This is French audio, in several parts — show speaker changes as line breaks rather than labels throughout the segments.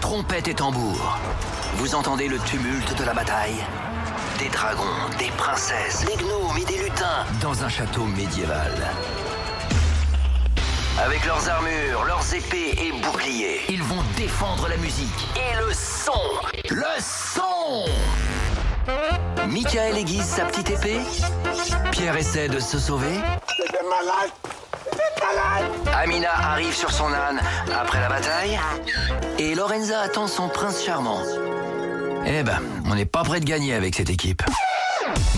trompettes et tambours. Vous entendez le tumulte de la bataille Des dragons, des princesses, des gnomes et des lutins dans un château médiéval. Avec leurs armures, leurs épées et boucliers, ils vont défendre la musique et le son. Le son Michael aiguise sa petite épée. Pierre essaie de se sauver.
C'est malade. C'est malade.
Amina arrive sur son âne après la bataille. Et Lorenza attend son prince charmant. Eh ben, on n'est pas prêt de gagner avec cette équipe.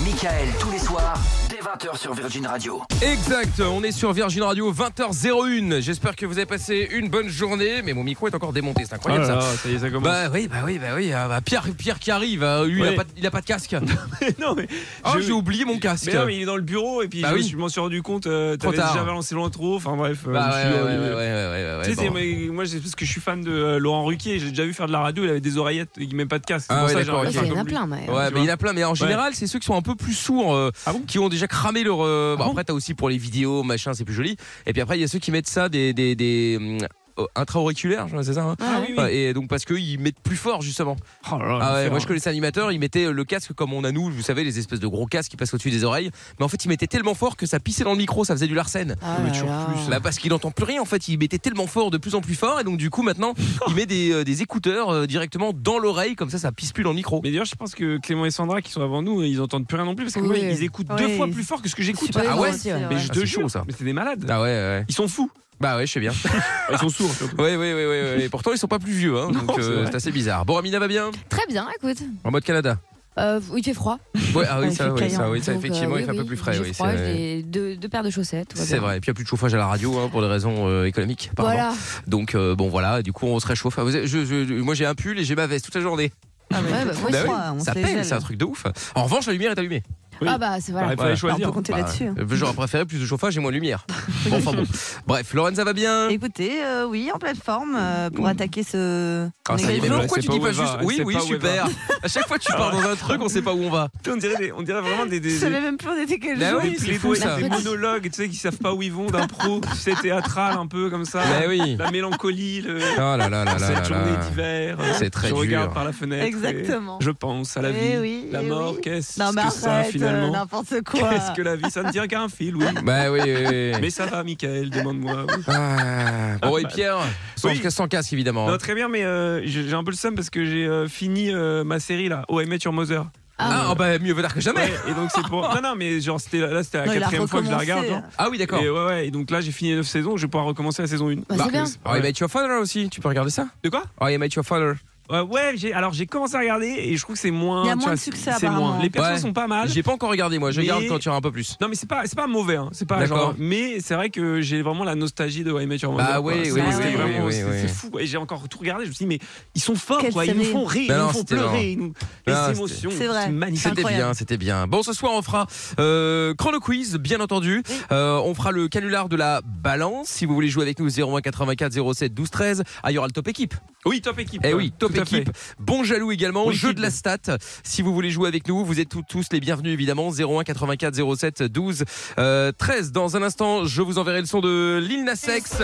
Michael, tous les soirs, dès 20h sur Virgin Radio.
Exact, on est sur Virgin Radio 20h01. J'espère que vous avez passé une bonne journée, mais mon micro est encore démonté, c'est
Oh
incroyable
là là,
ça.
ça y est, ça commence.
Bah oui, bah oui, bah oui. ah, bah, Pierre, Pierre qui arrive, euh, lui, il, a
Ouais.
pas, de- il a pas de casque.
non, mais
Oh,
je-
j'ai oublié mon casque.
Mais non, mais il est dans le bureau et puis
Bah
je,
oui.
je m'en suis rendu compte. Euh,
Trop
T'avais
tard.
déjà balancé l'intro. Enfin bref. euh,
Bah
je
ouais,
suis-
ouais, ouais,
euh,
ouais, ouais, ouais, ouais,
tu sais, c'est-
bon.
mais moi, c'est parce que je suis fan de euh, Laurent Ruquier. J'ai déjà vu faire de la radio. Il avait des oreillettes. Il met pas de casque. C'est
Ah
pour
ouais,
ça que
d'accord,
j'arrive
ok.
pas
il y en a
comme lui.
plein, mais.
Ouais, mais il y en a plein, mais en général, c'est ceux qui sont un peu plus sourds, euh,
Ah bon
qui ont déjà cramé leur. euh, bah
Ah bon
après, t'as aussi pour les vidéos, machin, c'est plus joli. Et puis après, il y a ceux qui mettent ça des, des, des hum, euh, intra-auriculaires, c'est ça hein
Ah oui, oui.
Ouais, Et donc, parce qu'ils mettent plus fort, justement.
Oh là là,
Ah ouais,
l'enfer.
moi, je connaissais un animateur, il mettait euh, le casque comme on a nous, vous savez, les espèces de gros casques qui passent au-dessus des oreilles. Mais en fait, il mettait tellement fort que ça pissait dans le micro, ça faisait du larsen.
Ah
Mais
là
toujours
là.
plus.
Bah parce qu'il entend plus rien en fait, il mettait tellement fort, de plus en plus fort, et donc du coup maintenant il met des, euh, des écouteurs euh, directement dans l'oreille, comme ça ça pisse plus dans le micro.
Mais d'ailleurs, je pense que Clément et Sandra, qui sont avant nous, ils entendent plus rien non plus parce que
Oui.
moi, ils écoutent deux
Oui.
fois plus fort que ce que j'écoute. hein.
C'est pas
Ah ouais
aussi, ouais.
Mais je
Ah,
te
c'est
jure,
chaud, ça.
Mais c'est des malades.
Ah ouais, ouais.
Ils sont fous.
Bah ouais, je sais bien.
Ils sont sourds. surtout.
Oui, oui, oui, oui. Et pourtant, ils sont pas plus vieux, hein,
Non,
donc euh,
c'est vrai.
c'est assez bizarre. Bon, Amina va bien
Très bien, écoute.
En mode Canada
Euh, il fait froid.
ouais, Ah
Ah,
oui,
il
ça,
fait
oui,
caillant.
ça, oui, ça,
Donc,
effectivement,
euh,
il fait
oui,
un peu
oui,
plus frais.
J'ai
oui,
froid,
c'est-
j'ai deux, deux paires de chaussettes. tout va
c'est
bien.
vrai. Et puis, il n'y a plus de chauffage à la radio hein, pour des raisons euh, économiques, apparemment.
Voilà.
Donc, euh, bon, voilà, du coup, on se réchauffe. Ah, vous avez- je- je- je- moi, j'ai un pull et j'ai ma veste toute la journée.
Ah, mais
Ouais, bah, moi,
il
Bah
fait
oui,
froid, on
ça
se les
pèle,
gèle.
c'est un truc de ouf. En revanche, la lumière est allumée.
Oui.
Ah bah, c'est
Bah,
voilà.
il fallait
Alors, on
choisir.
peut compter
Bah,
là-dessus. hein.
euh, J'aurais préféré plus de chauffage et moins de lumière. Bon, enfin bon. Bref, Lorenza va bien
Écoutez, euh, oui, en pleine forme euh, pour attaquer ce.
Ah, ça y est,
Elle
mais
sait
pourquoi
pas
tu
où
dis pas
elle va,
juste
elle
oui,
sait
oui,
pas où elle
super À chaque fois, tu pars dans un truc, on sait pas où on va.
Ah. On dirait, des- on dirait vraiment des.
Je
des-
savais même plus on était quel
Bah
jour.
oui,
des
c'est
plaidoirs,
fou, ça.
des monologues, tu sais, qui savent pas où ils vont, d'impro, tu sais, théâtral un peu comme ça.
Mais Bah oui.
La mélancolie, le,
Oh là là là là
cette
là
journée
là.
d'hiver. euh,
C'est très
je regarde
dur.
par la fenêtre.
Exactement.
et Je pense à la vie,
Eh oui,
la
eh
mort,
oui.
qu'est-ce
Non, mais
que ça
arrête, euh,
finalement
n'importe quoi.
Qu'est-ce que la vie Ça ne tient qu'à un fil, oui.
Bah oui, oui, oui.
Mais ça va, Michael, demande-moi. oui.
Ah, bon, et Pierre sans,
bah. Oui.
sans casque, évidemment. hein.
Non, très bien, mais euh, j'ai j'ai un peu le seum parce que j'ai euh, fini euh, ma série là, OMH sur Mother.
Ah, oh, bah mieux vaut tard que jamais.
Ouais, et donc c'est pour. Non, non, mais genre, c'était la- là, c'était la
Non, il a
quatrième fois que je la regarde.
recommencé.
genre.
Ah oui, d'accord.
Et ouais, ouais, et donc là, j'ai fini les 9 saisons, je vais pouvoir recommencer la saison 1.
Bah, c'est bien.
Oh, et Met Your Father aussi, tu peux regarder ça
De quoi
Oh, et Met Your Father.
Ouais, ouais, j'ai- alors j'ai commencé à regarder et je trouve que c'est moins.
Il y a
tu
moins
vois,
de succès,
c'est moins.
apparemment.
Les personnes
Ouais.
sont pas mal.
J'ai pas encore regardé, moi.
Mais-
Je regarde quand tu auras un peu plus.
Non mais c'est pas c'est pas mauvais hein. c'est pas
D'accord.
genre mais c'est vrai que j'ai vraiment la nostalgie de Why Met Your Mother.
Bah
quoi.
oui,
C'est-
oui,
oui,
c'est
oui,
vraiment-
oui,
c'est-
oui.
c'est fou et j'ai encore tout regardé, je me suis dit mais ils sont forts
Quelle
quoi, ils nous
série.
font rire,
Bah
ils
non,
nous font
c'était
pleurer, ils nous les
Non,
émotions,
c'était- C'est vrai.
magnifique.
C'était
Incroyable.
bien, c'était bien. Bon, ce soir, on fera euh, Chrono Quiz, bien entendu. Euh, on fera le canular de la balance. Si vous voulez jouer avec nous, 01 84 07 12 13. Ah, il y aura le top équipe.
Oui, top équipe. ouais,
Eh oui, top
tout à fait.
équipe. Bon jaloux également,
Oui,
jeu
kid.
de la stat. Si vous voulez jouer avec nous, vous êtes tous, tous les bienvenus évidemment. 01 84 07 12 euh, 13. Dans un instant, je vous enverrai le son de Lil Nas X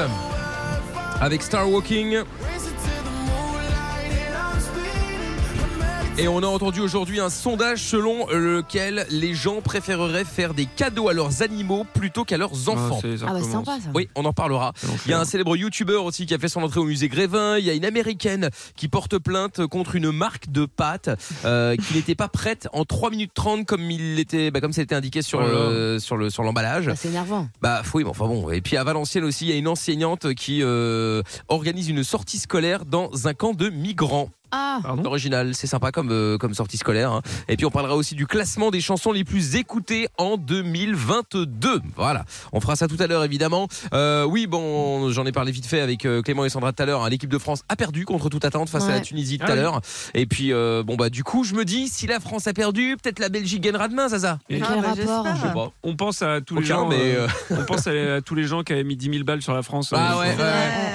avec Star Walking. Et on a entendu aujourd'hui un sondage selon lequel les gens préféreraient faire des cadeaux à leurs animaux plutôt qu'à leurs enfants.
Ah, c'est- ça
Ah bah, c'est
recommence.
sympa ça.
Oui, on en parlera. Il y a un célèbre youtubeur aussi qui a fait son entrée au musée Grévin. Il y a une américaine qui porte plainte contre une marque de pâtes euh, qui n'était pas prête en 3 minutes 30 comme il l'était, bah, comme c'était indiqué sur
Oh là
le, sur le sur l'emballage.
Bah, c'est énervant.
Bah oui, mais enfin bon. Et puis à Valenciennes aussi, il y a une enseignante qui euh, organise une sortie scolaire dans un camp de migrants.
Ah,
Pardon
Original, c'est sympa comme euh, comme sortie scolaire. hein. Et puis on parlera aussi du classement des chansons les plus écoutées en 2022. Voilà, on fera ça tout à l'heure évidemment. Euh, oui, bon, j'en ai parlé vite fait avec euh, Clément et Sandra tout à l'heure. hein. L'équipe de France a perdu contre toute attente face à la
Ouais.
Tunisie tout
Ah
à
oui.
l'heure. Et puis euh, bon bah du coup, je me dis si la France a perdu, peut-être la Belgique gagnera demain, Zaza.
Et-
quel
Ah, bah,
rapport
j'espère.
Je sais pas.
On pense à tous les
Aucun,
gens
mais
euh,
euh,
on pense à, à tous les gens qui avaient mis 10 000 balles sur la France.
ah
euh,
ouais. ouais.
vrai.
euh,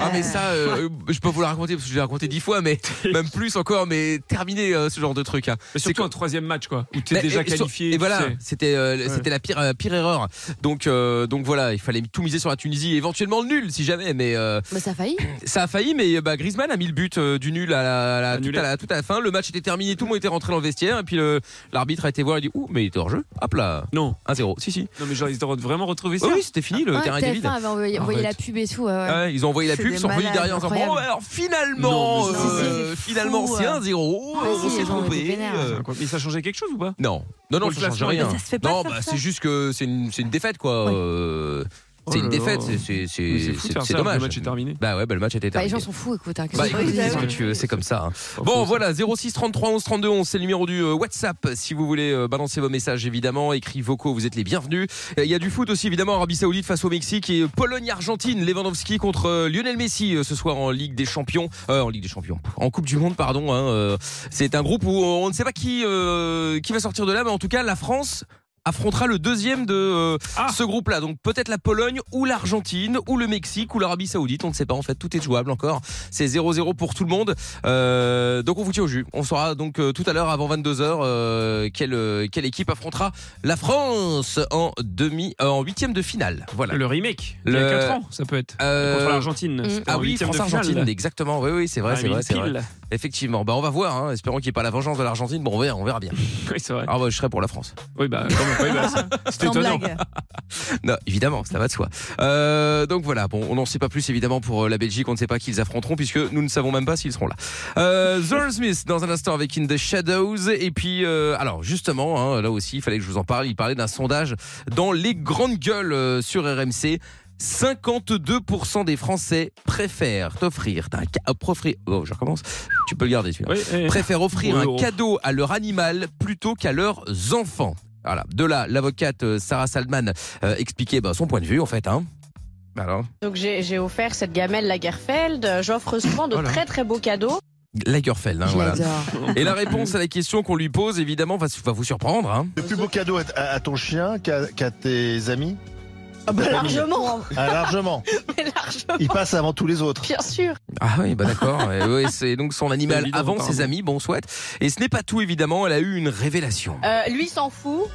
Ah mais ça, euh, je peux vous la raconter parce que je l'ai raconté dix fois, mais même plus. plus encore, mais terminez euh, ce genre de truc. hein.
Mais
C'est
surtout
quoi
un troisième match, quoi. Où t'es
Mais-
déjà
et- et sur-
qualifié.
Et
tu
voilà,
sais.
c'était euh, c'était la pire, euh, pire erreur. Donc, euh, donc voilà, il fallait tout miser sur la Tunisie, éventuellement le nul si jamais, mais euh,
Bah, ça a failli.
ça a failli. Mais euh, bah, Griezmann a mis le but euh, du nul à la, à la- tout
Annulé.
à la, tout à la fin. Le match était terminé, tout le monde était rentré dans le vestiaire. Et puis le- l'arbitre a été voir, il a dit Ouh, mais il était hors jeu. Hop là,
Non,
1-0. Si, si.
non, mais genre, ils doivent vraiment retrouver ça.
Oh oui, c'était fini, le
Ouais,
terrain était
TF1
vide.
avait envoyé, envoyé la
Arrête.
pub et tout. ouais, ouais.
Ah ouais, ils ont envoyé la
C'est
pub,
des
ils sont revenus
malades,
derrière en disant Bon,
incroyable.
alors finalement,
Non, mais
c'est-
euh,
c'est fou,
finalement, c'est
hein.
1-0.
Ah,
On
si,
s'est
les gens étaient
trompé.
vénères.
euh,
Quoi. Mais ça changeait quelque chose ou pas
Non, non, non,
Pour le
ça change
classement,
rien.
mais ça se fait pas
Non,
de faire
bah
ça.
c'est juste que c'est une, c'est une défaite quoi.
Ouais.
euh,
Oh
c'est
là
une
là.
défaite, c'est- c'est-
Mais fou
c'est
de
c'est-
faire
c'est
ça,
dommage.
Le match est terminé.
Bah ouais, bah, le match était
Bah, les gens
terminé.
sont fous, écoute. hein, qu'est-ce
Bah
que tu veux
écoute,
dire
c'est ce que tu veux, c'est comme ça. hein. Bon voilà, 06 33 11 32 11, c'est le numéro du euh, WhatsApp. Si vous voulez euh, balancer vos messages, évidemment, écrits vocaux, vous êtes les bienvenus. Euh, Il y a du foot aussi, évidemment, Arabie Saoudite face au Mexique et Pologne-Argentine. Lewandowski contre euh, Lionel Messi euh, ce soir en Ligue des Champions. Euh, en Ligue des Champions, en Coupe du Monde, pardon. hein, euh, c'est un groupe où on ne sait pas qui, euh, qui va sortir de là, mais en tout cas, la France affrontera le deuxième de euh,
Ah.
ce groupe-là. Donc peut-être la Pologne ou l'Argentine ou le Mexique ou l'Arabie Saoudite. On ne sait pas en fait. Tout est jouable encore. C'est 0-0 pour tout le monde. Euh, donc on vous tient au jus. On saura donc euh, tout à l'heure avant 22h quelle, euh, quelle équipe affrontera la France en demi euh, en huitième de finale. Voilà.
Le remake. Il y
Le-
a 4 ans, ça peut être.
Euh,
Contre l'Argentine.
Mm.
C'était en
Ah oui,
huitième de
France
finale.
Argentine, exactement. Oui, oui, c'est vrai,
Ah,
c'est
mais
vrai,
une
c'est vrai.
pile.
Effectivement. Bah, on va voir. hein. Espérons qu'il n'y ait pas la vengeance de l'Argentine. Bon, on verra, on verra bien.
Oui, c'est vrai.
Ah bah, je serai pour la France.
Oui, bah, quand
Eh
même, oui,
ben,
bah, ça- c'était
Sans
étonnant.
blague.
Non, évidemment, ça va de soi. Euh, donc voilà, bon, on n'en sait pas plus évidemment pour euh, la Belgique, on ne sait pas qui ils affronteront puisque nous ne savons même pas s'ils seront là. Euh, Zerl Smith dans un instant avec In the Shadows et puis euh, alors justement hein, là aussi il fallait que je vous en parle. Il parlait d'un sondage dans les grandes gueules euh, sur RMC. 52% des Français préfèrent offrir un ca- euh, offrir- oh, je recommence. Tu peux le garder celui-là
Oui, eh,
préfèrent offrir
Oui,
un
oh.
cadeau à leur animal plutôt qu'à leurs enfants. Voilà. De là, l'avocate euh, Sarah Salman euh, expliquait bah, son point de vue, en fait. Hein. Alors,
Donc j'ai j'ai offert cette gamelle Lagerfeld. J'offre souvent de
Voilà.
très très beaux cadeaux.
Lagerfeld, hein,
Je
voilà.
l'adore.
Et la réponse à la question qu'on lui pose, évidemment, va, va vous surprendre. Hein.
Le plus beau cadeau à, à- à ton chien qu'à qu'à tes amis
bah, Largement,
Ah, Largement.
mais largement,
Il passe avant tous les autres.
bien sûr.
Ah oui, bah d'accord. Et ouais, c'est donc son animal
évident,
avant ses
apparemment.
amis, bon souhait. Et ce n'est pas tout, évidemment, elle a eu une révélation.
Euh, lui s'en fout.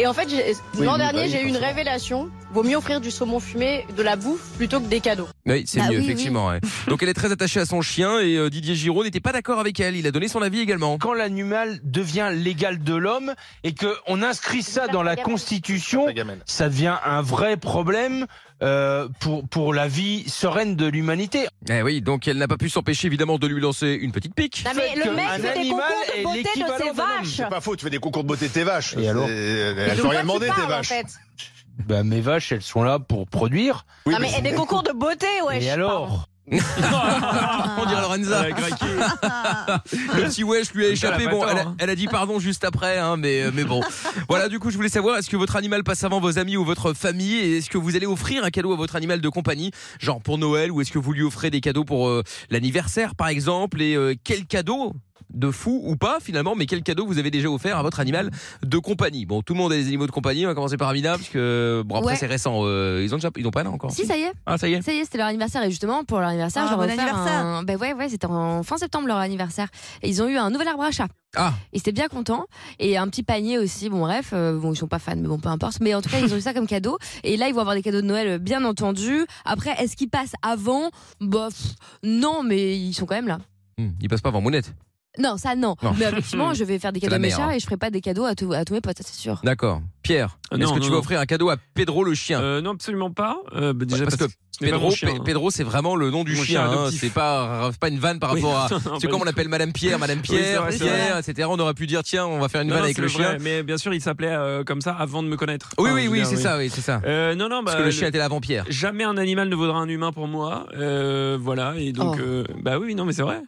Et en fait, j'ai-
Oui,
l'an
oui, bah
dernier,
oui,
j'ai eu une
forcément.
révélation. Vaut mieux offrir du saumon fumé, de la bouffe, plutôt que des cadeaux.
Oui, c'est
Bah
mieux,
oui,
effectivement. ouais. Donc elle est très attachée à son chien et euh, Didier Giraud n'était pas d'accord avec elle. Il a donné son avis également.
quand l'animal devient l'égal de l'homme et qu'on inscrit ça dans la Constitution,
Ta gamelle.
ça devient un vrai problème euh, pour, pour la vie sereine de l'humanité.
Eh oui, donc elle n'a pas pu s'empêcher, évidemment, de lui lancer une petite pique.
Non, mais le
que
mec
un
fait des
animal
concours de
est
beauté
l'équivalent
de ses
d'un homme.
vaches.
C'est pas faux, tu fais des concours de beauté de euh, tes vaches.
Et alors
C'est-
Mais
Elles
de
t'ont
quoi
rien
tu
demandé, tes
parles, en
vaches.
fait
Bah, mes vaches, elles sont là pour produire.
Oui,
non, Ah, mais, et des concours de beauté, ouais.
et alors
On dirait Lorenza.
elle a craqué.
Le petit wesh lui a
Elle
échappé.
a pas
Bon,
tort,
elle a,
hein.
elle a dit pardon juste après, hein, mais, euh, mais bon. Voilà, du coup, je voulais savoir, est-ce que votre animal passe avant vos amis ou votre famille et Est-ce que vous allez offrir un cadeau à votre animal de compagnie, genre pour Noël, ou est-ce que vous lui offrez des cadeaux pour euh, l'anniversaire, par exemple Et euh, quel cadeau de fou ou pas finalement, mais quel cadeau vous avez déjà offert à votre animal de compagnie Bon, tout le monde a des animaux de compagnie, on va commencer par Amina, parce que bon après
Ouais.
c'est récent, euh, ils ont déjà, ils n'ont pas là encore.
Si, ça y est.
Ah ça y est.
Ça y est, c'était leur anniversaire et justement pour leur anniversaire,
Ah,
je leur ai
bon
offert
anniversaire.
un. Ben ouais, ouais, c'était en fin septembre leur anniversaire. Et ils ont eu un nouvel arbre à chat.
Ah,
Ils étaient bien contents et un petit panier aussi. Bon bref, euh, bon ils sont pas fans, mais bon peu importe. Mais en tout cas, ils ont eu ça comme cadeau. Et là, ils vont avoir des cadeaux de Noël, euh, bien entendu. Après, est-ce qu'ils passent avant Bof, non, mais ils sont quand même là.
hmm, il passe pas avant Mounette.
Non, ça non.
Non.
Mais effectivement, je vais faire des
C'est
cadeaux
la
à mes
mère,
chats
hein.
et je ferai pas des cadeaux à, tout- à tous mes potes, ça, c'est sûr.
D'accord. Pierre,
Euh,
est-ce
non,
que
non,
tu vas
non.
offrir un cadeau à Pedro le chien
Euh, non, absolument pas. Euh, bah, déjà
parce
parce,
que
que ce n'est pas
Pedro,
mon chien,
Pe-
hein.
Pedro, c'est vraiment le nom du
Mon
chien.
chien
hein.
adoptif.
C'est pas, c'est pas une vanne par rapport à.
Non, non,
C'est
pas
comme
du
on appelle Madame Pierre, Madame
c'est
Pierre,
vrai, c'est
Pierre, etc. On aurait pu dire tiens, on va faire une
Non,
vanne
non,
avec
c'est
le
vrai,
chien.
Mais bien sûr, il s'appelait euh, comme ça avant de me connaître.
Oui,
Enfin,
oui,
je veux
oui,
dire,
c'est ça, oui, c'est ça.
Euh, non, non, bah,
Parce que le chien était là avant Pierre.
jamais un animal ne vaudra un humain pour moi. Euh, voilà, et donc,
Oh.
euh, bah oui, non, mais c'est vrai.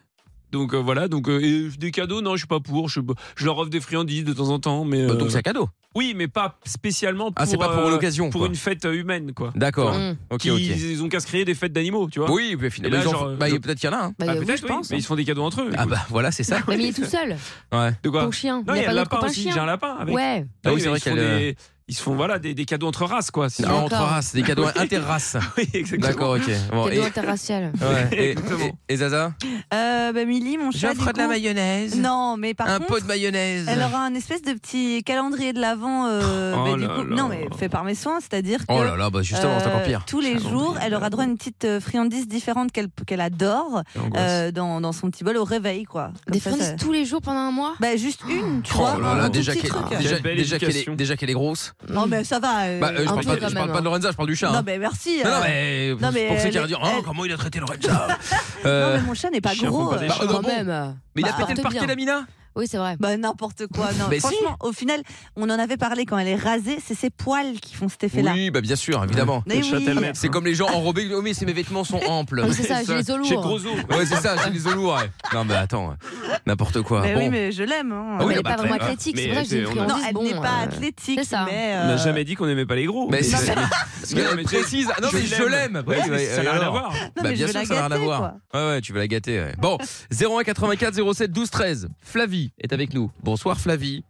Donc euh, voilà, donc euh, et des cadeaux, non, je suis pas pour. Je, je leur offre des friandises de temps en temps, mais
Bah,
euh,
donc c'est un cadeau.
oui, mais pas spécialement. Pour,
Ah, c'est pas pour
euh,
l'occasion.
pour
quoi.
une fête euh, humaine, quoi.
D'accord.
Mmh.
Ok,
Qui-
ok.
Ils ont qu'à se créer des fêtes d'animaux, tu vois.
Oui, mais finalement,
Et là,
ils en-
genre,
bah,
je-
il- peut-être qu'il y en a. Hein.
Bah,
Ah,
oui,
peut-être,
je
oui,
pense.
mais ils se font des cadeaux entre eux.
Ah bah voilà, c'est ça.
Ouais, mais il est tout seul,
Ouais.
De quoi
ton chien.
Non,
il
il
n'y
y a
a pas
le
d'autre
lapin
copain
aussi. J'ai
chien.
un lapin avec. Bah
Ouais.
Ah oui,
mais
c'est vrai
ils font
qu'elle,
des- ils se font voilà des, des cadeaux entre races quoi. sinon.
Ah, entre
D'accord.
races, des cadeaux interraces.
Oui, exactement.
D'accord, ok. Bon,
Cadeau
et, Euh,
interracial.
ouais, et,
Exactement.
et- et Zaza
Euh, bah, Milly, mon chat. du coup-
mayonnaise.
Non, mais par contre,
de mayonnaise.
elle aura un espèce de petit calendrier de l'avant. euh,
Oh
bah, du
là
coup-
là.
Non, mais fait par mes soins, c'est-à-dire que.
Oh là là, bah justement, c'est encore
euh,
pire.
Tous les jours, elle aura droit à une petite euh, friandise différente qu'elle qu'elle adore
L'angoisse.
euh, dans, dans son petit bol au réveil, quoi. Comme
Des
ça,
friandises
ça-
tous les jours pendant un mois
Bah, juste une, tu
Oh
vois.
là
un
là,
tout
déjà
petit
qu'elle
truc.
déjà,
Quelle belle
déjà qu'elle est,
éducation.
déjà qu'elle est grosse.
Non, mais ça va. euh,
Bah, euh, je
un
parle,
peu
pas,
quand
je parle
même,
pas
hein.
de Lorenza, je parle du chat.
Non,
hein.
mais merci. euh,
Non, non, mais,
Non, mais,
pour ceux
euh,
qui vont
les-
dire, oh,
euh,
comment il a traité Lorenza
Non,
Euh,
mais mon chat n'est pas
chiens font
gros.
pas
euh,
des
bah,
chiens.
euh,
Quand
bon,
même. euh,
Mais il a
bah,
pété le
porte
parquet,
bien.
la mina
Oui, c'est vrai.
Bah n'importe quoi. Non,
Mais si.
franchement, au final, on en avait parlé quand elle est rasée, c'est ses poils qui font cet effet-là.
Oui, bah bien sûr, évidemment.
Mais
Le chat
oui.
est le maître.
C'est comme les gens enrobés, oh mais c'est mes vêtements sont amples.
Oui, c'est ça, j'ai les os
Chez
lourds.
Grosso.
Ouais, c'est ça, j'ai les os lourds. ouais. Non, mais attends, euh, n'importe quoi.
Mais
Bon.
oui, mais je l'aime. hein.
Ah oui,
elle n'est
bah,
pas
très-
vraiment
ah,
athlétique,
mais
c'est pour ça que j'ai une
c'est-
Non,
friandise.
elle
bon,
n'est pas
euh,
athlétique,
c'est ça.
mais
On n'a
euh,
jamais dit qu'on n'aimait pas les gros.
Mais
Non,
c'est- Parce que
Non,
elle
mais-
précise. ah Non, mais je l'aime.
Ouais, mais ça n'a rien à
alors.
voir.
non,
bah,
mais
bien
je
sûr,
veux la
ça n'a rien à
gâter,
voir.
quoi.
Ouais, ouais, tu vas la gâter. ouais. Bon, 01 84 07 12 13. Flavie est avec nous. Bonsoir, Flavie.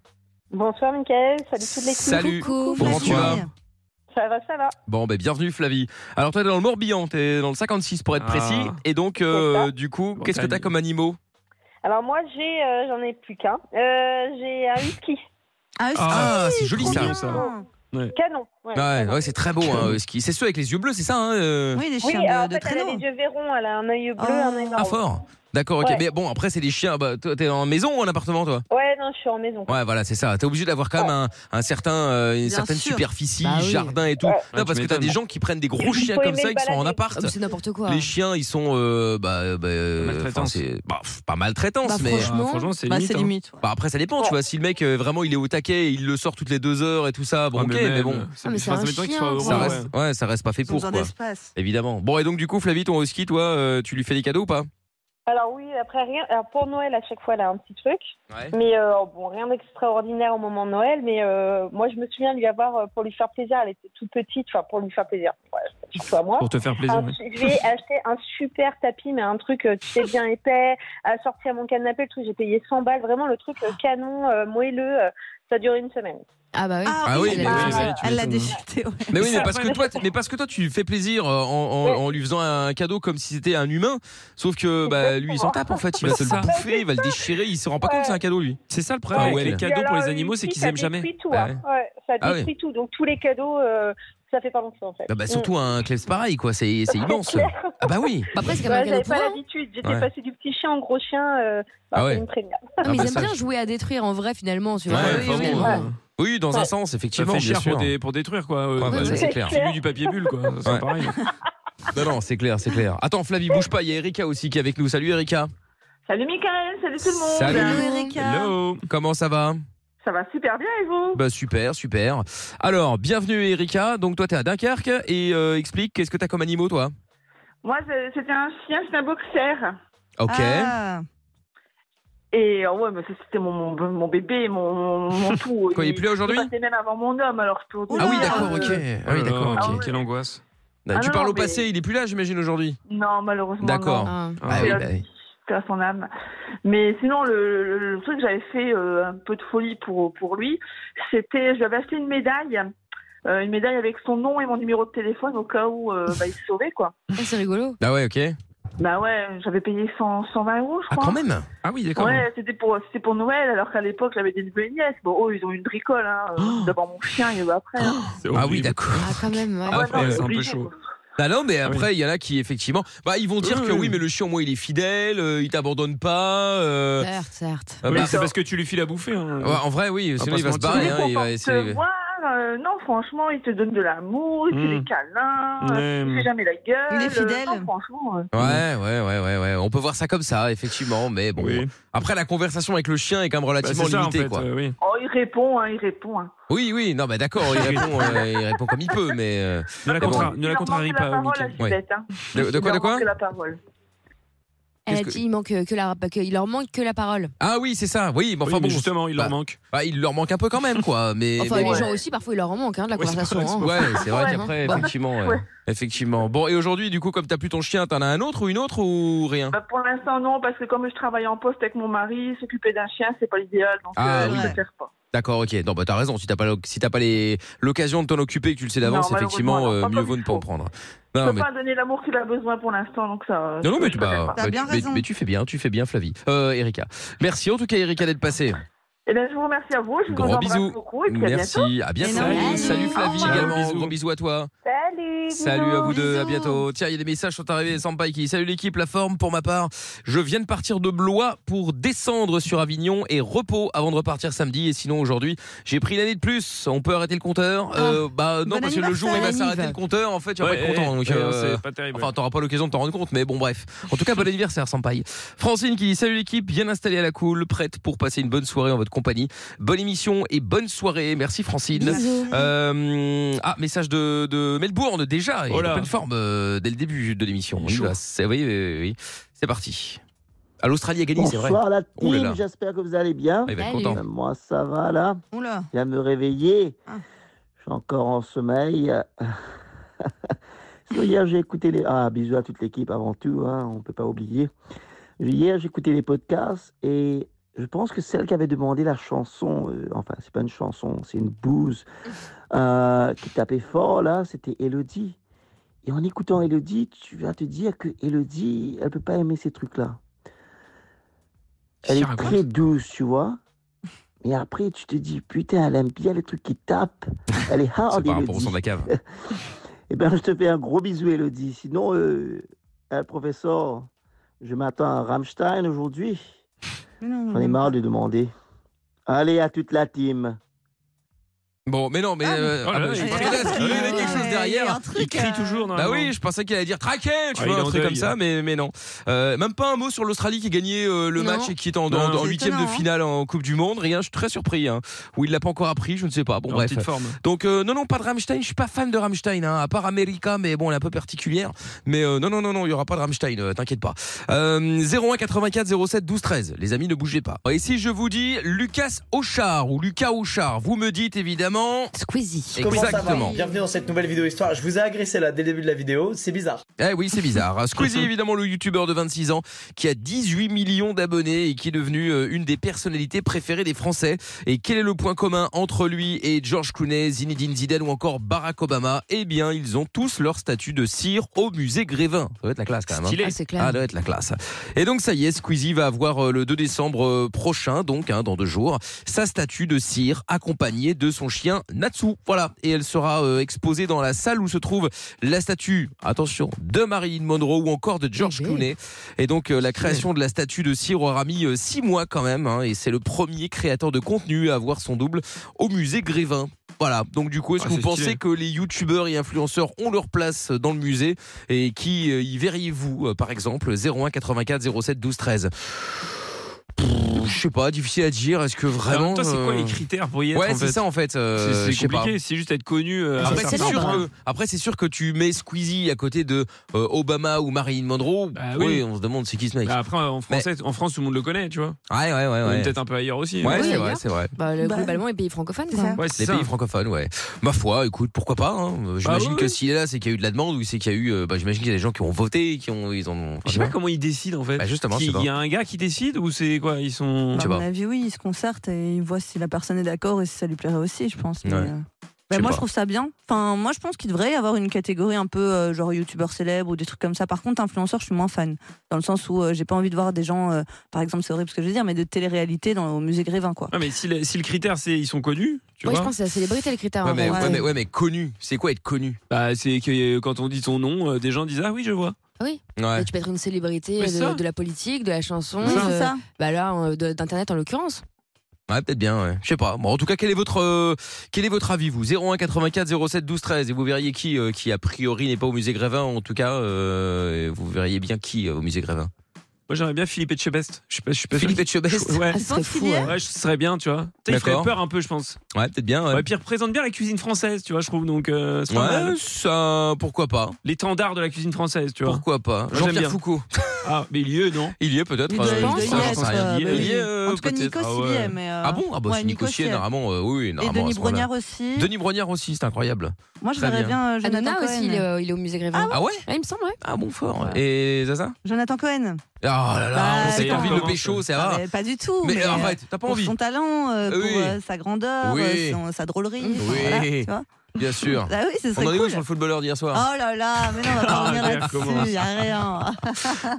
Bonsoir Mickaël, salut toute l'équipe.
Salut.
Coucou,
Comment
Vas-y.
tu vas
Ça va, ça va.
Bon, ben bienvenue, Flavie. Alors, toi, t'es dans le Morbihan, t'es dans le 56 pour être
Ah.
précis. Et donc, euh,
C'est ça.
du coup, qu'est-ce que t'as
Bretagne.
comme animaux
Alors moi j'ai, euh, j'en ai plus qu'un. Euh, j'ai un husky.
Ah,
Ah,
si,
c'est joli,
trop
ça.
bien.
Ça.
Canon. Ouais,
Ouais,
canon.
ouais, c'est très beau, hein, ce qui- C'est ceux avec les yeux bleus, c'est ça hein, euh,
Oui, des
Oui,
chiens
euh,
de,
en
de
fait, elle a
traîneau.
les yeux verrons, elle a un œil bleu,
Oh.
un œil marron.
Ah, fort D'accord, ok.
Ouais.
Mais bon, après, c'est des chiens. Bah, toi, t'es en maison ou en appartement, toi
Ouais, non, je suis en maison.
Ouais, voilà, c'est ça. T'es obligé d'avoir quand même un, un certain, euh, une
Bien
certaine
sûr.
superficie,
Bah oui.
jardin et tout.
Ouais.
Non,
Ouais,
parce
tu
que t'as
m'étonnes.
des gens qui prennent des gros
Il
chiens
faut
comme
aimer
ça,
le
qui sont en
balader.
appart.
Ah, mais C'est n'importe quoi.
Les chiens, ils sont euh, bah, bah, euh,
Maltraitance.
enfin, c'est- bah, pff, pas maltraitance,
Bah,
mais
franchement,
Franchement, c'est
Bah,
limite.
c'est
hein.
limite. ouais.
bah, après ça dépend. Tu vois, si le mec euh, vraiment il est au taquet, et il le sort toutes les deux heures et tout ça, bon,
Ah,
ok,
même,
mais bon,
ça
Ah, mais c'est un
m'étonne qu'il
chien,
soit heureux,
ça
ouais.
reste, ouais, ça reste pas fait
Ils ont
pour
besoin
quoi.
d'espace.
Évidemment. Bon, et donc du coup, Flavie, ton husky, toi, euh, tu lui fais des cadeaux ou pas
Alors oui, après rien. Alors pour Noël, à chaque fois, elle a un petit truc.
Ouais.
Mais euh, bon, rien d'extraordinaire au moment de Noël. Mais euh, moi, je me souviens de lui avoir, euh, pour lui faire plaisir, elle était toute petite, enfin pour lui faire plaisir, ouais, surtout à moi.
Pour te faire plaisir.
Un-
ouais.
je lui ai acheté un super tapis, mais un truc, euh, tu sais, bien épais, assorti à mon canapé, le truc, j'ai payé 100 balles, vraiment le truc euh, canon, euh, moelleux, euh, ça a duré une semaine.
Ah, bah oui.
Ah oui,
elle
mais
a-
oui,
bah, tu
elle l'a
m'étonnes.
déchiqueté. ouais.
Mais oui, mais parce que toi, t- mais parce que toi, tu lui fais plaisir euh, en, en- en lui faisant un cadeau comme si c'était un humain. Sauf que bah, lui, il s'en tape en fait. Il va se le bouffer, il va le déchirer. Il se rend pas compte que c'est un cadeau lui.
C'est ça le
Ah,
problème
ouais.
avec les
Et
cadeaux pour
alors,
les animaux,
une
c'est
fille,
qu'ils aiment jamais. Bah
Ça détruit tout,
Ah
hein. Ouais, ça
Ah ouais.
détruit tout. Donc tous les cadeaux, euh, ça fait pas longtemps en fait. Mm.
Ah bah surtout un Klebs pareil quoi, c'est c'est immense. Ah bah oui.
Bah, Après,
Mm.
c'est quand même
Ouais,
un cadeau
J'avais
pour
pas
eux.
l'habitude, j'étais
Ouais.
passée du petit chien au gros chien, euh, bah,
Ah ouais.
c'est une première.
Ah, mais
Ah,
ils
bah,
aiment
ça,
bien
je-
jouer à détruire en vrai, finalement. tu
Ouais,
vois.
enfin,
Oui,
bon,
oui,
euh,
oui.
Oui, dans un sens
Ça
effectivement.
fait
bien
cher
sûr.
pour, dé- pour détruire, quoi.
Ouais, bah,
Euh,
ça,
oui.
c'est clair.
Tu mets du papier bulle, quoi. C'est
Ouais.
pareil. hein.
Non non, c'est clair, c'est clair. Attends, Flavie, bouge pas. Il y a Erika aussi qui est avec nous. Salut Erika.
Salut Michael, salut tout le monde.
Salut.
Salut, Erika.
Hello.
Comment ça va
Ça va super bien et vous
Bah super, super. Alors, bienvenue Erika. Donc toi, t'es à Dunkerque et euh, explique qu'est-ce que t'as comme animaux toi
Moi, c'est- c'était un chien, c'était un boxer.
Ok.
Ah,
Et euh, ouais, mais ça, c'était mon, mon, mon bébé, mon, mon- mon tout.
Quand il pleut aujourd'hui
C'était même avant mon homme, alors je peux.
Ah
Oula.
oui,
Euh,
d'accord, ok. Ah oui,
Oh là
d'accord,
là,
ok.
Quelle angoisse.
Bah,
Ah
tu
non,
parles
non,
au passé,
mais-
il est plus là, j'imagine, aujourd'hui.
Non, malheureusement.
D'accord.
non.
Ah.
Ah
C'est
oui, bah oui.
c'est à son âme. Mais sinon, le, le- le truc que j'avais fait euh, un peu de folie pour, pour lui, c'était. J'avais acheté une médaille. euh, une médaille avec son nom et mon numéro de téléphone au cas où euh, bah, il se sauvait quoi.
Ah, C'est rigolo.
Ah ouais, ok.
Bah ouais, j'avais payé 100, 120 euros je
Ah
crois.
quand même
Ah oui, d'accord.
Ouais, c'était pour, c'était pour Noël, alors qu'à l'époque, j'avais des neveux et nièces. Bon, oh, ils ont eu une bricole, hein. Euh, D'abord mon chien, et après. hein.
C'est
Ah
horrible.
oui, d'accord.
Ah, quand même, ouais.
Ah ouais,
après,
non, mais
c'est un peu
obligé,
chaud.
quoi.
Ah non, mais
Ah oui.
après, il y en a qui, effectivement, bah, ils vont dire
Oui,
que
oui.
oui, mais le chien, moi, il est fidèle, euh, il t'abandonne pas. euh,
Certes, certes.
ah
Oui,
bah,
c'est parce que tu lui files à bouffer. hein.
ouais, en vrai, oui,
Ah,
sinon
pas
il va
se
se
mentir.
barrer.
Il est
hein,
content
il va
de
essayer-
te voir, euh, non, franchement, il te donne de l'amour, il fait
Mm.
des câlins, euh,
Ouais,
il
mais-
fait jamais la gueule.
Il est
euh,
fidèle.
non, franchement. euh.
Ouais, ouais, ouais, ouais, ouais. On peut voir ça comme ça, effectivement, mais bon.
Oui.
Après, la conversation avec le chien est quand même
Bah,
relativement
c'est ça, en
limitée,
fait.
quoi.
euh, oui.
Oh, il répond, hein, il répond. Hein.
Oui, oui, non, bah d'accord, il, répond, euh, il répond comme il peut, mais. euh,
Ne la,
bon.
contra-
Il
ne la
leur
contrarie
manque la
pas,
parole à
Mickaël.
Ouais.
Suzette, hein.
De, de
Il
quoi, de
leur
quoi
manque la parole.
Elle a
qu'est-ce que-
dit Eh, il manque euh, que la, qu'il leur manque que la parole.
Ah oui, c'est ça, oui, mais
Oui,
enfin
mais
bon.
justement, il
bah,
leur manque.
bah, il leur manque un peu quand même, quoi, mais.
Enfin,
mais
les
bon.
gens aussi, parfois, il leur en manque hein, de la
Ouais, c'est
conversation.
vrai,
hein.
Ouais, c'est vrai
Ouais.
Bah,
qu'après,
Bon.
effectivement. ouais.
Ouais.
Effectivement. Bon, et aujourd'hui, du coup, comme t'as plus ton chien, t'en as un autre ou une autre ou rien
Bah, pour l'instant, non, parce que comme je travaille en poste avec mon mari, s'occuper d'un chien, c'est pas l'idéal. Donc,
Ah,
euh, je
oui.
préfère pas.
D'accord, ok. Non, bah t'as raison. Si t'as pas l'oc- si t'as pas les- l'occasion de t'en occuper, et que tu le sais d'avance,
Non,
effectivement,
malheureusement,
euh,
non, pas
mieux
comme
vaut
il
ne pas en prendre.
Je
Non,
peux
mais
pas donner l'amour qu'il a besoin pour l'instant, donc ça.
non, non, mais
je
tu
préfère
bah,
pas.
bah, tu- mais- mais tu fais bien, tu fais bien, Flavie. Euh, Erika. Merci en tout cas, Erika, d'être passée.
Eh bien, je vous remercie à vous. Je vous
Gros
embrasse
bisous.
beaucoup. Et puis à
Merci.
bientôt.
À bientôt. Salut, Flavie également. Gros bisous à toi.
Salut.
Salut à vous deux, à bientôt. Tiens, il y a des messages sont arrivés. Sampai qui dit, salut l'équipe, la forme pour ma part. Je viens de partir de Blois pour descendre sur Avignon et repos avant de repartir samedi. Et sinon aujourd'hui, j'ai pris l'année de plus. On peut arrêter le compteur Euh,
Ah.
Bah non,
bon
parce que le jour où il va
anniversaire.
s'arrêter le compteur, en fait, tu vas
Ouais,
pas être content.
ouais,
donc, euh,
ouais, c'est pas terrible.
Enfin, t'auras pas l'occasion de t'en rendre compte, mais bon bref. En tout cas, bon anniversaire Sampai. Francine qui dit salut l'équipe, bien installée à la cool, prête pour passer une bonne soirée en votre compagnie. Bonne émission et bonne soirée. Merci Francine.
Bisous.
Euh, ah, message de, de Melbourne déjà. Ah, Il est
Oh là.
en pleine forme euh, dès le début de l'émission. On y va. C'est- Oui, oui, oui, oui. C'est parti. À l'Australie a gagné, c'est vrai.
Bonsoir la
Ouh là
team,
là.
j'espère que vous allez bien. Euh,
Il va être Salut. content.
Moi ça va là.
Oula.
Je viens de me réveiller.
Ah.
Je suis encore en sommeil. Parce que Hier j'ai écouté les... Ah, bisous à toute l'équipe avant tout, hein, on ne peut pas oublier. Hier j'ai écouté les podcasts et je pense que celle qui avait demandé la chanson, euh, enfin c'est pas une chanson, c'est une bouse, euh, qui tapait fort là, c'était Elodie. Et en écoutant Elodie, tu vas te dire que Elodie, elle peut pas aimer ces trucs-là. Elle est très douce, tu vois. Mais après, tu te dis, putain, elle aime bien les trucs qui tapent. Elle est hard,
C'est par rapport au
Elodie.
son de la cave.
Eh bien, je te fais un gros bisou, Elodie. Sinon, euh, hein, professeur, je m'attends à Rammstein aujourd'hui. J'en
Mhm.
ai marre de demander. Allez, à toute la team.
Bon, mais non, mais. euh,
Oh là
ah bah,
là,
j'ai
il est
pas compris, parce qu'il y avait
ouais,
quelque chose
il y a
derrière.
un truc, Il
crie euh, toujours,
Bah
normalement.
oui, je pensais qu'il allait dire traqué,
Ah,
tu
il
vois,
est
un
en
truc
deuil,
comme ça,
hein.
mais, mais non. Euh, même pas un mot sur l'Australie qui a gagné euh, le
Non.
match et qui est en, en-
Non.
en
C'est
huitième de
étonnant, hein.
finale en Coupe du Monde. Rien, je suis très surpris. Hein. Ou il l'a pas encore appris, je ne sais pas. Bon,
En
bref.
petite forme.
Donc, euh, non, non, pas de Rammstein. Je suis pas fan de Rammstein, hein, à part America, mais bon, elle est un peu particulière. Mais euh, non, non, non, non, il y aura pas de Rammstein, euh, t'inquiète pas. Euh, 01 84 07 12 13. Les amis, ne bougez pas. Et si je vous dis Lucas Auchard ou Lucas Auchard, vous me dites évidemment.
Squeezie.
Exactement.
Bienvenue dans cette nouvelle vidéo histoire. Je vous ai agressé là dès le début de la vidéo, c'est bizarre.
Eh oui, c'est bizarre. Squeezie, évidemment, le youtubeur de 26 ans qui a 18 millions d'abonnés et qui est devenu euh, une des personnalités préférées des Français. Et quel est le point commun entre lui et George Clooney, Zinedine Zidane ou encore Barack Obama Eh bien, ils ont tous leur statut de cire au musée Grévin. Ça doit être la classe quand même. hein.
Stylé. Ah, c'est clair.
Ah, doit être la classe. Et donc, ça y est, Squeezie va avoir euh, le 2 décembre euh, prochain, donc hein, dans deux jours, sa statue de cire accompagnée de son chien Natsu. Voilà. Et elle sera euh, exposée dans la salle où se trouve la statue, attention, de Marilyn Monroe ou encore de George Clooney. Et donc, euh, la création de la statue de cire aura mis euh, six mois quand même. hein, et c'est le premier créateur de contenu à avoir son double au musée Grévin. Voilà. Donc, du coup, est-ce
Ah,
que vous
c'est
pensez
stylé.
que les youtubeurs et influenceurs ont leur place dans le musée et qui euh, y verriez-vous euh, par exemple 01 84 07 12 13 Pff, je sais pas, difficile à dire. Est-ce que
En
vraiment.
même temps, Ah, c'est quoi
euh,
les critères pour y être
Ouais,
en
c'est
fait
ça en fait. euh,
C'est-
je
C'est
sais pas.
compliqué, c'est juste être connu. euh, à
Après,
un
Ah, bah, c'est
certain
sûr,
endroit.
que, après, c'est sûr que tu mets Squeezie à côté de euh, Obama ou Marilyn Monroe. oui.
Bah oui.
on se demande c'est qui ce mec.
Bah, après, en, français, en France, tout le monde le connaît, tu vois.
Ouais, ouais, ouais.
Ou
ouais.
Peut-être un peu ailleurs aussi.
Ouais,
mais-
c'est vrai, c'est vrai.
Bah, le- globalement, les pays francophones, quoi.
Ouais,
les
ça.
pays francophones, ouais. Ma foi, écoute, pourquoi pas hein. Euh, J'imagine
Ah oui,
que
oui.
s'il est là, c'est qu'il y a eu de la demande ou c'est qu'il y a eu. euh, bah, J'imagine qu'il y a des gens qui ont voté, qui ont. Ils en ont.
Je sais pas comment ils décident en fait.
Bah, justement, je sais
Il y a
pas.
un gars qui décide ou c'est quoi Ils sont.
Bah, à mon avis, oui, ils se concertent et ils voient si la personne est d'accord et si ça lui plairait aussi, je pense. mais,
Ouais.
euh, bah,
sais
moi,
pas.
je trouve ça bien. Enfin, moi, je pense qu'il devrait y avoir une catégorie un peu euh, genre youtubeur célèbre ou des trucs comme ça. Par contre, influenceur, je suis moins fan. Dans le sens où euh, j'ai pas envie de voir des gens, euh, par exemple, c'est horrible ce que je veux dire, mais de télé-réalité dans, au musée Grévin, quoi.
Ah, mais si le, si le critère c'est ils sont connus, tu
Moi, je
vois.
pense que c'est la célébrité, hein, le critère.
Ouais,
en
mais-
vrai.
ouais, mais-
Ouais, mais connu, c'est quoi être connu
Bah, c'est que euh, quand on dit ton nom, euh, des gens disent Ah oui, je vois.
Oui.
Ouais.
Mais Bah, tu peux être une célébrité
Mais
de,
ça.
de la politique, de la chanson,
C'est ça.
de-
C'est ça.
bah là, euh, de- d'internet en l'occurrence.
Ouais, peut-être bien, ouais. Je sais pas. Bon, en tout cas, quel est votre, euh, quel est votre avis, vous 01 84 07 12 13. Et vous verriez qui, euh, qui a priori n'est pas au musée Grévin, en tout cas, euh, et vous verriez bien qui euh, au musée Grévin.
Moi j'aimerais bien Philippe Etchebest. Je sais pas, je suis pas
Philippe Etchebest
Ouais.
Ah, ce serait fou, hein.
Ouais, je serais bien, tu vois. Tu sais, il ferait
D'accord.
peur un peu, je pense.
Ouais, peut-être bien. Ouais.
Ouais, puis il représente bien la cuisine française, tu vois, je trouve. Donc, euh, c'est pas
Ouais,
mal.
ça, pourquoi pas
L'étendard de la cuisine française, tu vois.
Pourquoi pas
Moi, j'aime
Ah, Jean-Pierre
bien.
Foucault.
Ah, mais il y est, non
Il y est peut-être.
Il
euh,
doit- il
j'en
doit y
sais
être,
rien.
euh,
Il y est,
mais-
il y est, euh,
Bah En tout cas,
peut-être.
Nikos,
ah
il y
ouais.
est, mais, euh,
Ah bon Ah bah
ouais,
c'est
Nikos,
Nikos y est,
il y est.
normalement. euh, oui, oui, normalement, à
Denis
ce moment-là.
Brognard aussi.
Denis Brognard aussi, c'est incroyable.
Moi,
Très
j'aimerais bien euh, Jonathan
Anona
Cohen.
aussi, il est, euh, il est au musée Grévin.
Ah ouais
Il me semble, ouais.
Ah bon, fort. Et Zaza
Jonathan Cohen.
Oh là là, on s'est envie de le pécho, ça
Bah, Ah,
va
mais Pas du tout.
Mais
euh,
arrête, t'as pas
pour
envie.
Son talent, euh,
Oui.
pour euh, sa grandeur,
Oui.
euh, son- sa drôlerie.
Oui,
enfin, voilà, tu vois.
bien sûr.
Ah oui, ce
on
serait
en est où
cool.
sur le footballeur d'hier
Oh
soir
là là, mais non, on va
Ah,
pas revenir
merde, comment
là-dessus, hein. y a rien.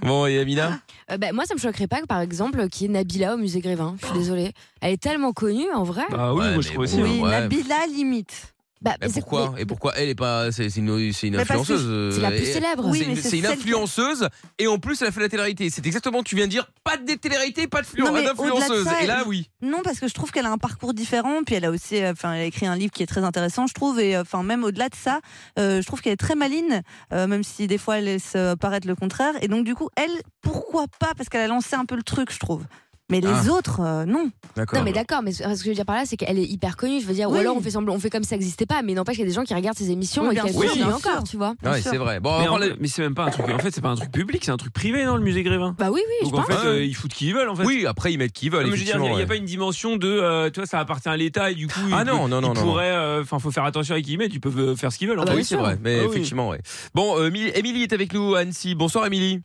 Bon, et Amina
Euh, bah, moi, ça me choquerait pas, que, par exemple, euh, qu'il y ait Nabila au musée Grévin. Je suis désolée. Elle est tellement connue, en vrai.
Ah oui,
Ouais,
moi je trouve
mais bon,
aussi. hein.
ouais.
Nabila, limite. Bah,
Mais
mais c'est-
pourquoi Et pourquoi elle est pas C'est c'est une, c'est une
Mais parce que
influenceuse. euh,
c'est la plus
et-
célèbre.
c'est
Oui,
une-
mais c'est
C'est une
celle qui-
influenceuse et en plus elle a fait la télé-réalité. C'est exactement. Tu viens de dire pas de télé-réalité, pas de flu-
Non, mais
d'influenceuse.
au-delà de ça,
Et là
je-
oui.
Non, parce que je trouve qu'elle a un parcours différent, puis elle a aussi, euh, enfin, elle a écrit un livre qui est très intéressant, je trouve, et euh, enfin, même au-delà de ça, euh, je trouve qu'elle est très maline, euh, même si des fois elle laisse euh, paraître le contraire. Et donc, du coup, elle, pourquoi pas Parce qu'elle a lancé un peu le truc, je trouve. Mais les
Ah.
autres, euh, non.
Non mais d'accord, mais ce ce que je veux dire par là, c'est qu'elle est hyper connue. Je veux dire, ou
Oui.
alors on fait semblant, on fait comme si ça n'existait pas, mais n'empêche qu'il y a des gens qui regardent ces émissions
Oui,
et
bien
qui
sûr,
suivent
bien
encore,
sûr.
tu vois.
Ouais, Ah c'est vrai. Bon, on va
mais, en
prendre
fait- mais c'est même pas un truc. En fait, c'est pas un truc public, c'est un truc privé, non, le musée Grévin.
Bah oui, oui,
Donc en fait, euh, ils foutent qui ils veulent, en fait.
Oui, après ils mettent qui ils veulent.
Non, mais je veux dire, il n'y a,
effectivement,
il y a
ouais.
pas une dimension de, euh, tu vois, ça appartient à l'État et du coup,
Ah
ils
non,
peuvent-
non, non,
ils
non,
pourraient, euh, enfin, faut faire attention avec qui ils mettent, ils peuvent euh, faire ce qu'ils veulent.
bah
en
Ah
fait.
oui, c'est vrai. Mais
Ah oui.
effectivement, ouais. Bon, euh, Émilie- Émilie est avec nous à Annecy. Bonsoir, Émilie.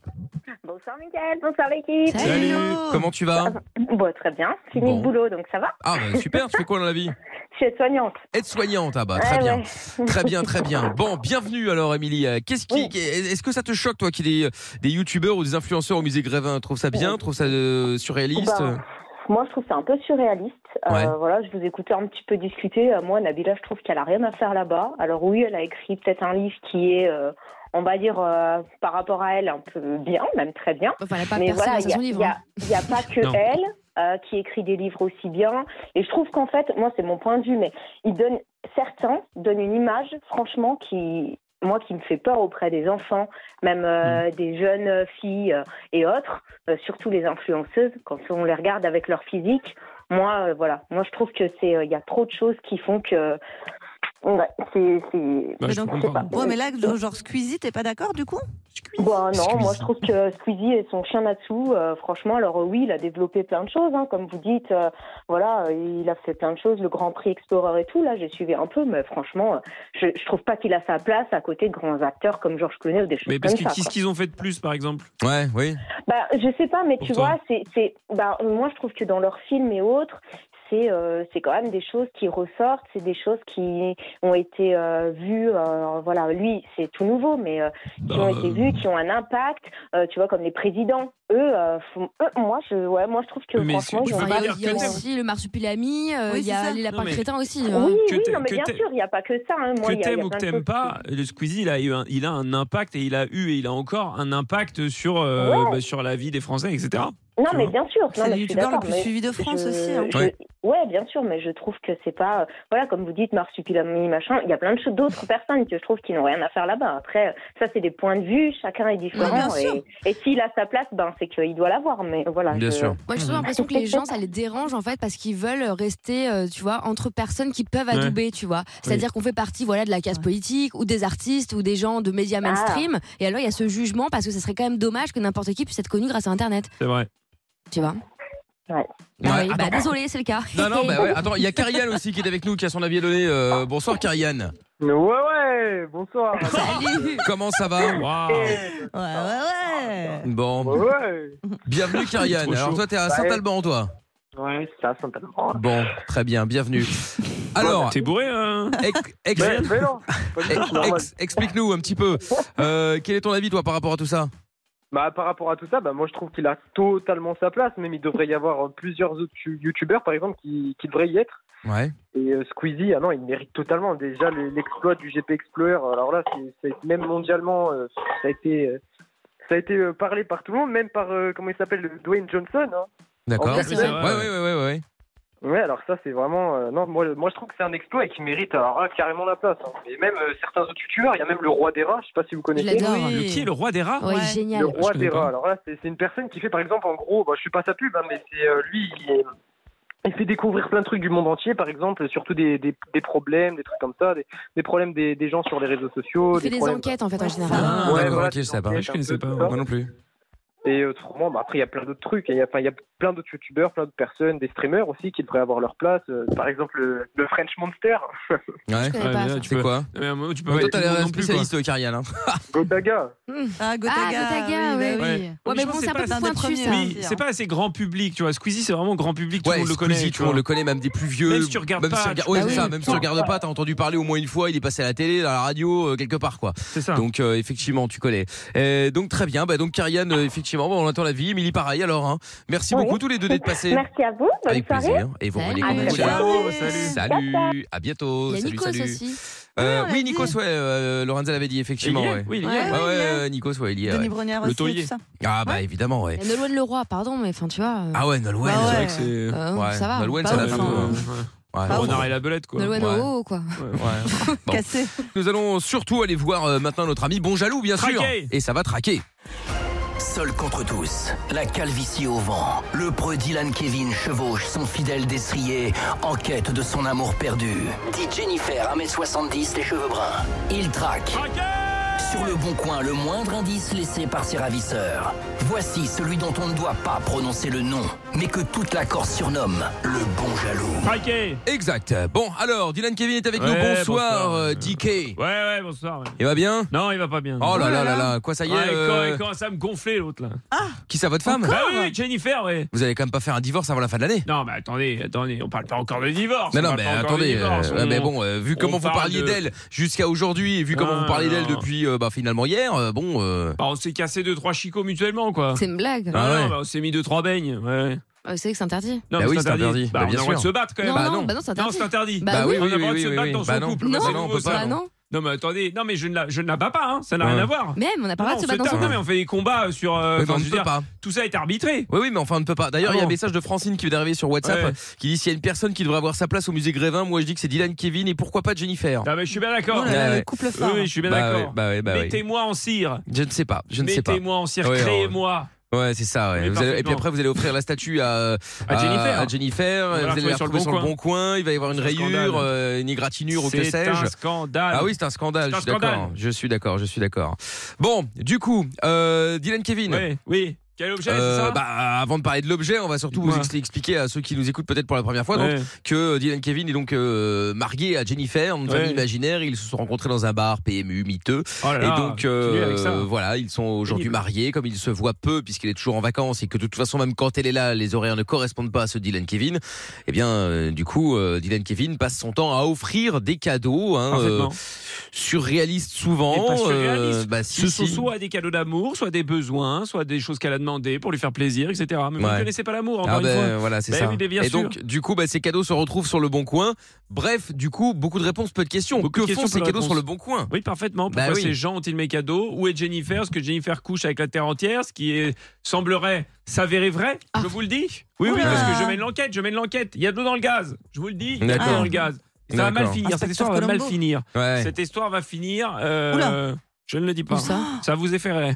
Bonsoir Mickaël, bonsoir l'équipe.
Comment tu vas
Bon, très bien, fini
Bon.
le boulot, donc ça va
Ah, bah, super. Tu fais quoi dans la vie
Je suis aide-soignante.
Aide-soignante, ah bah,
Ouais,
très bien.
ouais.
Très bien, très bien. Bon, bienvenue alors, Émilie. Euh, Qu'est-ce qui, est-ce que ça te choque, toi, qu'il y ait des youtubeurs ou des influenceurs au musée Grévin Trouve ça bien Trouve ça euh, surréaliste
Ben, moi, je trouve ça un peu surréaliste. Euh,
Ouais.
voilà, je vous écoutais un petit peu discuter. Euh, Moi, Nabila, je trouve qu'elle a rien à faire là-bas. Alors oui, elle a écrit peut-être un livre qui est, euh, on va dire, euh, par rapport à elle, un peu bien, même très bien.
elle a pas
Mais
percé
voilà,
grâce à
il y a-
son livre,
il y a-
hein.
Il n'y a pas que
Non.
elle euh, qui écrit des livres aussi bien. Et je trouve qu'en fait, moi, c'est mon point de vue, mais ils donnent, certains donnent une image, franchement, qui, moi, qui me fait peur auprès des enfants, même euh, des jeunes filles euh, et autres, euh, surtout les influenceuses, quand on les regarde avec leur physique. Moi, euh, voilà, moi, je trouve que c'est, euh, il y a trop de choses qui font que. Ouais, c'est. c'est-
Mais
je
donc,
sais pas.
ouais, mais là, genre Squeezie, t'es pas d'accord du coup
Bah non, moi je trouve que Squeezie et son chien Natsu, euh, franchement, alors euh, oui, il a développé plein de choses, hein, comme vous dites, euh, voilà, euh, il a fait plein de choses, le Grand Prix Explorer et tout, là j'ai suivi un peu, mais franchement, euh, je, je trouve pas qu'il a sa place à côté de grands acteurs comme Georges Clooney ou des choses
Mais parce
comme
que
ça.
qu'est-ce
quoi.
qu'ils ont fait de plus, par exemple
Ouais, oui.
Bah, je sais pas, mais tu
Pour toi.
vois, c'est, c'est, bah, moi je trouve que dans leurs films et autres, c'est, euh, c'est quand même des choses qui ressortent, c'est des choses qui ont été euh, vues, euh, voilà, lui c'est tout nouveau, mais euh, qui ont
Bah,
été vues, qui ont un impact, euh, tu vois, comme les présidents, eux, euh, font- eux, moi je, ouais, moi je trouve que franchement, ils ont
Enfin,
pas
il y a-
de
il y a
sens.
aussi le marsupilami, euh,
Oui,
il y
c'est
a
ça.
les
Non,
lapins
mais-
crétins aussi.
Oui,
hein.
oui,
t'a-
non, mais
que
bien
t'a-
sûr, il n'y a pas que ça. hein. Moi, il
que
y a- il y
t'aimes
a
ou que
plein de
t'aimes
choses
pas, Ah, le Squeezie, il a, eu un, il a un impact et il a eu et il a encore un impact sur, euh,
Oh
Ouais.
bah, sur la vie des Français, etc.
Non,
Tu
mais
vois
bien sûr.
C'est
non, mais
le
je suis
youtubeur le
d'accord,
plus
mais
suivi de France
je-
aussi, hein.
je-
Ouais.
ouais. bien sûr, mais je trouve que c'est pas. Voilà, comme vous dites, Marsupilami, machin, il y a plein de choses d'autres personnes que je trouve qui n'ont rien à faire là-bas. Après, ça, c'est des points de vue, chacun est différent.
bien sûr.
et et s'il a sa place, ben, c'est qu'il doit l'avoir. Mais voilà.
Bien
je-
sûr.
Moi,
Mmh.
j'ai toujours l'impression que les gens, ça les dérange en fait parce qu'ils veulent rester, euh, tu vois, entre personnes qui peuvent
Ouais.
adouber, tu vois. C'est-à-dire qu'on fait partie, voilà, de la casse politique ou des artistes ou des gens de
Ah.
médias mainstream. Et alors, il y a ce jugement parce que ça serait quand même dommage que n'importe qui puisse être connu grâce à Internet.
C'est vrai.
Tu vois Bah oui,
Ah
bah, désolé, c'est le cas.
Non, non, bah ouais, attends, il y a Karian aussi qui est avec nous, qui a son avis à donner. Euh, bonsoir, Karian.
Ouais, ouais, bonsoir.
Comment ça va
Ouais,
ouais,
Bon.
Ouais.
Bienvenue, Karian.
Trop chaud.
Alors, toi, t'es à
Bah,
Saint-Alban, toi
Ouais, c'est ça, Saint-Alban.
Bon, très bien, bienvenue. Alors. T'es
bourré, hein
Mais- mais non, pas du tout, c'est normal.
Explique-nous un petit peu. Euh, quel est ton avis, toi, par rapport à tout ça
Bah, par rapport à tout ça, bah, moi je trouve qu'il a totalement sa place. Même il devrait y avoir euh, plusieurs autres you- youtubeurs, par exemple, qui, qui devraient y être.
Ouais.
Et euh, Squeezie, ah non, il mérite totalement. Déjà, le- l'exploit du GP Explorer, euh, alors là, c'est- ça a été- même mondialement, euh, ça a été, euh, ça a été euh, parlé par tout le monde, même par, euh, comment il s'appelle, euh, Dwayne Johnson. hein.
D'accord.
En
Ouais,
personne.
ouais, ouais, ouais, ouais.
Ouais, alors ça, c'est vraiment. euh, non, moi, moi, je trouve que c'est un exploit et qui mérite alors, là, carrément la place. hein. Et même euh, certains autres youtubeurs, il y a même le roi des rats, je sais pas si vous connaissez.
Le qui est le roi Ah, des rats
génial.
Le roi des rats. Alors là, c'est c'est une personne qui fait, par exemple, en gros, bah, je suis pas sa pub, hein, mais c'est euh, lui, il, est- il fait découvrir plein de trucs du monde entier, par exemple, surtout des, des, des problèmes, des trucs comme ça, des, des problèmes des, des gens
Oh,
sur les réseaux sociaux.
Il fait des
problèmes-
Ah,
enquêtes en fait en général.
D'accord, ok, je savais pas.
Je connaissais pas.
Moi non plus.
hein.
Et autrement, bah, après, il y a plein d'autres trucs. Il y a, enfin, il y a plein d'autres youtubeurs, plein d'autres personnes, des streamers aussi qui devraient avoir leur place. Euh, par exemple, le, le French Monster.
Ouais,
connais pas, ça.
c'est quoi
Mais, euh, tu peux
Toi,
pas
t'as
être tout le monde
l'air
non plus,
spécialiste, euh, Karian. hein.
Gotaga.
Ah, Gotaga,
Hmm. Ah, Gotaga,
oui,
ouais,
bah
oui.
oui.
Ouais, mais
je
bon,
pense
c'est
que
un peu
l'un des
pointu,
premiers,
ça.
hein.
Oui, c'est pas assez grand public, tu vois. Squeezie, c'est vraiment grand public, tout
Ouais,
le monde le
Squeezie,
connaît.
tout le monde le connaît, même des plus vieux.
Même si tu regardes
même
pas,
si tu
tu
regardes- ouais,
peux-
c'est ça, même si tu regardes pas, t'as entendu parler au moins une fois, il est passé à la télé, à la radio, euh, quelque part, quoi.
C'est ça.
Donc, euh, effectivement, tu connais. Euh, donc, très bien. Bah, donc, Karian, euh, effectivement, bah, on attend la vie. Émilie, pareil, alors, hein. Merci
Oui.
beaucoup tous les deux d'être passés.
Merci à vous. Bonne
Avec
soirée.
plaisir. Et vous revenez quand
À
vous
très
voulez.
bientôt.
Salut. À bientôt.
Il y a
salut,
Nikos
salut.
aussi.
Euh,
Ah, on
oui,
l'a
Nikos, ouais, euh, Lorenza l'avait dit, effectivement.
Il y est
ouais.
Oui, il y est.
Ouais,
Ouais,
ouais,
il y est.
euh, Nikos, ouais, il y est.
Denis
ouais.
Brogniart Le aussi, taulier. tout ça.
Ah, bah, évidemment, ouais.
Il y a Nolwenn Leroy, pardon, mais enfin, tu vois. euh,
Ah ouais, Nolwenn.
Bah
ouais. C'est vrai que c'est-
Euh, ça va,
Nolwenn,
pas
ça l'a
ouf,
fait
hein.
un peu, hein. Ouais.
Le renard et la belette, quoi.
Nolwenn,
Ouais.
oh, quoi.
Ouais. Bon. Nous allons surtout aller voir euh, maintenant notre ami Bonjaloux, bien sûr.
Traquer.
Et ça va traquer.
Seul contre tous, la calvitie au vent, le preux Dylan Kevin chevauche son fidèle destrier en quête de son amour perdu. Dit Jennifer, 1m70, les cheveux bruns. Il traque. Sur le bon coin, le moindre indice laissé par ses ravisseurs. Voici celui dont on ne doit pas prononcer le nom, mais que toute la Corse surnomme le bon jaloux.
Exact. Bon, alors, Dylan Kevin est avec nous.
Ouais,
Bonsoir,
bonsoir.
euh, DK.
Ouais, ouais, bonsoir. ouais.
Il va bien
Non, il va pas bien.
Oh là là là là, quoi, ça y est,
Ouais,
euh,
quand, il commence à me gonfler, l'autre, là.
Qui ça, votre femme
Bah oui, oui, Jennifer, ouais.
Vous allez quand même pas faire un divorce avant la fin de l'année
Non, mais attendez, attendez, on parle pas encore de divorce.
Mais
on
non,
parle
mais
pas encore de
attendez,
divorce,
euh,
on-
mais bon, euh, vu
on
comment vous
parle
parliez
de-
d'elle jusqu'à aujourd'hui et vu comment
Ah,
vous parlez d'elle
non.
depuis euh, bah, finalement hier, euh, bon. euh,
Bah, on s'est cassé deux, trois chicots mutuellement, quoi.
C'est une blague.
Ah non, bah, on s'est mis deux, trois beignes, ouais.
Euh, Vous savez que c'est interdit.
Non,
Bah
mais
oui,
c'est
c'est interdit.
interdit. Bah,
Bah,
on a
bien
le droit de
sûr.
se battre quand même.
Non, Bah, non, non. bah non, c'est
Non,
interdit.
c'est interdit.
Bah Bah oui, oui,
on a le droit
oui,
de se
oui,
battre
oui,
dans
oui.
son
Bah non.
couple.
Non,
c'est
non, on
nouveau,
peut
ça.
pas, non.
Non, mais attendez, non, mais je ne la, je ne la bats pas, hein. ça n'a
Ouais.
rien à voir.
Même, on n'a pas le
Non,
droit de se battre
tape,
dans
Non,
son
mais on fait des combats sur. euh,
Oui, mais
enfin,
on
je
ne
veux
peut
dire,
pas.
Tout ça est arbitré.
Oui, oui, mais enfin, on ne peut pas. D'ailleurs,
Ah
il y a un
bon
message de Francine qui vient d'arriver sur WhatsApp
Ouais.
qui dit s'il y a une personne qui devrait avoir sa place au musée Grévin, moi je dis que c'est Dylan Kevin et pourquoi pas Jennifer.
Ah, mais je suis bien d'accord.
Oh là là, Ouais, le ouais.
couple
phare.
Oui, je suis bien
Bah
d'accord.
ouais, bah ouais, bah ouais.
Mettez-moi en cire.
Je ne sais pas, je ne sais pas.
Mettez-moi en cire,
Ouais,
créez-moi.
Ouais, c'est ça. ouais.
Mais
Vous allez- et puis
parfaitement.
après, vous allez offrir la statue à,
À Jennifer.
à Jennifer.
Voilà,
vous allez la
sur le
retrouver
Bon
sur le
Coin.
bon coin. Il va y avoir une
C'est un scandale.
rayure, euh, une égratignure ou que
C'est
sais-je.
un scandale.
Ah oui, c'est un scandale.
C'est
Je
un
suis d'accord.
scandale.
Je suis d'accord. Je suis d'accord. Bon, du coup, euh, Dylan Kevin.
Ouais, Oui, quel objet,
Euh,
c'est ça
bah, avant de parler de l'objet, on va surtout vous
Dites-moi.
expli- expliquer à ceux qui nous écoutent peut-être pour la première fois donc,
Ouais.
que Dylan Kevin est donc euh, marié à Jennifer, une
Ouais.
famille imaginaire. Ils se sont rencontrés dans un bar PMU miteux.
Oh là là,
et donc euh,
continuez avec ça.
voilà, ils sont aujourd'hui mariés. Comme ils se voient peu puisqu'il est toujours en vacances et que de toute façon même quand elle est là, les horaires ne correspondent pas à ceux de Dylan Kevin. Eh bien, euh, du coup, euh, Dylan Kevin passe son temps à offrir des cadeaux hein,
Parfaitement.
surréalistes souvent.
Et parce que
euh,
réaliste,
bah,
ce
si,
sont
si.
soit des cadeaux d'amour, soit des besoins, soit des choses qu'elle a demandées pour lui faire plaisir, etc. Mais vous
Ouais.
ne connaissez pas l'amour, encore
Ah
une
ben,
fois.
voilà, c'est
Ben
ça.
oui, mais bien
et
sûr.
donc, du coup, bah, ces cadeaux se retrouvent sur le bon coin. Bref, du coup, beaucoup de réponses, peu de questions.
Beaucoup
que
de questions,
font ces
peu de
cadeaux sur le
réponses.
bon coin
Oui, parfaitement.
Bah
Pourquoi
oui.
ces gens ont-ils mes cadeaux Où est Jennifer Est-ce que Jennifer couche avec la terre entière Ce qui est, semblerait s'avérer vrai, je vous le dis. Oui, oui,
Oula.
parce que je mène l'enquête, je mène l'enquête. Il y a de l'eau dans le gaz, je vous le dis. Il y a de l'eau
D'accord.
dans le gaz. Et Ça va mal
D'accord.
finir, cette
Inspecteur
histoire va mal
Columbo.
finir.
Ouais.
Cette histoire va finir. euh,
Oula.
je ne le dis pas.
Où ça
ça vous effraierait.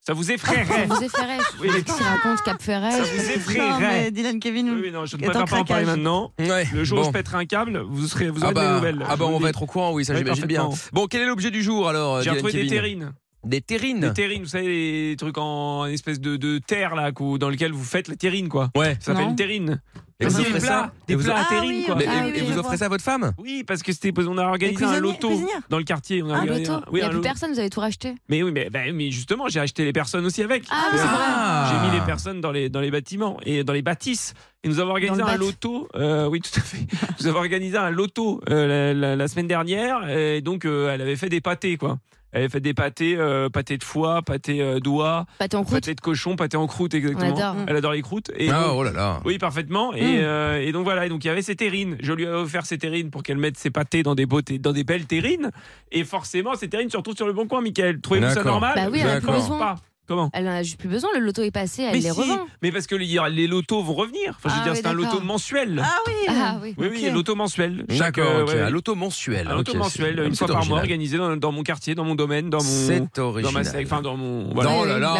Ça vous effraierait.
coin. Vous effraierez.
Oui,
Qu'est-ce qu'il raconte, Cap Ferret
Ça vous effraierait.
Non, mais Dylan Kevin.
Oui, oui, non, je ne
est en
préfère pas en parler
craquage.
maintenant. Le jour où
bon.
je pèterai un câble, vous serez, vous aurez des
ah bah,
nouvelles.
ah bah, on va être au courant, oui, ça
Oui,
j'imagine bien.
parfaitement.
Bon, quel est l'objet du jour alors euh,
J'ai
Dylan
retrouvé des
Kevin
terrines.
Des terrines.
Les terrines, vous savez, les trucs en espèce de, de terre là, qu'au- dans lequel vous faites les terrines quoi.
Ouais.
Ça s'appelle
Non.
une terrine.
Et vous
C'est des
offrez
plats,
ça
des
Et vous-
plats à
Ah
terrine
oui,
quoi.
Mais- et- et vous offrez ça à votre femme
Oui, parce que c'était, on a organisé un
cuisiniers,
loto
cuisinières.
dans le quartier. On a
Un
organisé
Ah, loto.
un-
Il
Oui,
n'y a
un
plus
loto.
personne, vous avez tout racheté.
Mais oui, mais, bah, mais justement, j'ai acheté les personnes aussi avec.
Ah, c'est
J'ai
vrai.
mis les personnes dans les, dans les bâtiments et dans les bâtisses. Et nous avons organisé
Dans le
un
bat.
loto. euh, oui, tout à fait. Nous avons organisé un loto euh, la, la- la semaine dernière. Et donc, euh, elle avait fait des pâtés, quoi. Elle avait fait des pâtés, euh, pâtés de foie, pâtés euh, d'oie,
pâtés en croûte.
de cochon, pâtés en croûte, exactement.
On adore.
Elle adore les croûtes. Et
Ah,
donc-
oh là là.
Oui, parfaitement. Et,
Mm.
euh, et donc voilà. Et donc il y avait ses terrines. Je lui ai offert ses terrines pour qu'elle mette ses pâtés dans des, beaux té- dans des belles terrines. Et forcément, ces terrines se retrouvent sur le bon coin, Michael. Trouvez-vous ça
D'accord.
normal
Bah oui, elle en a plus
D'accord.
besoin.
Pas. Comment
Elle en a juste plus besoin. Le loto est passé, elle
mais si,
les revend.
mais parce que les, les lotos vont revenir. Enfin, je veux
Ah
dire,
oui,
c'est un
d'accord.
loto mensuel.
Ah oui. Ah oui.
Oui, oui, il y a loto mensuel. Chaque,
D'accord,
euh,
ok,
ouais,
un
ouais.
loto mensuel.
Un
ok,
loto mensuel,
c'est-
une fois par mois,
original.
organisé dans, dans mon quartier, dans mon domaine, dans mon.
C'est
Dans ma
original.
sec- enfin, dans mon.
Non, là, là,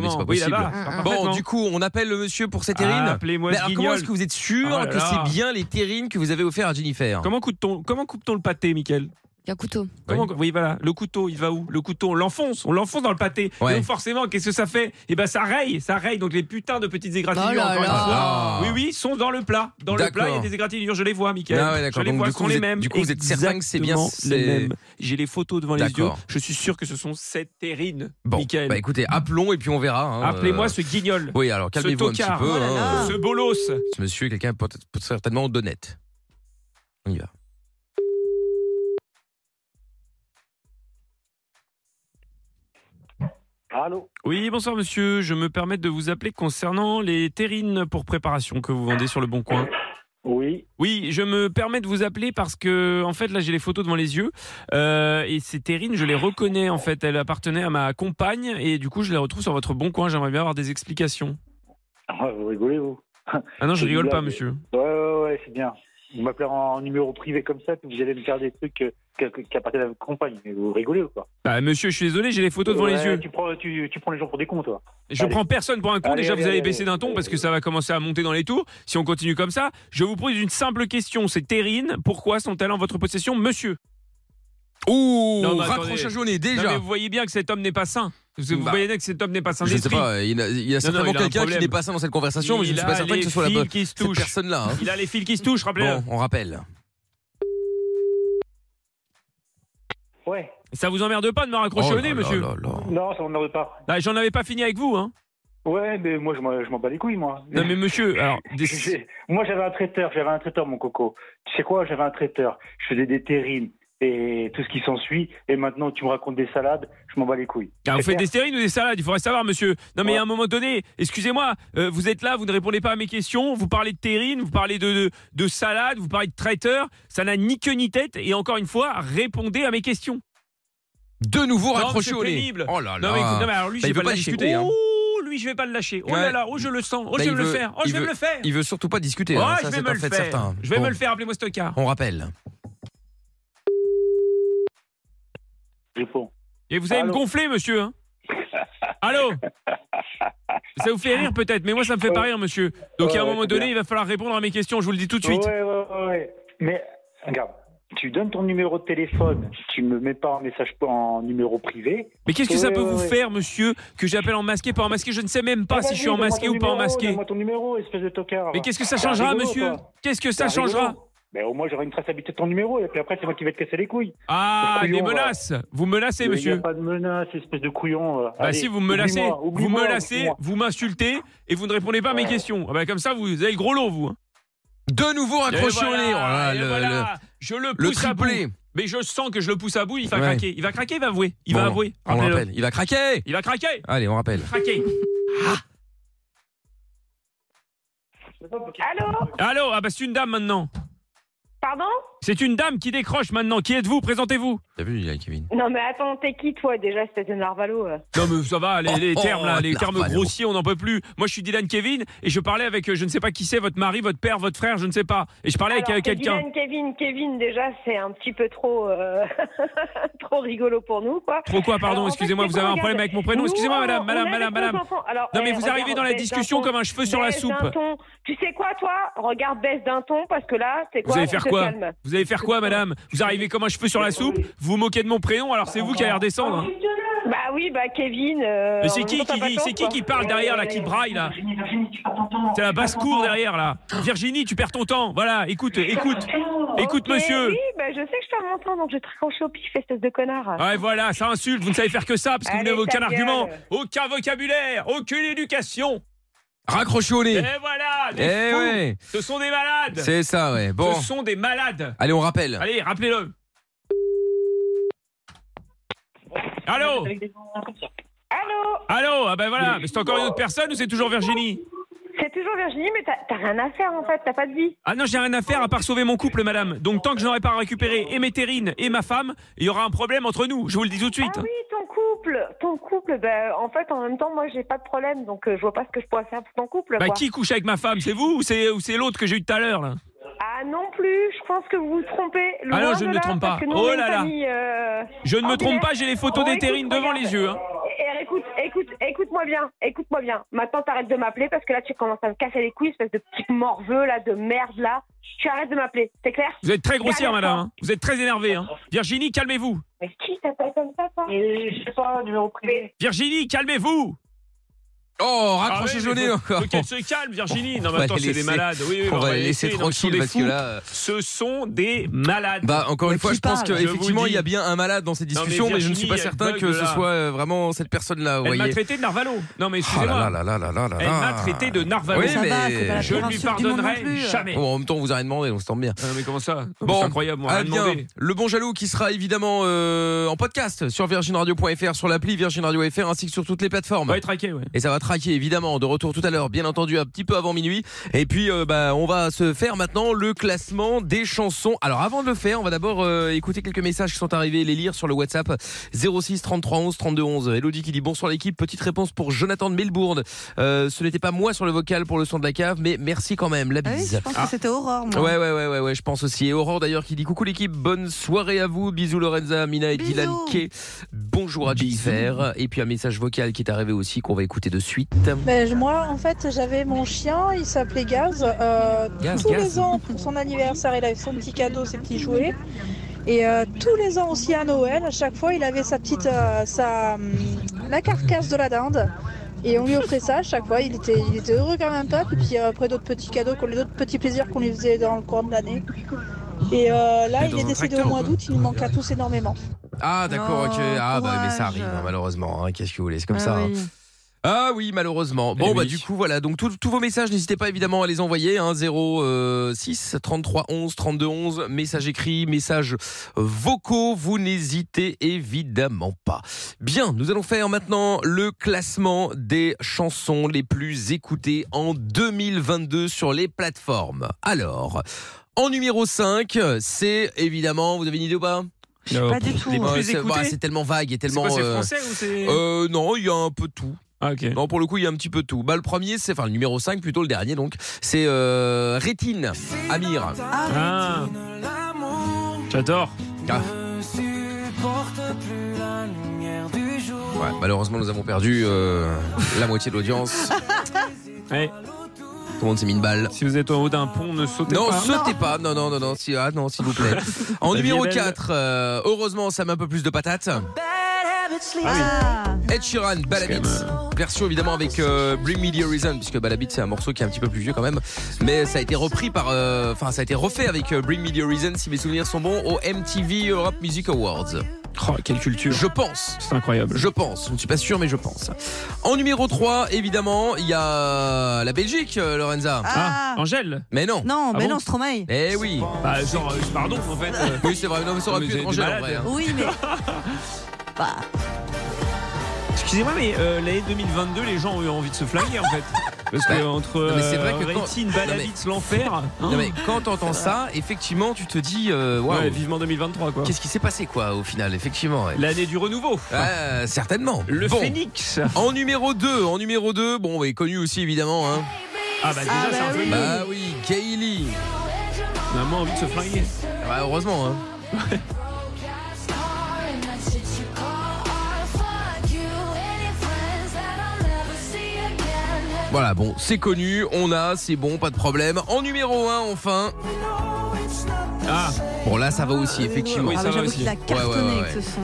mais c'est pas
Oui,
possible.
Ah,
là-bas.
bon, du coup, on appelle le monsieur pour cette
Ah,
terrine.
appelez-moi
Mais
ce
alors, comment
guignol.
est-ce que vous êtes sûr
Ah là
que
là.
c'est bien les terrines que vous avez offert à Jennifer
Comment coupe-t-on comment coupe-t-on le pâté, Michael
Il y a un couteau.
Comment Oui, voilà. Le couteau, il va où Le couteau, on l'enfonce, on l'enfonce dans le pâté.
Ouais.
Donc forcément, qu'est-ce que ça fait Eh ben, ça raye, ça raye. Donc les putains de petites égratignures.
Oh là
encore une
là.
fois. Oui, oui, sont dans le plat. Dans le
Ah. D'accord.
plat, il y a des égratignures. Je les vois, Michael.
Ah ouais, d'accord.
je les
Donc,
vois,
du
elles
coup,
sont
vous
les
êtes-
mêmes.
du coup, vous êtes certain que c'est bien
Exactement les
ces-
mêmes. J'ai les photos devant les yeux.
D'accord.
Je suis sûr que ce sont cette terrine.
Bon, bah écoutez, appelons et puis on verra. hein.
Appelez-moi
Euh,
ce guignol.
Oui, alors
Ce
calmez-vous un petit
tocard.
peu.
Oh là
hein.
là. Ce bolos.
Ce monsieur est quelqu'un peut- peut- certainement d'honnête. On y va.
Allô
Oui, bonsoir monsieur. Je me permets de vous appeler concernant les terrines pour préparation que vous vendez sur le Bon Coin.
Oui.
Oui, je me permets de vous appeler parce que, en fait, là, j'ai les photos devant les yeux. Euh, et ces terrines, je les reconnais, en fait. Elles appartenaient à ma compagne et du coup, je les retrouve sur votre Bon Coin. J'aimerais bien avoir des explications.
Ah, Vous rigolez, vous
Ah non, je
C'est
rigole
une
pas,
blague.
monsieur.
Ouais, ouais, ouais, c'est bien. Vous m'appelez en numéro privé comme ça, puis vous allez me faire des trucs euh, que- que- qui appartiennent à votre compagne. Mais vous rigolez ou quoi
Bah, monsieur, je suis désolé, j'ai les photos devant les
Ouais,
yeux.
Tu prends, tu, tu prends les gens pour des cons, toi.
Je
Allez.
prends personne pour un con.
Allez,
Déjà,
allez,
vous allez
allez,
baisser d'un ton parce que ça va commencer à monter dans les tours. Si on continue comme ça, je vous pose une simple question. C'est terrine. Pourquoi sont-elles en votre possession, monsieur
Ouh,
Non, mais attendez.
raccrochage au nez, déjà.
Non, mais vous voyez bien que cet homme n'est pas sain. Vous vous
Bah,
voyez bien que cet homme n'est pas sain
je sais
d'esprit.
pas, il y a, il y a
Non, non,
certainement
il a un
quelqu'un qui
problème.
n'est pas sain dans cette conversation, mais je
Il
ne suis
a
pas certain
les
que ce soit la
fils
bonne
qui se
cette
touchent.
personne-là. hein.
Il a les fils qui se touchent, rappelez-le.
Bon, on rappelle.
Ouais.
Ça vous emmerde pas de me raccrocher
Oh
au nez,
là là
monsieur
là Non, ça m'emmerde pas.
Ah, J'en avais pas fini avec vous, hein
Ouais, mais moi, je m'en- je m'en bats les couilles, moi.
Non, mais monsieur, alors. des-
J'ai- Moi, j'avais un traiteur, j'avais un traiteur, mon coco. Tu sais quoi, j'avais un traiteur. Je faisais des terrines et tout ce qui s'ensuit. Et maintenant, tu me racontes des salades, je m'en bats les couilles.
Ah, vous
Eh
C'est
faites
clair
des stérines ou des salades, il faudrait savoir, monsieur. Non, mais à un moment donné, excusez-moi, euh, vous êtes là, vous ne répondez pas à mes questions, vous parlez de terrine, vous parlez de, de, de salade, vous parlez de traiteur, ça n'a ni queue ni tête, et encore une fois, répondez à mes questions.
De nouveau
Non, mais
raccroché
c'est
au nez.
pénible.
Oh là là.
Non, mais, écoute, non, mais alors lui,
Bah,
je vais
il veut
pas,
pas
le lâcher.
discuter, hein.
Oh, lui, je vais pas le lâcher. Oh là
Ouais.
là, oh, je le sens, oh,
Là,
je vais
Bah, il
me le
veut-
faire, oh,
il
je vais me
veut-
le faire.
Il veut surtout pas discuter.
Oh,
hein,
je
ça,
vais
c'est
me
un
le
fait
faire.
certain.
Je vais
Bon,
me le faire, appelez-moi Stockard.
On rappelle.
Réponds.
Et vous allez me
Allô
gonfler, monsieur. hein. Allô Ça vous fait rire peut-être, mais moi ça me fait pas rire, monsieur. Donc
Ouais,
à un
ouais,
moment
c'est
donné,
bien.
il va falloir répondre à mes questions, je vous le dis tout de suite.
Ouais, ouais, ouais. Mais regarde, tu donnes ton numéro de téléphone, tu me mets pas en message en numéro privé.
Mais qu'est-ce que ça
Ouais,
peut
ouais,
vous
ouais.
faire, monsieur, que j'appelle en masqué, pas en masqué Je ne sais même pas
Ah,
si
vas-y,
je suis en
donne-moi
masqué
ton
ou pas en
numéro,
masqué.
Donne-moi ton numéro, espèce de tocard.
Mais qu'est-ce que ça
T'es
changera,
rigolo,
monsieur
toi.
Qu'est-ce que ça
T'es rigolo.
changera
mais Ben, au moins j'aurai une traçabilité de ton numéro et puis après c'est moi qui vais te casser les couilles.
Ah,
Couillon,
des
va.
menaces Vous menacez,
Mais Il
monsieur
n'y a pas de menace, espèce de couillon. va.
Bah
Allez,
si vous me menacez,
oublie-moi,
vous
oublie-moi,
me menacez,
oublie-moi.
vous m'insultez et vous ne répondez pas à mes questions. Ah bah comme ça, vous avez le gros lot, vous. hein.
De nouveau raccroché
Et
au
voilà,
nez. Oh là là,
et
le-
voilà.
le-
je le
le
pousse à bout.
triplé.
Mais je sens que je le pousse à bout, il va
Ouais.
craquer. Il va craquer, il va avouer. Il
Bon,
va avouer.
On le
Rappelez-le.
rappelle. Il va craquer.
Il va craquer.
Allez, on rappelle.
Craquer.
Allô
Allô, ah bah c'est une dame maintenant.
Pardon
C'est une dame qui décroche maintenant. Qui êtes-vous Présentez-vous.
T'as vu, il y a Kevin.
Non, mais attends, t'es qui toi déjà, espèce de narvalo euh
Non mais ça va, les, les
Oh,
termes là, les
la
termes
valeur.
grossiers, on n'en peut plus. Moi je suis Dylan Kevin et je parlais avec euh, je ne sais pas qui c'est, votre mari, votre père, votre frère, je ne sais pas. Et je parlais
Alors,
avec euh, quelqu'un.
Dylan, Kevin, Kevin, déjà, c'est un petit peu trop, euh, trop rigolo pour nous, quoi.
Trop quoi, pardon,
Alors, en fait,
excusez-moi,
c'est
vous
qu'on
avez un
regarde-
problème avec mon prénom,
Nous,
excusez-moi,
on-
madame,
on
madame,
est
madame,
avec
madame.
nos enfants. Alors,
Non, mais
eh,
vous
regarde,
arrivez dans la
baisse
discussion
d'un ton.
comme un cheveu sur la
Baisse d'un
soupe.
ton. Tu sais quoi, toi Regarde, baisse d'un ton, parce que là, c'est quoi
Vous allez
on
faire
se
quoi
calme.
Vous allez faire quoi, madame Vous arrivez comme un cheveu sur la soupe, vous vous moquez de mon prénom, alors c'est vous qui allez redescendre. hein.
Bah oui, bah Kevin. euh,
Mais c'est
on
qui
monte en
qui dit,
vacances,
c'est qui
quoi.
qui parle derrière là, qui braille là C'est la basse cour derrière là. Virginie, tu perds ton temps. Voilà, écoute, écoute, écoute
Ok,
monsieur.
Oui, bah je sais que je perds mon temps, donc je te raccroche au pif, espèce de connard.
Ouais, Ah, voilà, ça insulte, vous ne savez faire que ça, parce que vous
Allez,
n'avez aucun
ta gueule.
argument, aucun vocabulaire, aucune éducation.
Raccroché au
Et
nez.
voilà, des
Eh
fous.
ouais.
ce sont des malades.
C'est ça, ouais. Bon.
Ce sont des malades.
Allez, on rappelle.
Allez, rappelez-le. Allô
Allô
Allô Ah ben voilà, mais c'est encore une autre personne ou c'est toujours Virginie
C'est toujours Virginie, mais t'as t'as rien à faire en fait, t'as pas de vie.
Ah non, j'ai rien à faire à part sauver mon couple, madame. Donc tant que je n'aurai pas récupéré et mes terrines et ma femme, il y aura un problème entre nous, je vous le dis tout de suite.
Ah oui, ton couple, ton couple, bah, en fait, en même temps, moi, j'ai pas de problème, donc euh, je vois pas ce que je pourrais faire pour ton couple.
Bah
quoi.
qui couche avec ma femme C'est vous ou c'est ou c'est l'autre que j'ai eu tout à l'heure là
Ah non plus, je pense que vous vous trompez. Loin
Ah non, je
de
ne me
là,
trompe pas.
parce que nous,
Oh
on est une
là là.
famille, euh,
Je ne me
ordinaire.
trompe pas, j'ai les photos
Oh,
des
écoute,
terrines devant
regarde. Eh,
les yeux. hein.
Et, et
écoute, écoute, écoute-moi bien, écoute-moi bien. Maintenant, t'arrêtes de m'appeler parce que là, tu commences à me casser les couilles, espèce de petit morveux là, de merde là. Tu arrêtes de m'appeler, c'est clair
Vous êtes très grossière, madame. hein. Vous êtes très énervée. hein. Virginie, calmez-vous.
Mais qui t'appelle comme ça, toi
Je sais pas, numéro privé.
Virginie, calmez-vous.
Oh,
raccrochez le nez encore. Faut qu'elle se calme, Virginie. Non,
On
mais
va
attends,
les
c'est des
laisser-
malades. Oui, oui,
on va
va
les laisser
non, ce sont
tranquilles
des
parce que
fous.
là, euh,
ce sont des malades.
Bah encore une fois, je pense
Je vous
qu'effectivement
dis.
il y a bien un malade dans cette
Non, mais
discussion, mais, je ne
Virginie,
suis pas
elle
certain
bug,
que ce
là.
soit euh, vraiment cette personne-là. vous
Elle m'a
voyez.
traité de narvalo. Non, mais
Ah
excusez-moi.
là là là là là là
Elle
là.
m'a traité de narvalo.
Oui,
Ça
mais-
va, c'est pas la Je pire ne lui insulte du monde non pardonnerai plus. euh. jamais.
Bon, en même temps, on vous a rien demandé, donc ça tombe bien.
mais comment ça
Bon,
C'est incroyable, moi,
ah
rien
bien,
demandé.
le bon jaloux qui sera évidemment euh, en podcast sur virginradio.fr, sur l'appli Virgin Radio FR, ainsi que sur toutes les plateformes.
Ouais, traqué, ouais.
Et ça va traquer évidemment de retour tout à l'heure, bien entendu un petit peu avant minuit. Et puis euh, bah, on va se faire maintenant le classement des chansons. Alors avant de le faire, on va d'abord euh, écouter quelques messages qui sont arrivés et les lire sur le WhatsApp 06 33 11 32 11. Elodie qui dit bonsoir l'équipe, petite réponse pour Jonathan de Melbourne. Euh, ce n'était pas moi sur le vocal pour le son de la cave, mais merci quand même, la
Ah oui,
bise.
je pense
Ah.
que c'était Aurore, moi.
Ouais, ouais, ouais, ouais, ouais, je pense aussi. Et Aurore d'ailleurs qui dit coucou l'équipe, bonne soirée à vous, bisous Lorenza, Mina et Dylan Kay. Bonjour à Jennifer. Et puis un message vocal qui est arrivé aussi qu'on va écouter de suite.
Ben, je- moi, en fait, j'avais mon chien, il s'appelait Gaz. euh,
Gaz,
tous
Gaz.
les ans, pour son anniversaire, il avait son petit cadeau, ses petits jouets. Et euh, tous les ans aussi à Noël, à chaque fois, il avait sa petite, euh, sa, hum, la carcasse de la dinde. Et on lui offrait ça à chaque fois. Il était, il était heureux comme un pape. Et puis euh, après d'autres petits cadeaux, qu'on- d'autres petits plaisirs qu'on lui faisait dans le courant de l'année. Et euh, là,
Mais
il
dans
est
un
décédé
tracteur,
au mois
quoi.
d'août. Il nous manque à tous énormément.
Ah d'accord, ok.
Oh,
Ah bah mais ça
courage.
arrive hein, malheureusement. hein. Qu'est-ce que vous voulez, c'est comme
Ah
ça. hein.
oui.
Ah oui, malheureusement. Bon,
Eh
bah
oui.
du coup, voilà. Donc, tous tous vos messages, n'hésitez pas évidemment à les envoyer. Hein, 0 euh, 6 33 11 32 11. Messages écrits, messages euh, vocaux. Vous n'hésitez évidemment pas. Bien, nous allons faire maintenant le classement des chansons les plus écoutées en 2022 sur les plateformes. Alors, en numéro 5, c'est évidemment, vous avez une idée ou pas
Pas du tout.
Les-
Plus
euh, c'est
écoutées
bah, c'est tellement vague et
C'est
tellement.
quoi, c'est
euh,
français ou c'est-
euh, non, il y a un peu de tout.
Ah,
Non, pour le coup, il y a un petit peu de tout. Bah, le premier, c'est enfin le numéro 5, plutôt le dernier, donc c'est euh, Rétine, Amir.
Ah.
J'adore.
supporte plus la lumière du jour.
Ouais, malheureusement, nous avons perdu euh, la moitié de l'audience. Tout le monde s'est mis une balle.
Si vous êtes en haut d'un pont, ne sautez
Non,
pas.
sautez pas. Non, non, non, non, si, ah, non, s'il vous plaît. En
La vie
numéro
est belle.
4, heureusement, ça met un peu plus de patates. Ed Sheeran, Balabit. Version évidemment avec euh, Bring Me The Horizon, puisque Balabit c'est un morceau qui est un petit peu plus vieux quand même. Mais ça a été repris par. euh, Enfin, ça a été refait avec euh, Bring Me The Horizon, si mes souvenirs sont bons, au MTV Europe Music Awards. quelle culture Je pense.
C'est incroyable.
Je pense. Je ne suis pas sûr, mais je pense. En numéro 3, évidemment, il y a la Belgique, euh, Lorenza.
Ah. Ah,
Angèle Ah
Mais non.
Non, mais non, Stromae.
Eh oui.
Bah, genre, euh, pardon, en fait. euh.
Oui, c'est vrai, non, mais ça aurait
Non, mais
pu
vous avez des
être Angèle en
malades.
vrai. hein.
Oui, mais. Bah,
Excusez-moi, mais euh, l'année 2022, les gens ont eu envie de se flinguer, en fait. Parce que
Bah,
entre
non, mais c'est vrai
euh,
que quand-
Rétine,
non,
Balabits, l'enfer. Hein
Non, mais quand t'entends ça, effectivement, tu te dis, euh, waouh.
Ouais, vivement 2023, quoi.
Qu'est-ce qui s'est passé, quoi, au final, effectivement. ouais.
L'année du renouveau.
Ah, certainement.
Le
Bon.
phénix.
En numéro 2, en numéro 2, bon, bah, est connu aussi évidemment. Hein.
Ah bah déjà, Ah c'est bah un peu oui. connu.
Bah oui, Kylie.
On a moins envie de se flinguer.
Bah, heureusement. Hein. Voilà, bon, c'est connu, on a, c'est bon, pas de problème. En numéro 1, enfin.
Ah.
Bon, là, ça va aussi, effectivement.
Ah, mais j'avoue qu'il a cartonné
Ouais, ouais, ouais,
avec
ouais.
ce son.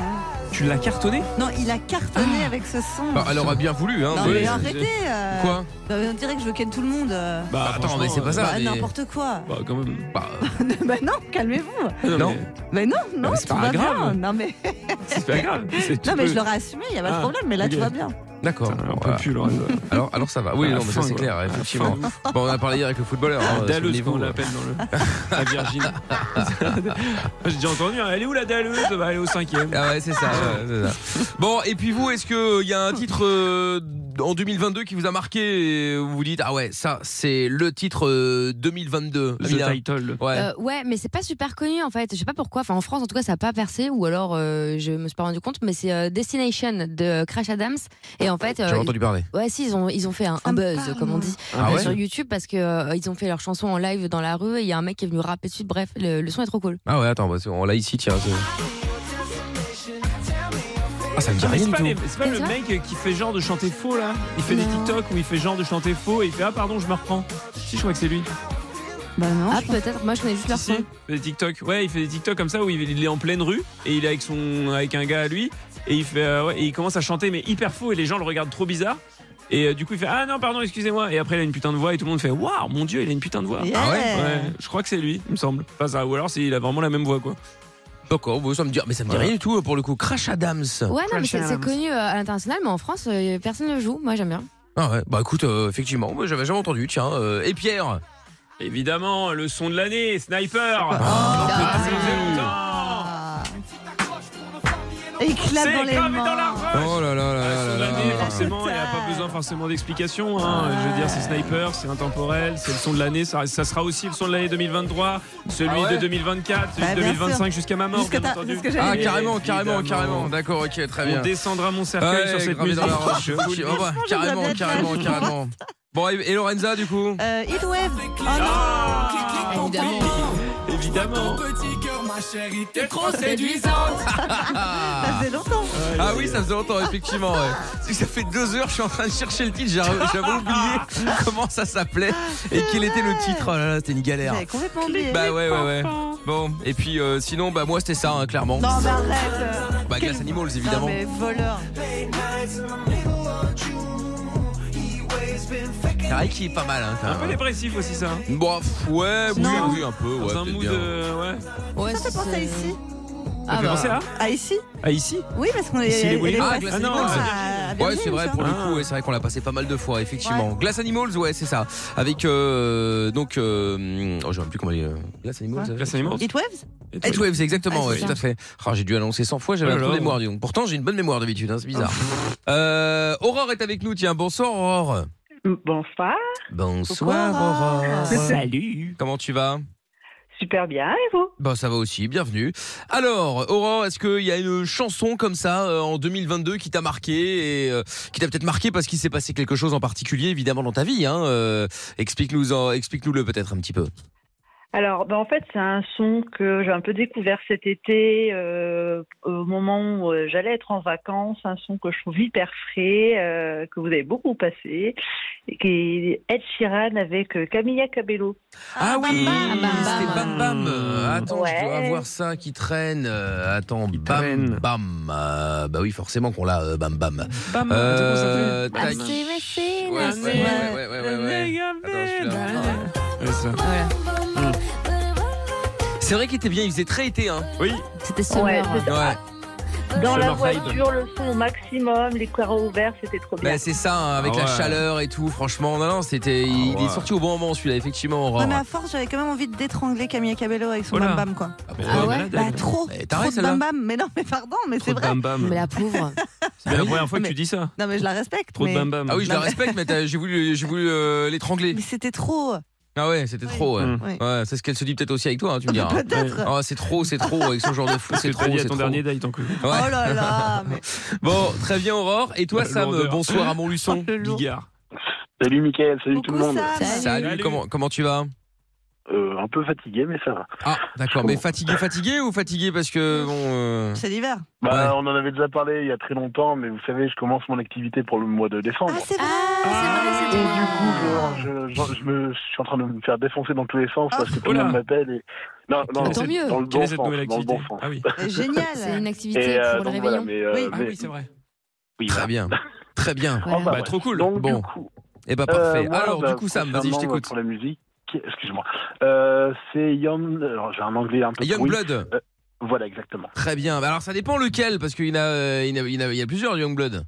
Tu l'as cartonné
Non, il a cartonné avec ce son.
Bah, elle aurait bien voulu, hein.
Non,
mais-
mais arrêtez. euh,
Quoi
bah, On dirait que je ken tout le monde. euh.
Bah, attends, mais c'est pas ça.
Bah,
mais-
N'importe quoi.
Bah, quand même.
Bah,
bah non, calmez-vous.
non.
Mais non, non,
Bah, mais c'est
tout
pas
va bien.
grave.
Non mais.
C'est pas grave. c'est-
non mais je
tu
l'aurais assumé, il y a pas de
Ah,
problème, mais là
ok.
tout va bien.
D'accord.
On peut plus, Laurent.
Alors, alors ça va. Oui,
À la
non, mais ça
fin,
c'est
quoi.
clair,
À la fin,
effectivement.
de ouf.
Bon, on a parlé avec le footballeur. hein,
Dalleuse,
souvenez-vous.
qu'on l'appelle dans le. À Virgin. J'ai déjà entendu, hein, elle est où la dalleuse Bah, Elle est au cinquième.
Ah ouais, c'est ça. ouais, c'est ça. Bon, et puis vous, est-ce qu'il y a un titre euh, en 2022 qui vous a marqué et vous vous dites, ah ouais, ça, c'est le titre euh, 2022
The title.
Ouais.
Euh, ouais, mais c'est pas super connu en fait. Je sais pas pourquoi. Enfin, en France, en tout cas, ça a pas percé, ou alors euh, je me suis pas rendu compte. Mais c'est euh, Destination de Crash Adams. Et en fait, euh,
J'avais entendu parler.
Ouais, si ils ont ils ont fait un, un buzz, comme on dit,
Ah
euh,
ouais
sur YouTube parce que euh, ils ont fait leur chanson en live dans la rue et il y a un mec qui est venu rapper dessus. Bref, le, le son est trop cool.
Ah ouais, attends, bah, c'est- on l'a ici, tiens. c'est- Ah, ça me dit
Mais
rien
C'est
du
pas,
tout.
les- c'est pas le mec qui fait genre de chanter faux là Il fait des TikTok où il fait genre de chanter faux et il fait Ah pardon, je me reprends. Si, je crois que c'est lui.
Bah
ah, peut-être. Moi, je connais juste leur son.
Il fait des TikTok. Ouais, il fait des TikTok comme ça où il il est en pleine rue et il est avec, son, avec un gars à lui et il, fait, euh, ouais, et il commence à chanter mais hyper faux et les gens le regardent trop bizarre. Et euh, du coup, il fait Ah non, pardon, excusez-moi. Et après, il a une putain de voix et tout le monde fait Waouh, mon dieu, il a une putain de voix.
Ah ouais
Ouais, Je crois que c'est lui, il me semble. Enfin, ça, ou alors, c'est- il a vraiment la même voix quoi.
D'accord, bon, ça me dit, ah, mais ça me dit rien du tout euh, pour le coup. Crash Adams.
Ouais, non, mais c'est c'est connu euh, à l'international, mais en France, euh, personne ne le joue. Moi, j'aime bien.
Ah ouais, bah écoute, euh, effectivement, moi j'avais jamais entendu, tiens. euh, et Pierre
Évidemment, le son de l'année, Sniper. Ah, ça faisait longtemps.
Éclate
C'est
dans les
gravé
mains.
dans la roche.
Oh là
Ah,
là là là là là.
L'année, forcément, il n'y a pas besoin forcément d'explications. hein. Je veux dire, c'est Sniper, c'est intemporel, c'est le son de l'année. Ça, ça sera aussi le son de l'année 2023, celui
Ah ouais
de 2024, celui
Bah,
de
bien
2025
sûr.
jusqu'à ma mort.
Jusqu'à
bien
ta-
entendu.
jusqu'à j'allais Ah, dire. carrément, carrément,
Évidemment.
carrément. D'accord, ok, très bien.
On descendra mon cercueil
Ouais,
sur cette
gravé
musique.
dans la roche.
Je vous le
Ok, au revoir.
dis.
Carrément, carrément, carrément. Bon, et, et Lorenza du coup
Euh, Heatwave. Oh non
Évidemment.
Évidemment.
Petit cœur, ma chérie, t'es
trop séduisante.
Ah.
faisait longtemps.
Ah oui, ça faisait longtemps, effectivement. ouais. C'est que ça fait deux heures, je suis en train de chercher le titre, j'avais j'avais oublié comment ça s'appelait et quel était le titre. Oh là là, c'était une galère.
J'avais complètement oublié.
Bah ouais, ouais, ouais. Bon, et puis euh, sinon, bah moi c'était ça, hein, clairement.
Non, mais arrête.
Bah, Glass Animals, évidemment.
Non, mais voleur.
C'est vrai qu'il est pas mal, hein, quand
Un peu
même.
dépressif aussi, ça.
Bon, pff, ouais, oui,
Non.
oui, un peu,
Dans
ouais.
un
peut-être
mood,
bien.
euh, ouais.
ça fait penser à ici.
Ça fait penser à
Ah, bah. À ici
Ah, ici
Oui, parce qu'on est.
Ici, les
elle est
Willy Ah,
passée
Glass
dans
Animals.
la- à
Ouais,
Berlin,
c'est vrai
ça.
pour
Ah.
le coup, ouais, c'est vrai qu'on l'a passé pas mal de fois, effectivement. Glass Animals, ouais, c'est ça. Avec euh, donc, euh, oh, je sais plus comment il est. euh, Glass Animals. euh,
Glass Animals.
It Waves
Edge Waves, exactement,
Ah,
ouais,
c'est
tout
ça.
à fait. Ah, j'ai dû annoncer 100 fois, j'avais
Oh
un
là Oh.
trou de
là.
mémoire, dis donc. Pourtant, j'ai une bonne mémoire d'habitude, hein, c'est bizarre. Euh, Aurore est avec nous, tiens. Bonsoir, Aurore.
Bonsoir.
Bonsoir,
Bonsoir.
Aurore.
Salut.
Comment tu vas
Super bien, et vous
Bah ça va aussi, bienvenue. Alors, Aurore, est-ce qu'il y a une chanson comme ça euh, en 2022 qui t'a marqué et euh, qui t'a peut-être marqué parce qu'il s'est passé quelque chose en particulier évidemment dans ta vie hein, euh, Explique-nous, en- explique-nous-le peut-être un petit peu.
Alors, ben, en fait, c'est un son que j'ai un peu découvert cet été, euh, au moment où euh, j'allais être en vacances, un son que je trouve hyper frais, euh, que vous avez beaucoup passé, et qui est Ed Sheeran avec euh, Camilla Cabello.
Ah, oui, c'était Bam Bam. Euh, Attends, je dois
Ouais.
avoir ça qui traîne. Euh, attends, Bam Bam. Euh, bah oui, forcément qu'on l'a euh, Bam Bam.
Bam,
Euh,
Ah,
tac.
c'est Messina,
Ouais, ouais,
c'est-
ouais, ouais, ouais, ouais, ouais. Ouais, ça. C'est vrai qu'il était bien, il faisait très été. Hein.
Oui.
C'était
summer. Ouais, c'est ça.
Ouais.
Dans la
Summer vibe.
voiture, le son au maximum, les coins ouverts, c'était trop bien.
Bah, c'est ça, hein, avec
Ah
la
ouais. Ah
chaleur et tout, franchement, non, non, c'était, il
ouais.
est sorti au bon moment celui-là, effectivement, Aurore.
Ouais, mais à force, j'avais quand même envie de d'étrangler Camille Cabello avec son
Voilà.
bam bam, quoi.
Ah
pourquoi
ouais Bah, trop.
Eh,
Trop
t'arrêtes
de
celle-là
bam bam. Mais non, mais pardon, mais c'est
de
vrai.
bam bam. Mais
la pauvre.
C'est bien la première fois que tu dis ça.
Non, mais je la respecte.
Trop de
mais-
bam bam.
Ah oui, je la respecte, mais t'as- j'ai voulu, j'ai voulu euh, l'étrangler.
Mais c'était trop.
Ah ouais, c'était trop. Ouais.
Mm.
Ouais.
Ouais, c'est ce qu'elle se dit peut-être aussi avec toi, hein, tu me diras.
peut-être.
Ouais. Ah, c'est trop, c'est trop avec ce genre de fou,
Parce
c'est
que t'as
trop,
dit à
c'est
ton
trop.
dernier date en cul.
Ouais.
Oh là là. mais-
Bon, très bien Aurore. Et toi
La
Sam,
lourdeur.
bonsoir à Montluçon.
Bigard.
Salut Mickaël, salut tout le monde.
Salut, Comment, comment tu vas
Euh, un peu fatigué, mais ça va.
Ah, d'accord, mais fatigué, fatigué ou fatigué parce que bon. euh,
C'est l'hiver.
Bah, On en avait déjà parlé il y a très longtemps, mais vous savez, je commence mon activité pour le mois de décembre.
Ah,
Et du coup, je, je- je- je me, je suis en train de me faire défoncer dans tous les sens parce que tout le monde m'appelle. Et... Non, non,
Tant mieux.
dans le
Quelle
bon
est cette
sens.
nouvelle
dans le bon
activité
sens.
Ah oui.
Génial.
C'est une
Et,
activité
euh,
pour le
donc voilà,
réveillon.
mais, euh,
Oui.
Ah
mais-
oui, c'est vrai.
Très bien, très bien.
Enfin,
Bah
bref.
trop cool.
Oh, Donc,
bon.
du coup,
Et bah
Euh,
parfait.
voilà,
Alors
bah,
du coup Sam, vas-y, je
concernant,
t'écoute.
euh, Pour la musique, excuse-moi. Euh, c'est Young. Alors, j'ai un anglais un peu.
Young
pourri.
Blood.
Euh, voilà, exactement.
Très bien. Bah alors ça dépend lequel parce qu'il y en a, euh, il y en a, il y en a- il y a plusieurs Youngblood.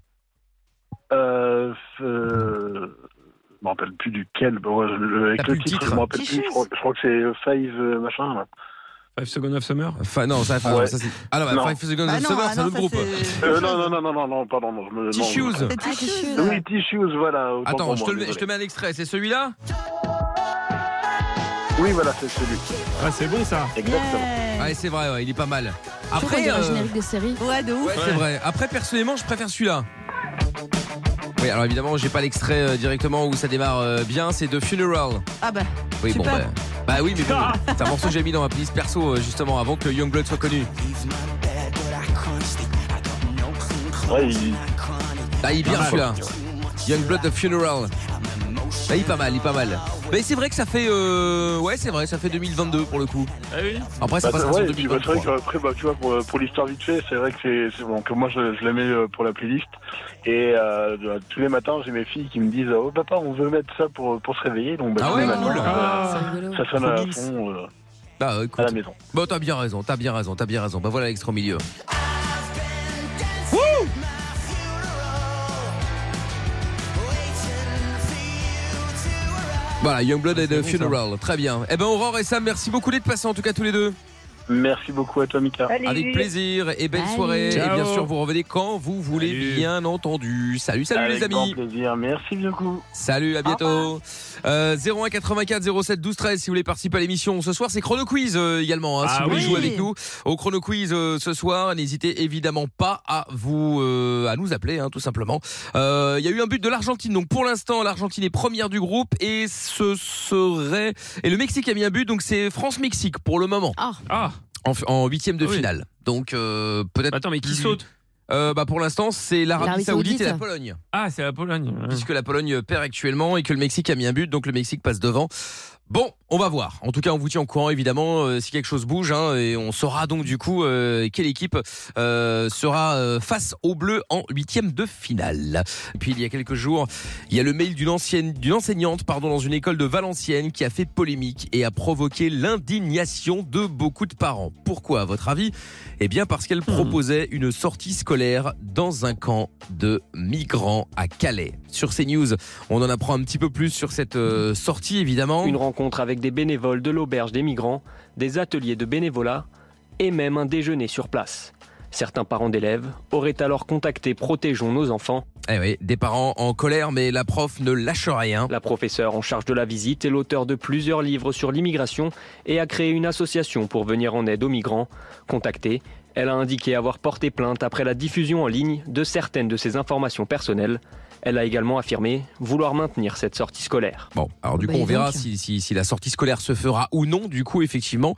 Euh, euh, je me rappelle plus duquel. Bon, ouais, je- je- avec
T'as
le
plus le
titre,
titre.
je me rappelle
Petit
plus. Je crois, je crois que c'est euh, Five euh, machin. Là.
Five Seconds of Summer.
Enfin non, ça, enfin,
Ouais.
ça c'est. Ah non, bah,
Non.
Five Seconds
Bah
of
non,
Summer,
ah
c'est
non,
un autre
ça,
groupe.
Euh, non, non, non, non, non, non, pardon, non, je me. non,
Tissues.
je- Oui, Tissues, voilà. autant
Attends,
pour
je te,
moi,
le mets, je te
désolé.
mets un extrait. C'est celui-là
Oui, voilà, c'est celui.
Ah, c'est bon ça.
Exactement.
Ouais, c'est vrai, ouais, il est pas mal.
Après,
Après,
il y a un
euh,
générique de série.
Ouais, de ouf.
ouais, c'est vrai. Après, personnellement, je préfère celui-là. Oui, alors évidemment, j'ai pas l'extrait euh, directement où ça démarre euh, bien. C'est de Funeral.
Ah bah.
Oui, bon, bah,
Super.
bah oui, mais bon, c'est un morceau que j'ai mis dans ma playlist perso euh, justement avant que Youngblood soit connu.
Ouais, il...
Ah, il est bien
Pas mal.
celui-là. Young Blood The Funeral. Ah, il est pas mal, il est pas mal. Mais c'est vrai que ça fait. euh, Ouais, c'est vrai, ça fait 2022 pour le coup. Après, ça
Bah,
passera
ouais,
sur
et puis, bah, c'est
2023.
vrai que, après, bah, tu vois, pour, pour l'histoire vite fait, c'est vrai que c'est, c'est bon, que moi, je, je la mets euh, pour la playlist. Et euh, de- tous les matins, j'ai mes filles qui me disent, oh papa, on veut mettre ça pour, pour se réveiller. Donc, bah,
Ah
tous
ouais,
les matins,
cool.
euh,
Ah, c'est rigolo.
ça sonne à
Trop
fond. euh,
Bah, écoute.
à la maison.
Bon, t'as bien raison, t'as bien raison, t'as bien raison. Bah voilà l'extra milieu. Voilà,
Ah,
Youngblood et The Funeral. Très bien. Eh ben, Aurore et Sam, merci beaucoup d'être passés en tout cas tous les deux.
Merci beaucoup à toi, Mika.
Avec plaisir et belle
Salut.
soirée.
Ciao.
Et bien sûr, vous revenez quand vous voulez, bien entendu. Salut, salut
Avec
les amis.
grand plaisir. Merci beaucoup.
Salut, à bientôt. Euh, 01 84 07 12 13 si vous voulez participer à l'émission. Ce soir, c'est Chrono Quiz euh, également. hein, si
Ah
vous voulez
oui.
jouer avec nous au Chrono Quiz euh, ce soir, n'hésitez évidemment pas à vous euh, à nous appeler, hein, tout simplement. Euh, Il y a eu un but de l'Argentine. Donc pour l'instant, l'Argentine est première du groupe et ce serait et le Mexique a mis un but. Donc c'est France Mexique pour le moment.
Ah.
En, en huitième de finale. Donc euh, peut-être. Attends, mais qui saute bah pour l'instant, c'est l'Arabie
L'Arabie
Saoudite et la
Saoudite.
Pologne
Ah, c'est la Pologne.
puisque la Pologne perd actuellement et que le Mexique a mis un but, donc le Mexique passe devant. Bon, on va voir. En tout cas, on vous tient au courant, évidemment, euh, si quelque chose bouge, hein, et on saura donc du coup euh, quelle équipe euh, sera euh, face aux Bleus en huitième de finale. Et puis il y a quelques jours, il y a le mail d'une ancienne, d'une enseignante, pardon, dans une école de Valenciennes qui a fait polémique et a provoqué l'indignation de beaucoup de parents. Pourquoi, à votre avis Eh bien, parce qu'elle proposait une sortie scolaire dans un camp de migrants à Calais. Sur CNews, on en apprend un petit peu plus sur cette euh, sortie, évidemment.
Une rencontre avec des bénévoles de l'auberge des migrants, des ateliers de bénévolat et même un déjeuner sur place. Certains parents d'élèves auraient alors contacté Protégeons nos enfants.
Eh oui, des parents en colère, mais la prof ne lâche rien.
La professeure en charge de la visite est l'auteur de plusieurs livres sur l'immigration et a créé une association pour venir en aide aux migrants. Contactée, elle a indiqué avoir porté plainte après la diffusion en ligne de certaines de ses informations personnelles. Elle a également affirmé vouloir maintenir cette sortie scolaire.
Bon, alors
Bah,
du coup, on verra si, si- si la sortie scolaire se fera ou non, du coup, effectivement.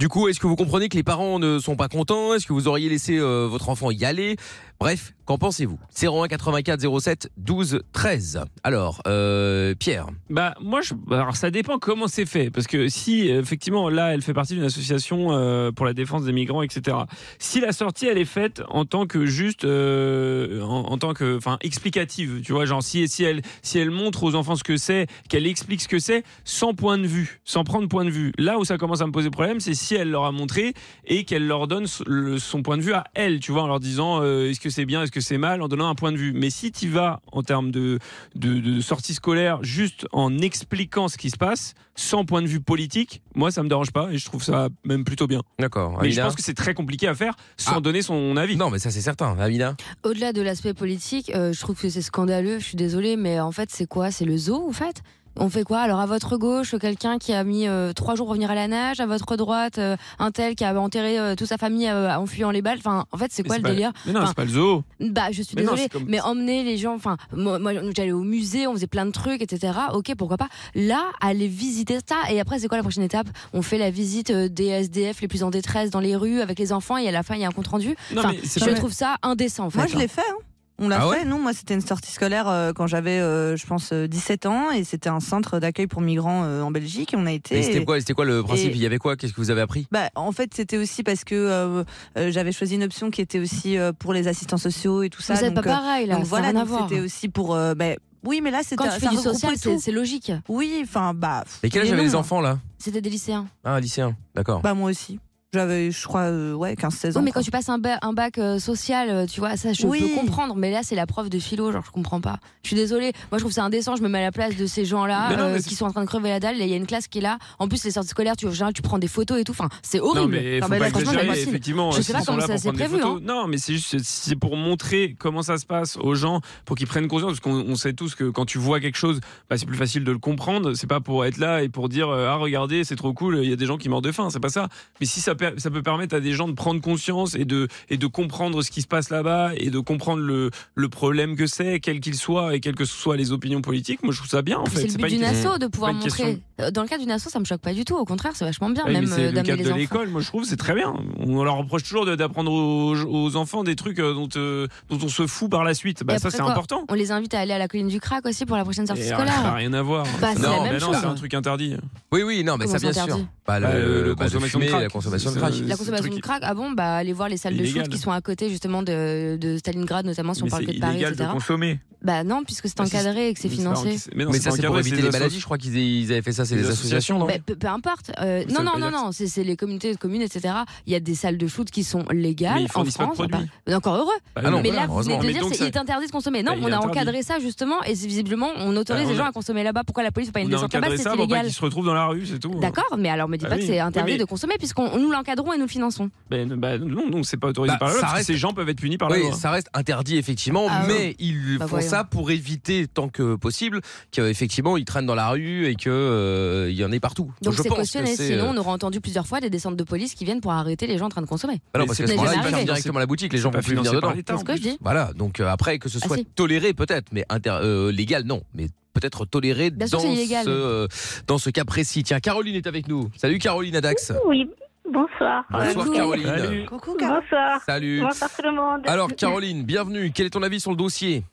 Du coup, est-ce que vous comprenez que les parents ne sont pas contents Est-ce que vous auriez laissé euh, votre enfant y aller Bref, qu'en pensez-vous 01 84 07 12 13. Alors, euh, Pierre
Bah moi, je, alors ça dépend comment c'est fait, parce que si euh, effectivement là, elle fait partie d'une association euh, pour la défense des migrants, etc. Si la sortie elle est faite en tant que juste, euh, en, en tant que, enfin explicative, tu vois, genre si si elle si elle montre aux enfants ce que c'est, qu'elle explique ce que c'est, sans point de vue, sans prendre point de vue. Là où ça commence à me poser problème, c'est si elle leur a montré et qu'elle leur donne s- le- son point de vue à elle, tu vois, en leur disant euh, est-ce que c'est bien, est-ce que c'est mal, en donnant un point de vue. Mais si tu vas en termes de, de, de sortie scolaire juste en expliquant ce qui se passe, sans point de vue politique, moi ça me dérange pas et je trouve ça même plutôt bien.
D'accord.
Mais je
Amina
pense que c'est très compliqué à faire sans donner son avis.
Non, mais ça c'est certain, Amina.
Au-delà de l'aspect politique, euh, je trouve que c'est scandaleux, je suis désolée, mais en fait, c'est quoi C'est le zoo, en fait on fait quoi Alors à votre gauche, quelqu'un qui a mis euh, trois jours pour venir à la nage, à votre droite, euh, un tel qui a enterré euh, toute sa famille euh, en fuyant les balles. Enfin, en fait, c'est
Mais
quoi le
pas-
délire
Mais non,
Enfin,
c'est pas le zoo.
Bah, je suis
Mais non,
désolée,
c'est comme-
mais emmener les gens, enfin, moi, moi, j'allais au musée, on faisait plein de trucs, etc. Ok, pourquoi pas. Là, aller visiter ça, et après, c'est quoi la prochaine étape On fait la visite euh, des SDF les plus en détresse dans les rues avec les enfants, et à la fin, il y a un compte rendu.
Non,
Enfin,
mais c'est
je
pas-
trouve ça indécent, en fait.
Moi, je l'ai fait. hein. On l'a
Ah
fait,
ouais
nous. Moi, c'était une sortie scolaire euh, quand j'avais, euh, je pense, euh, 17 ans. Et c'était un centre d'accueil pour migrants euh, en Belgique. Et on a été.
Et c'était
et-
quoi, c'était quoi le principe
et-
Il y avait quoi Qu'est-ce que vous avez appris
bah, en fait, c'était aussi parce que euh, euh, j'avais choisi une option qui était aussi euh, pour les assistants sociaux et tout ça.
Mais c'est
donc,
pas
euh,
pareil, là,
donc
ça
voilà,
n'a rien à
donc
voir.
c'était aussi pour. euh, bah, oui, mais là, c'était.
Quand tu fais
ça
du
regroupait
social, c'est-
tout.
c'est logique.
Oui, enfin, bah.
Et quel âge
mais
avaient les
non.
enfants là
C'était des lycéens.
Ah, lycéen, d'accord.
Bah, moi aussi. J'avais, je crois, euh, ouais, 15-16 ans.
Oui, mais
quoi.
quand tu passes un, ba- un bac euh, social, euh, tu vois, ça je
Oui.
peux comprendre. Mais là, c'est la prof de philo, genre je comprends pas. Je suis désolée. Moi, je trouve ça indécent. Je me mets à la place de ces gens-là
Mais non,
euh,
mais c'est-
qui sont en train de crever la dalle. Il y a une classe qui est là. En plus, les sorties scolaires, tu, en général, tu prends des photos et tout. Enfin, c'est horrible.
Non, mais faut
là,
pas
franchement,
exagérer,
j'hallucine.
effectivement. euh,
Je sais
s'ils
pas
sont
comment
là
ça
pour
s'est
prendre des
prévu.
photos.
hein.
Non, mais c'est juste, c'est pour montrer comment ça se passe aux gens, pour qu'ils prennent conscience, parce qu'on on sait tous que quand tu vois quelque chose, bah, c'est plus facile de le comprendre. C'est pas pour être là et pour dire, euh, ah, regardez, c'est trop cool, il y a des gens qui meurent de faim, c'est pas ça. Mais si ça per- ça peut permettre à des gens de prendre conscience et de, et de comprendre ce qui se passe là-bas et de comprendre le, le problème que c'est, quel qu'il soit et quelles que soient les opinions politiques. Moi, je trouve ça bien, en fait.
C'est le but
pas une
d'une
question-
asso de pouvoir
pas une question-
montrer. Euh, Dans le cas d'une asso, ça me choque pas du tout. Au contraire, c'est vachement bien,
Oui, mais
même
c'est
euh,
le
d'amener
cadre
les
de
enfants.
l'école, moi je trouve, c'est très bien. On leur reproche toujours de- d'apprendre aux, aux enfants des trucs euh, dont, euh, dont on se fout par la suite. Bah,
Et
ça,
après
c'est
quoi
important.
On les invite à aller à la colline du crack aussi pour la prochaine sortie
Et alors,
scolaire.
Ça n'a rien à voir.
Bah, c'est la
non,
même
mais non,
chose.
c'est un truc interdit.
Oui, oui, non, mais ça,
Comment
bien
c'est
sûr.
interdit
Pas
Bah, le-
le,
le
pas de
consommation de
fumer,
crack.
la consommation de
C'est-
crack.
c'est-
La consommation de crack, ah bon, bah allez voir les salles de shoot
Illégal.
qui sont à côté justement de, de Stalingrad, notamment si on
Mais
parle
c'est
que de Paris,
illégal de
etc.
consommer.
Bah non, puisque c'est encadré et que c'est financé.
Mais,
Mais non, c'est
ça,
pas
c'est
encadré,
pour
c'est
éviter
des
les
assos-
maladies, je crois qu'ils ils avaient fait ça, c'est les associations, non
Bah, peu, peu importe. Euh,
Ça
non,
veut
non,
pas
non,
dire
non, c'est c'est les communautés de communes, etc. Il y a des salles de shoot qui sont légales
Mais ils
en
fournissent pas de
France.
produits.
bah, encore heureux.
Ah non,
mais
voilà,
là, vous venez
heureusement.
de
Mais
dire
donc
c'est
ça-
il est interdit de consommer. Non,
Bah, il
on
est
a
interdit.
encadré ça justement et c'est visiblement on autorise
Bah, on
les gens
a-
à consommer là-bas. Pourquoi la police peut pas une
On a
descente là-bas
encadré
si
ça
c'est
pour pas
illégal
qu'ils se retrouvent dans la rue, c'est tout.
D'accord, mais alors me dis
Ah
pas
oui.
que c'est
Oui,
interdit
mais-
de consommer puisqu'on nous l'encadrons et nous le finançons.
Ben, ben, non, non, c'est pas autorisé
Bah,
par la loi.
ça
parce que
reste-
Ces gens peuvent être punis par la
oui,
loi.
ça reste interdit effectivement,
Ah
mais
ouais.
ils
Bah,
font
voyons.
ça pour éviter tant que possible qu'effectivement ils traînent dans la rue et que euh, il y en ait partout.
Donc
je
c'est
pense que
cautionné.
c'est,
Sinon,
euh,
on aura entendu plusieurs fois des descentes de police qui viennent pour arrêter les gens en train de consommer.
Ah
bah non, parce
Mais
que ce
c'est
moment-là,
jamais
ils ferment
arrivé.
directement la boutique, les
C'est
gens
pas
vont plus venir
financé par
dedans.
l'État,
C'est ce que je dis.
Voilà, donc euh, après que ce
Ah,
soit
si.
toléré peut-être, mais inter- euh, légal non, mais peut-être toléré
Bien sûr
dans
que c'est illégal.
ce euh, dans ce cas précis. Tiens, Caroline est avec nous. Salut Caroline Adax.
Oui, bonsoir.
Bonsoir,
Coucou.
Caroline.
Salut.
Coucou,
Bonsoir.
Salut.
Bonsoir tout le monde.
Alors Caroline, bienvenue. Quel est ton avis sur le dossier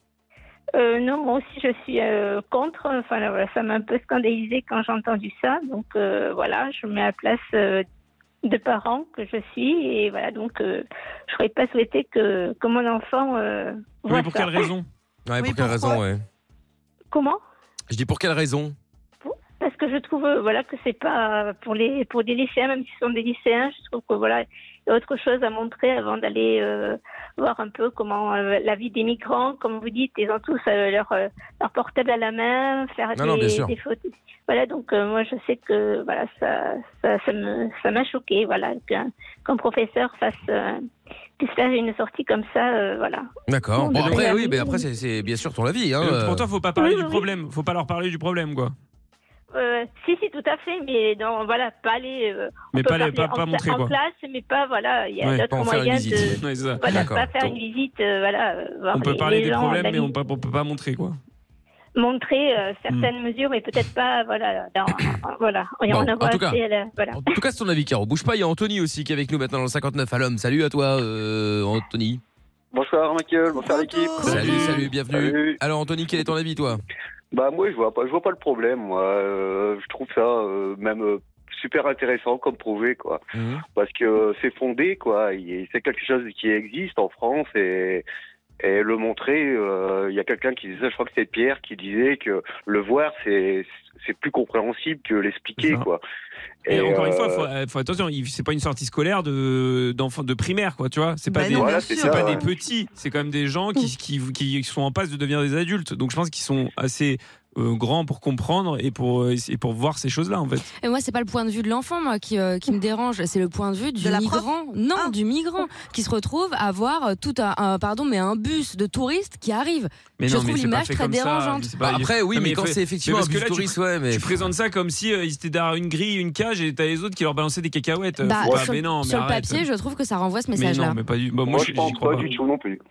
Euh, non, moi aussi je suis euh, contre. Enfin là, voilà, ça m'a un peu scandalisée quand j'ai entendu ça. Donc euh, voilà, je me mets à la place euh, de parents que je suis et voilà donc euh, je n'aurais pas souhaité que, que mon enfant euh, voit
Oui, pour
ça.
quelle raison
Ouais, pour quelle raison ouais.
Comment
Je dis pour quelle raison
parce que je trouve euh, voilà que c'est pas pour les pour des lycéens même si ce sont des lycéens je trouve que voilà il y a autre chose à montrer avant d'aller euh, voir un peu comment euh, la vie des migrants comme vous dites ils ont tous euh, leur euh, leur portable à la main faire
Non, non, bien
des,
sûr.
des photos voilà donc euh, moi je sais que voilà ça ça ça me ça m'a choqué voilà qu'un qu'un professeur fasse euh, puisse faire une sortie comme ça euh, voilà
D'accord. Bon,
mais
après,
donc-
oui, mais après, c'est- c'est bien sûr ton avis. Hein,
Et donc,
euh.
Pour toi, faut pas parler du problème. Faut pas leur parler du problème, quoi.
Euh, si, si, tout à fait, mais non, voilà, pas aller. euh, on
Mais
peut
pas les-
parler
pas-
en,
pas
pla-
montrer,
en
quoi.
classe, mais pas, voilà, il y a
Ouais,
d'autres
pas en faire une
moyens
visite.
de.
Ouais, c'est ça.
Voilà,
D'accord.
pas faire
Donc,
une visite, euh, voilà. euh, voir
Ah,
On peut
les-
parler
les
des
gens,
problèmes,
la
mais
vie.
on peut, on peut pas montrer, quoi.
Montrer euh, certaines
Hmm.
mesures, mais peut-être pas, voilà, dans, voilà. On
Bon,
en
en
a
tout cas.
assez, à la- euh, voilà.
En tout cas, c'est ton avis, Caro. Bouge pas, il y a Anthony aussi qui est avec nous maintenant dans le 59 à l'homme. Salut à toi, euh, Anthony.
Bonsoir Michael, bonsoir l'équipe.
Salut, salut, bienvenue.
Salut.
Alors, Anthony, quel est ton avis, toi
Bah moi je vois pas, je vois pas le problème. Moi, Euh, je trouve ça euh, même euh, super intéressant comme projet quoi,
Mmh.
parce que euh, c'est fondé quoi. Il- C'est quelque chose qui existe en France et et le montrer. euh, Il y a quelqu'un qui disait, je crois que c'est Pierre qui disait que le voir c'est c'est plus compréhensible que l'expliquer quoi.
Et, encore une fois,
euh,
faut, euh, faut attention, il- c'est pas une sortie scolaire de d'enfants de primaire, quoi, tu vois. C'est pas
Bah
des,
non, bien
c'est
sûr.
pas
Ouais.
des petits, c'est quand même des gens qui, qui qui sont en passe de devenir des adultes. Donc je pense qu'ils sont assez euh, grands pour comprendre et pour euh, et pour voir ces choses-là, en fait.
Et moi, c'est pas le point de vue de l'enfant, moi, qui, euh, qui me dérange. C'est le point de vue du migrant. Non, du migrant qui se retrouve à voir euh, tout un, un- pardon, mais un bus de touristes qui arrive.
Mais
Je
non, mais
trouve
c'est pas
l'image
fait
très
comme ça,
dérangeante.
c'est pas-
Bah, après, oui,
Non,
mais
il
quand
faut-
c'est effectivement
mais
un
parce que
bus
là, tu-
touriste, ouais, mais-
Tu présentes ça comme si euh, ils étaient derrière une grille, une cage, et t'as les autres qui leur balançaient des cacahuètes.
Bah,
euh, Faut pas-
sur
mais non, mais
sur le
arrête.
papier, je trouve que ça renvoie ce
Mais
message-là.
non, mais pas du. bah, moi,
moi,
j'y
je pense
crois
pas,
pas. Hmm,
du tout non plus.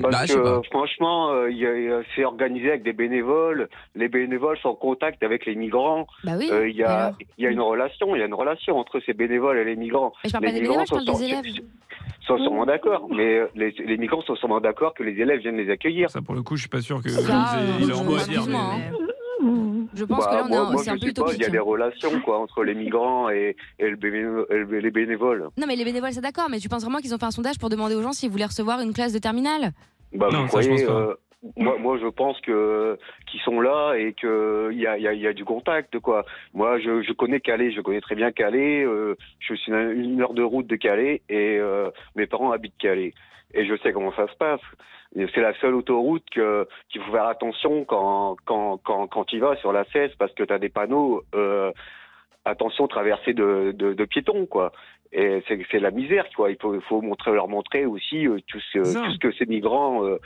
Parce
bah, je
que
sais pas.
franchement, euh, il y a- c'est organisé avec des bénévoles. Les bénévoles sont en contact avec les migrants.
Bah oui,
Euh, Il y, a, il y a une relation, il y a une relation entre ces bénévoles et les migrants.
Mais je parle
les
pas des
migrants
bénévoles, je parle
sont,
des élèves. Mmh.
sont sûrement d'accord, mais euh, les, les migrants sont sûrement d'accord que les élèves viennent les accueillir.
Ça, pour le coup, je suis pas sûr que
Ça,
ils aient- ils aient leur mot à dire. mais-
Je pense que là, on est
moi,
un-
Bah, moi,
c'est un
je
peu
sais pas, il y
utopique.
a des relations quoi entre les migrants et, et le béné- et le- les bénévoles.
Non, mais les bénévoles, c'est d'accord, mais tu penses vraiment qu'ils ont fait un sondage pour demander aux gens s'ils voulaient recevoir une classe de terminale
Bah,
Non,
vous
ça, je
croyez,
pense pas.
euh, moi, moi, je pense que qu'ils sont là et que il y a, il y, a, il y a du contact, quoi. Moi, je, je connais Calais, je connais très bien Calais. euh, je suis à une heure de route de Calais et euh, mes parents habitent Calais et je sais comment ça se passe. Et C'est la seule autoroute que qu'il faut faire attention quand quand quand quand tu vas sur la 16 parce que t'as des panneaux. Euh, attention traversée de, de, de piétons quoi et c'est c'est la misère quoi il faut, il faut montrer leur montrer aussi euh, tout ce
Ça.
tout ce que ces migrants euh,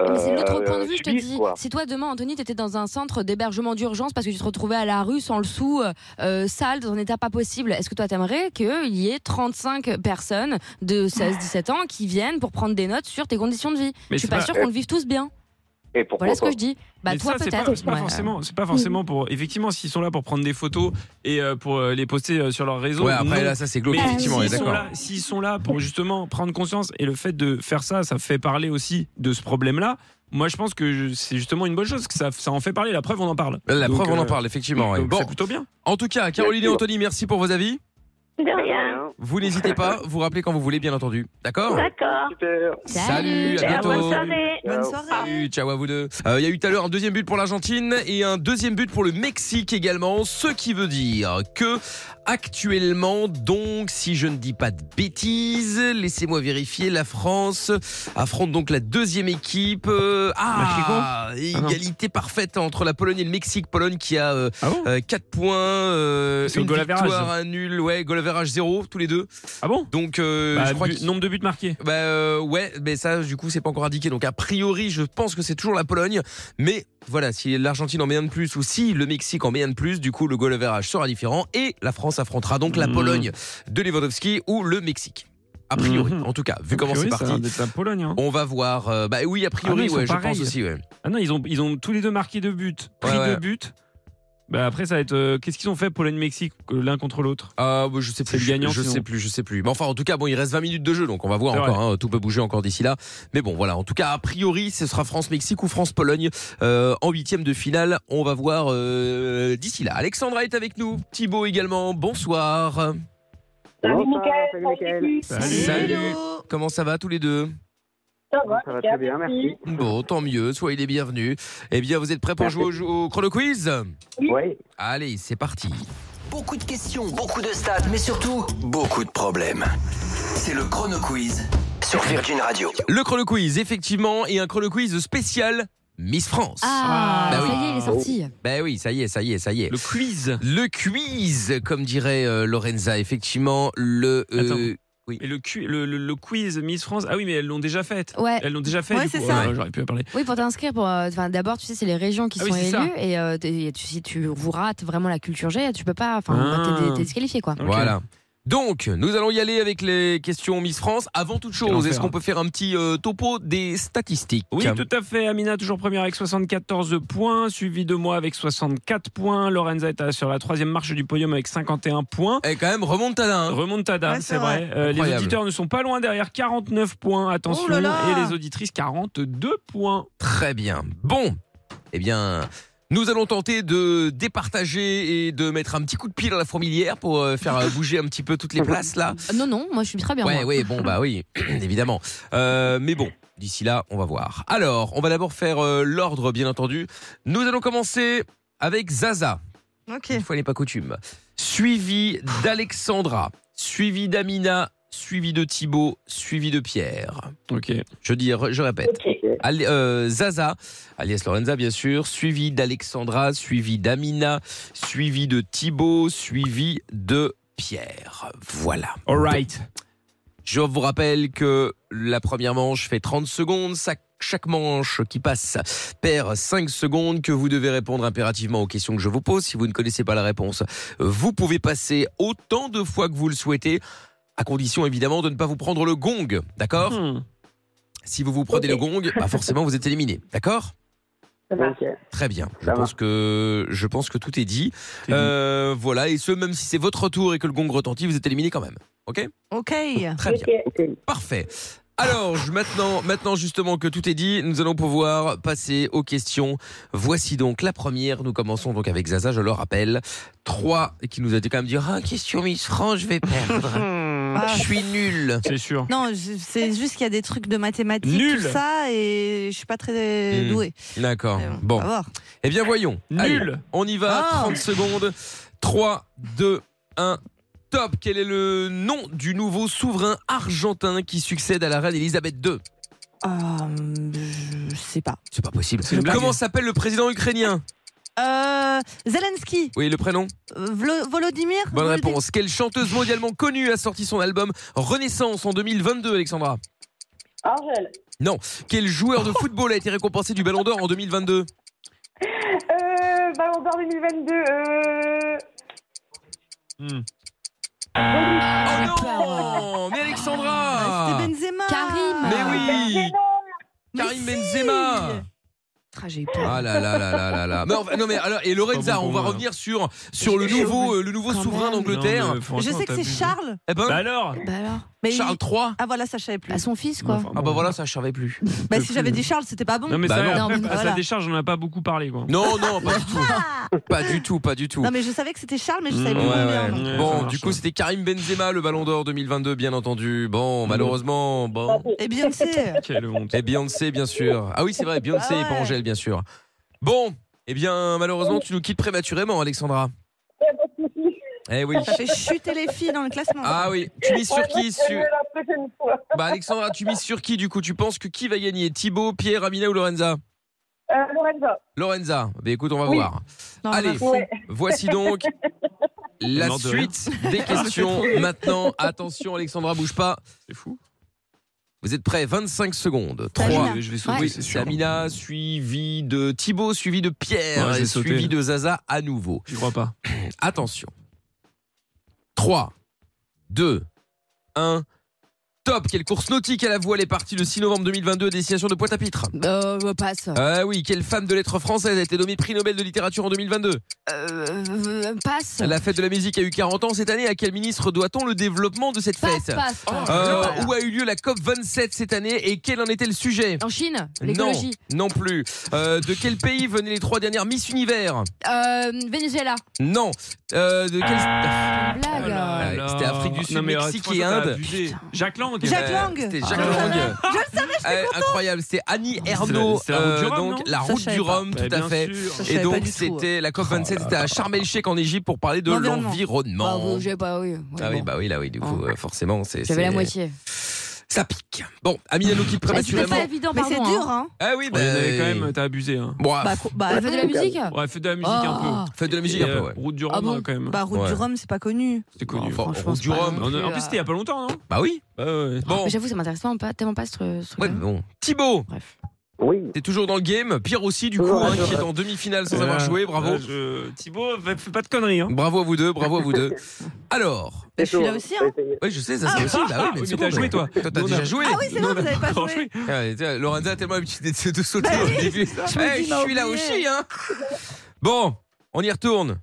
Mais c'est l'autre
euh,
point de vue, je te
subissent,
dis.
quoi.
Si toi, demain, Anthony, t'étais dans un centre d'hébergement d'urgence parce que tu te retrouvais à la rue sans le sou, euh, euh, sale, dans un état pas possible, est-ce que toi, t'aimerais qu'il y ait 35 personnes de 16-17 ans qui viennent pour prendre des notes sur tes conditions de vie
Mais
Je suis
c'est
pas
pas-
sûre qu'on le vive tous bien.
Et pourquoi
Voilà ce que
pas
je dis. Bah,
Mais
toi,
ça, c'est
peut-être. euh. Mm.
pas- C'est pas,
Ouais.
forcément, c'est pas forcément pour. Effectivement, s'ils sont là pour prendre des photos et euh, pour euh, les poster euh, sur leur réseau.
Ouais, après,
non.
là, ça, c'est glauque,
Mais
effectivement,
s'ils
ouais,
sont
d'accord.
là- S'ils sont là pour justement prendre conscience et le fait de faire ça, ça fait parler aussi de ce problème-là. Moi, je pense que je- c'est justement une bonne chose, que ça, ça en fait parler. La preuve, on en parle.
La
Donc,
preuve, on en
euh,
parle, effectivement. ouais.
donc
Bon.
c'est plutôt bien.
En tout cas, Ah, Caroline et
Merci.
Anthony, merci pour vos avis.
De rien.
Vous n'hésitez pas, vous rappelez quand vous voulez, bien entendu. D'accord
D'accord.
Salut, à bientôt.
Bonne soirée.
Salut, ciao à vous deux. Euh, Il y a eu tout à l'heure un deuxième but pour l'Argentine et un deuxième but pour le Mexique également. Ce qui veut dire que actuellement, donc, si je ne dis pas de bêtises, laissez-moi vérifier, la France affronte donc la deuxième équipe. Euh, ah,
non. Ah
égalité parfaite entre la Pologne et le Mexique. Pologne qui a 4 points, euh,
C'est au
une
goal average.
victoire, un nul, ouais, goal average 0 tous les deux.
Ah bon
Donc, euh,
Bah,
je crois
but-
que
nombre de buts marqués.
bah euh, ouais, mais ça du coup c'est pas encore indiqué. Donc a priori, je pense que c'est toujours la Pologne. Mais voilà, si l'Argentine en met un de plus ou si le Mexique en met un de plus, du coup le goal average sera différent et la France affrontera donc la
Mhm.
Pologne de Lewandowski ou le Mexique. A priori, en tout cas, vu
Mm-hmm. A
comment c'est
priori, ça a l'air
parti.
d'être la Pologne. hein.
On va voir. euh, bah oui, a
Ah non,
priori,
ils sont
ouais, je
pareils.
pense aussi. Ouais.
Ah non, ils ont, ils ont tous les deux marqué deux buts, pris
Ouais, ouais.
deux buts. Bah après, ça va être. euh, Qu'est-ce qu'ils ont fait, Pologne-Mexique, euh, l'un contre l'autre
Ah, bah, je sais
C'est
plus.
le gagnant,
je
sinon.
sais plus, je sais plus. Mais enfin, en tout cas, bon, il reste 20 minutes de jeu, donc on va voir
C'est
encore.
vrai.
hein, tout peut bouger encore d'ici là. Mais bon, voilà. En tout cas, a priori, ce sera France-Mexique ou France-Pologne euh, en huitième de finale. On va voir euh, d'ici là. Alexandra est avec nous. Thibaut également. Bonsoir.
Salut Mickaël, salut l'équipe.
Comment ça va tous les deux
Ça va,
Ça va
nickel,
très bien,
merci.
Bon, tant mieux. Soyez les bienvenus. Eh bien, vous êtes prêts pour
Merci.
jouer au, jeu- au chrono quiz
Oui.
Allez, c'est parti.
Beaucoup de questions, beaucoup de stats, mais surtout beaucoup de problèmes. C'est le Chrono Quiz sur Virgin Radio.
Le chrono quiz, effectivement, et un chrono quiz spécial Miss France.
Ah,
Bah
ça y est, il est sorti.
Ben oui, ça y est, ça y est, ça y est. Le quiz. Le quiz, comme dirait euh, Lorenza, effectivement, le. euh,
Attends.
oui.
Et le, cu- le, le- le quiz Miss France, ah oui, mais elles l'ont déjà fait.
Ouais.
Elles l'ont déjà fait.
Ouais,
du
c'est
coup.
ça.
Oh là là, J'aurais pu en parler.
Oui, pour t'inscrire, pour, euh, enfin, d'abord, tu sais, c'est les régions qui
Ah oui,
sont
c'est
élues.
ça.
Et euh, t- et tu- si tu vous rates vraiment la culture G, tu peux pas. Enfin,
Ah.
bah, t'es dé- t'es disqualifié, quoi.
Voilà. Donc, nous allons y aller avec les questions Miss France. Avant toute chose,
enfer.
est-ce qu'on peut faire un petit euh, topo des statistiques
Oui, tout à fait. Amina, toujours première avec 74 points, suivi de moi avec 64 points. Lorenza est à- sur la troisième marche du podium avec 51 points.
Et quand même, remontada. Hein.
Remontada,
Ouais, c'est
c'est vrai.
vrai.
Euh, les
Incroyable.
auditeurs ne sont pas loin derrière, 49 points, attention.
Oh là là.
Et les auditrices, 42 points.
Très bien. Bon, eh bien, nous allons tenter de départager et de mettre un petit coup de pied dans la fourmilière pour euh, faire euh, bouger un petit peu toutes les places là.
Euh, Non, non, moi, je suis très bien.
Ouais,
moi.
ouais, bon, bah oui, évidemment. Euh, mais bon, d'ici là, on va voir. Alors, on va d'abord faire euh, l'ordre, bien entendu. Nous allons commencer avec Zaza. Une fois n'est pas coutume. Suivi d'Alexandra, suivi d'Amina, suivi de Thibaut, suivi de Pierre.
Ok.
Je, dis, je répète. Ali- euh, Zaza, alias Lorenza, bien sûr, suivi d'Alexandra, suivi d'Amina, suivi de Thibaut, suivi de Pierre. Voilà.
All right.
Je vous rappelle que la première manche fait 30 secondes. Ça- chaque manche qui passe perd 5 secondes que vous devez répondre impérativement aux questions que je vous pose. Si vous ne connaissez pas la réponse, vous pouvez passer autant de fois que vous le souhaitez, à condition évidemment de ne pas vous prendre le gong. D'accord Si vous vous prenez le gong, bah forcément vous êtes éliminé. D'accord Très bien. Je pense, que, je pense que tout est dit. Euh, voilà, et ce, même si c'est votre tour et que le gong retentit, vous êtes éliminé quand même. OK
Ok.
Très bien. Parfait. Alors, je- maintenant, maintenant justement que tout est dit, nous allons pouvoir passer aux questions. Voici donc la première. Nous commençons donc avec Zaza, je le rappelle. 3 qui nous a dit quand même dire Ah, question Miss France, je vais perdre.
Ah.
Je suis nul.
C'est sûr.
Non, je- c'est juste qu'il y a des trucs de mathématiques,
Nul. Hmm.
tout ça, et je suis pas très douée.
D'accord. Bon.
va Euh, voir. Ah.
Eh bien, voyons. Allez,
Nul.
on y va. 30 secondes. 3, 2, 1. Top. Quel est le nom du nouveau souverain argentin qui succède à la reine Elisabeth II
Euh, je sais pas.
C'est pas possible.
une blague.
Comment s'appelle le président ukrainien
Euh, Zelensky,
Oui, le prénom
euh, Vlo- Volodymyr
Bonne réponse. Quelle chanteuse mondialement connue a sorti son album Renaissance en 2022, Alexandra
Argel.
Non. Quel joueur de football a été récompensé du Ballon d'Or en 2022
Euh, Ballon d'Or 2022. Euh...
Oh non Mais Alexandra
Ah, C'était Benzema Karim
Mais oui Karim Benzema Ah là là là là là là. Mais enfin, non mais alors et Lorenza, on va revenir sur sur le nouveau euh, le nouveau souverain d'Angleterre.
Je sais que c'est Charles.
Eh ben,
Bah alors.
Charles III.
Ah voilà, ça je savais plus. À son fils quoi.
Ah bah voilà, ça je savais plus. Bah
Bah si j'avais dit Charles, c'était pas bon.
Non, mais ça,
Bah Non, mais
à
voilà.
sa décharge, on n'en a pas beaucoup parlé. Quoi.
Non, non, pas du tout. Pas du tout, pas du tout. Hmm,
Non, mais je savais que c'était Charles, mais je savais
Ouais,
plus combien.
ouais.
Ouais, ça
Bon,
marche,
du coup, c'était Karim Benzema, le Ballon d'Or 2022, bien entendu. Bon, malheureusement, bon.
Et Beyoncé.
Quelle honte.
Et Beyoncé, bien sûr. Ah oui, c'est vrai, Beyoncé et pas Angèle, bien sûr. Bon, eh bien, malheureusement, tu nous quittes prématurément, Alexandra. Eh oui.
Ça fait chuter les filles dans le classement.
Ah oui, tu mises sur qui sur- Bah, Alexandra, tu mises sur qui, du coup Tu penses que qui va gagner Thibaut, Pierre, Amina ou Lorenza
Lorenza.
Lorenza. Bah, écoute, on va
Oui.
voir.
Non,
Allez,
merci. Ouais.
voici donc la
Mort de rire.
suite des questions. Maintenant, attention, Alexandra, bouge pas. C'est fou. Vous êtes prêts 25 secondes. 3.
Je vais- je vais sauter,
Oui,
c'est
c'est
sûr.
Amina, suivi de Thibaut, suivi de Pierre,
Ouais, je vais
et
sauter.
suivi de Zaza à nouveau.
Je crois pas.
Attention. 3, 2, 1. Top Quelle course nautique à la voile est partie le 6 novembre 2022 à destination de Pointe-à-Pitre
Euh, je passe.
Ah oui, quelle femme de lettres française a été nommée prix Nobel de littérature en 2022
Euh, euh, passe.
La fête de la musique a eu 40 ans cette année. À quel ministre doit-on le développement de cette
Passe,
fête
passe, Ah, passe.
Euh,
Voilà.
Où a eu lieu la COP 27 cette année et quel en était le sujet
En Chine,
Non,
l'écologie.
non plus. Euh, de quel pays venaient les trois dernières Miss Univers
Euh, Venezuela.
Non. Euh, de quel...
Ah.
Blague.
Ouais, C'était Afrique du Sud,
Non, mais arrête,
Mexique et
franchement, t'as
Inde.
abusé. Jacques Lang.
Jacques
Euh,
Lang.
C'était
Ah.
Jacques Lang.
Je le savais, je
Euh, incroyable, c'était Annie Erdaux,
c'est la route du Rhum,
donc
non
la
Ça, je
route
savais
du
pas.
Rhum,
Bah,
tout
bien
à fait.
sûr. Oh Ça, je
Et
savais pas
donc
du tout,
c'était la COP 27, c'était à Sharm el Sheikh en Égypte pour parler de
L'environnement.
l'environnement.
Ah, bon, j'ai pas, oui. Ouais,
Oh. Ah oui,
bon.
bah oui, là oui, du coup, euh, forcément, c'est.
J'avais la
c'est-
moitié.
Ça pique. Bon, Amina
Ah,
nous quitte
C'était
prématurément.
pas évident,
Mais
pardon.
c'est dur, hein.
Ah oui, bah.
Ouais, mais quand même, t'as abusé. Hein.
Bon,
Bah, co- bah,
Elle fait de la musique
Ouais, fais de la musique un
Ah.
peu.
Faites de la musique
Et,
un peu,
euh,
ouais.
Route du Rhum,
Ah bon
euh, quand même.
Bah, Route du
Ouais.
Rhum, c'est pas connu.
C'était connu.
Enfin,
ouais.
route du Rhum.
En- en
euh,
plus, c'était il y a pas longtemps, non
Bah oui.
Bah ouais.
Bon,
Oh, Mais J'avoue, ça m'intéresse pas, pas- tellement pas ce truc. ce
ouais,
truc-là.
bon. Thibaut.
Bref.
Oui. T'es toujours dans le game. Pierre aussi, du coup,
Toujours,
hein,
toujours.
qui est en demi-finale sans avoir
Euh,
joué. Bravo.
euh, je- Thibaut, fais fais pas de conneries. Hein.
Bravo à vous deux, bravo à vous deux. Alors.
Je suis là aussi, hein.
Oui, je sais, ça c'est aussi. Bah oui, mais
Oui,
c'est
mais t'as
bon,
joué, toi.
Toi, t'as
Nous, on
déjà
a-
joué.
Ah oui, c'est vrai, vous avez pas joué.
Ouais, tiens, Lorenza a tellement l'habitude de, de sauter
Bah oui,
au début.
je me
Eh,
dis, bah
je
m'a
suis là
oublié.
aussi, hein. Bon, on y retourne.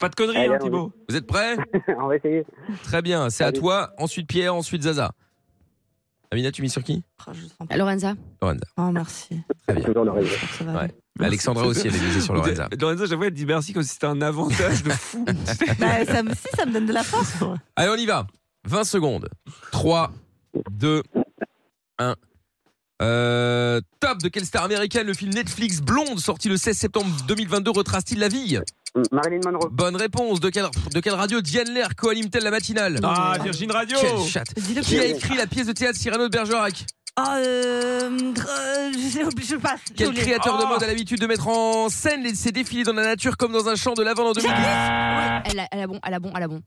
Pas de conneries, hein, Thibaut.
Vous êtes prêts
On va essayer.
Très bien, c'est à toi. Ensuite Pierre, ensuite Zaza. Amina, tu mis sur qui
Lorenza.
Lorenza.
Oh, merci.
Très bien.
Ça va.
Ouais. Bah, Alexandra aussi, elle est misée sur Lorenza.
Lorenza, j'avoue, elle dit merci comme si c'était un avantage de fou.
Bah, ça me, si, ça me donne de la force. quoi.
Allez, on y va. 20 secondes. 3, 2, 1. Euh, top de quelle star américaine le film Netflix Blonde sorti le 16 septembre 2022 retrace-t-il la vie
Marilyn Monroe.
Bonne réponse. De quelle, de quelle radio Diane Lair coanime-t-elle la matinale
Ah, Virgin Radio.
Quelle chatte.
Dis-le
Qui a
plus.
écrit la pièce de théâtre Cyrano de Bergerac
Ah, euh, dr- je, sais, je passe. j'ai
Quel
oublié.
Ah.
créateur de mode a l'habitude de mettre en scène les- ses défilés dans la nature comme dans un champ de lavande en 2010
Ah.
Elle a, elle a bon, elle a bon, elle a bon.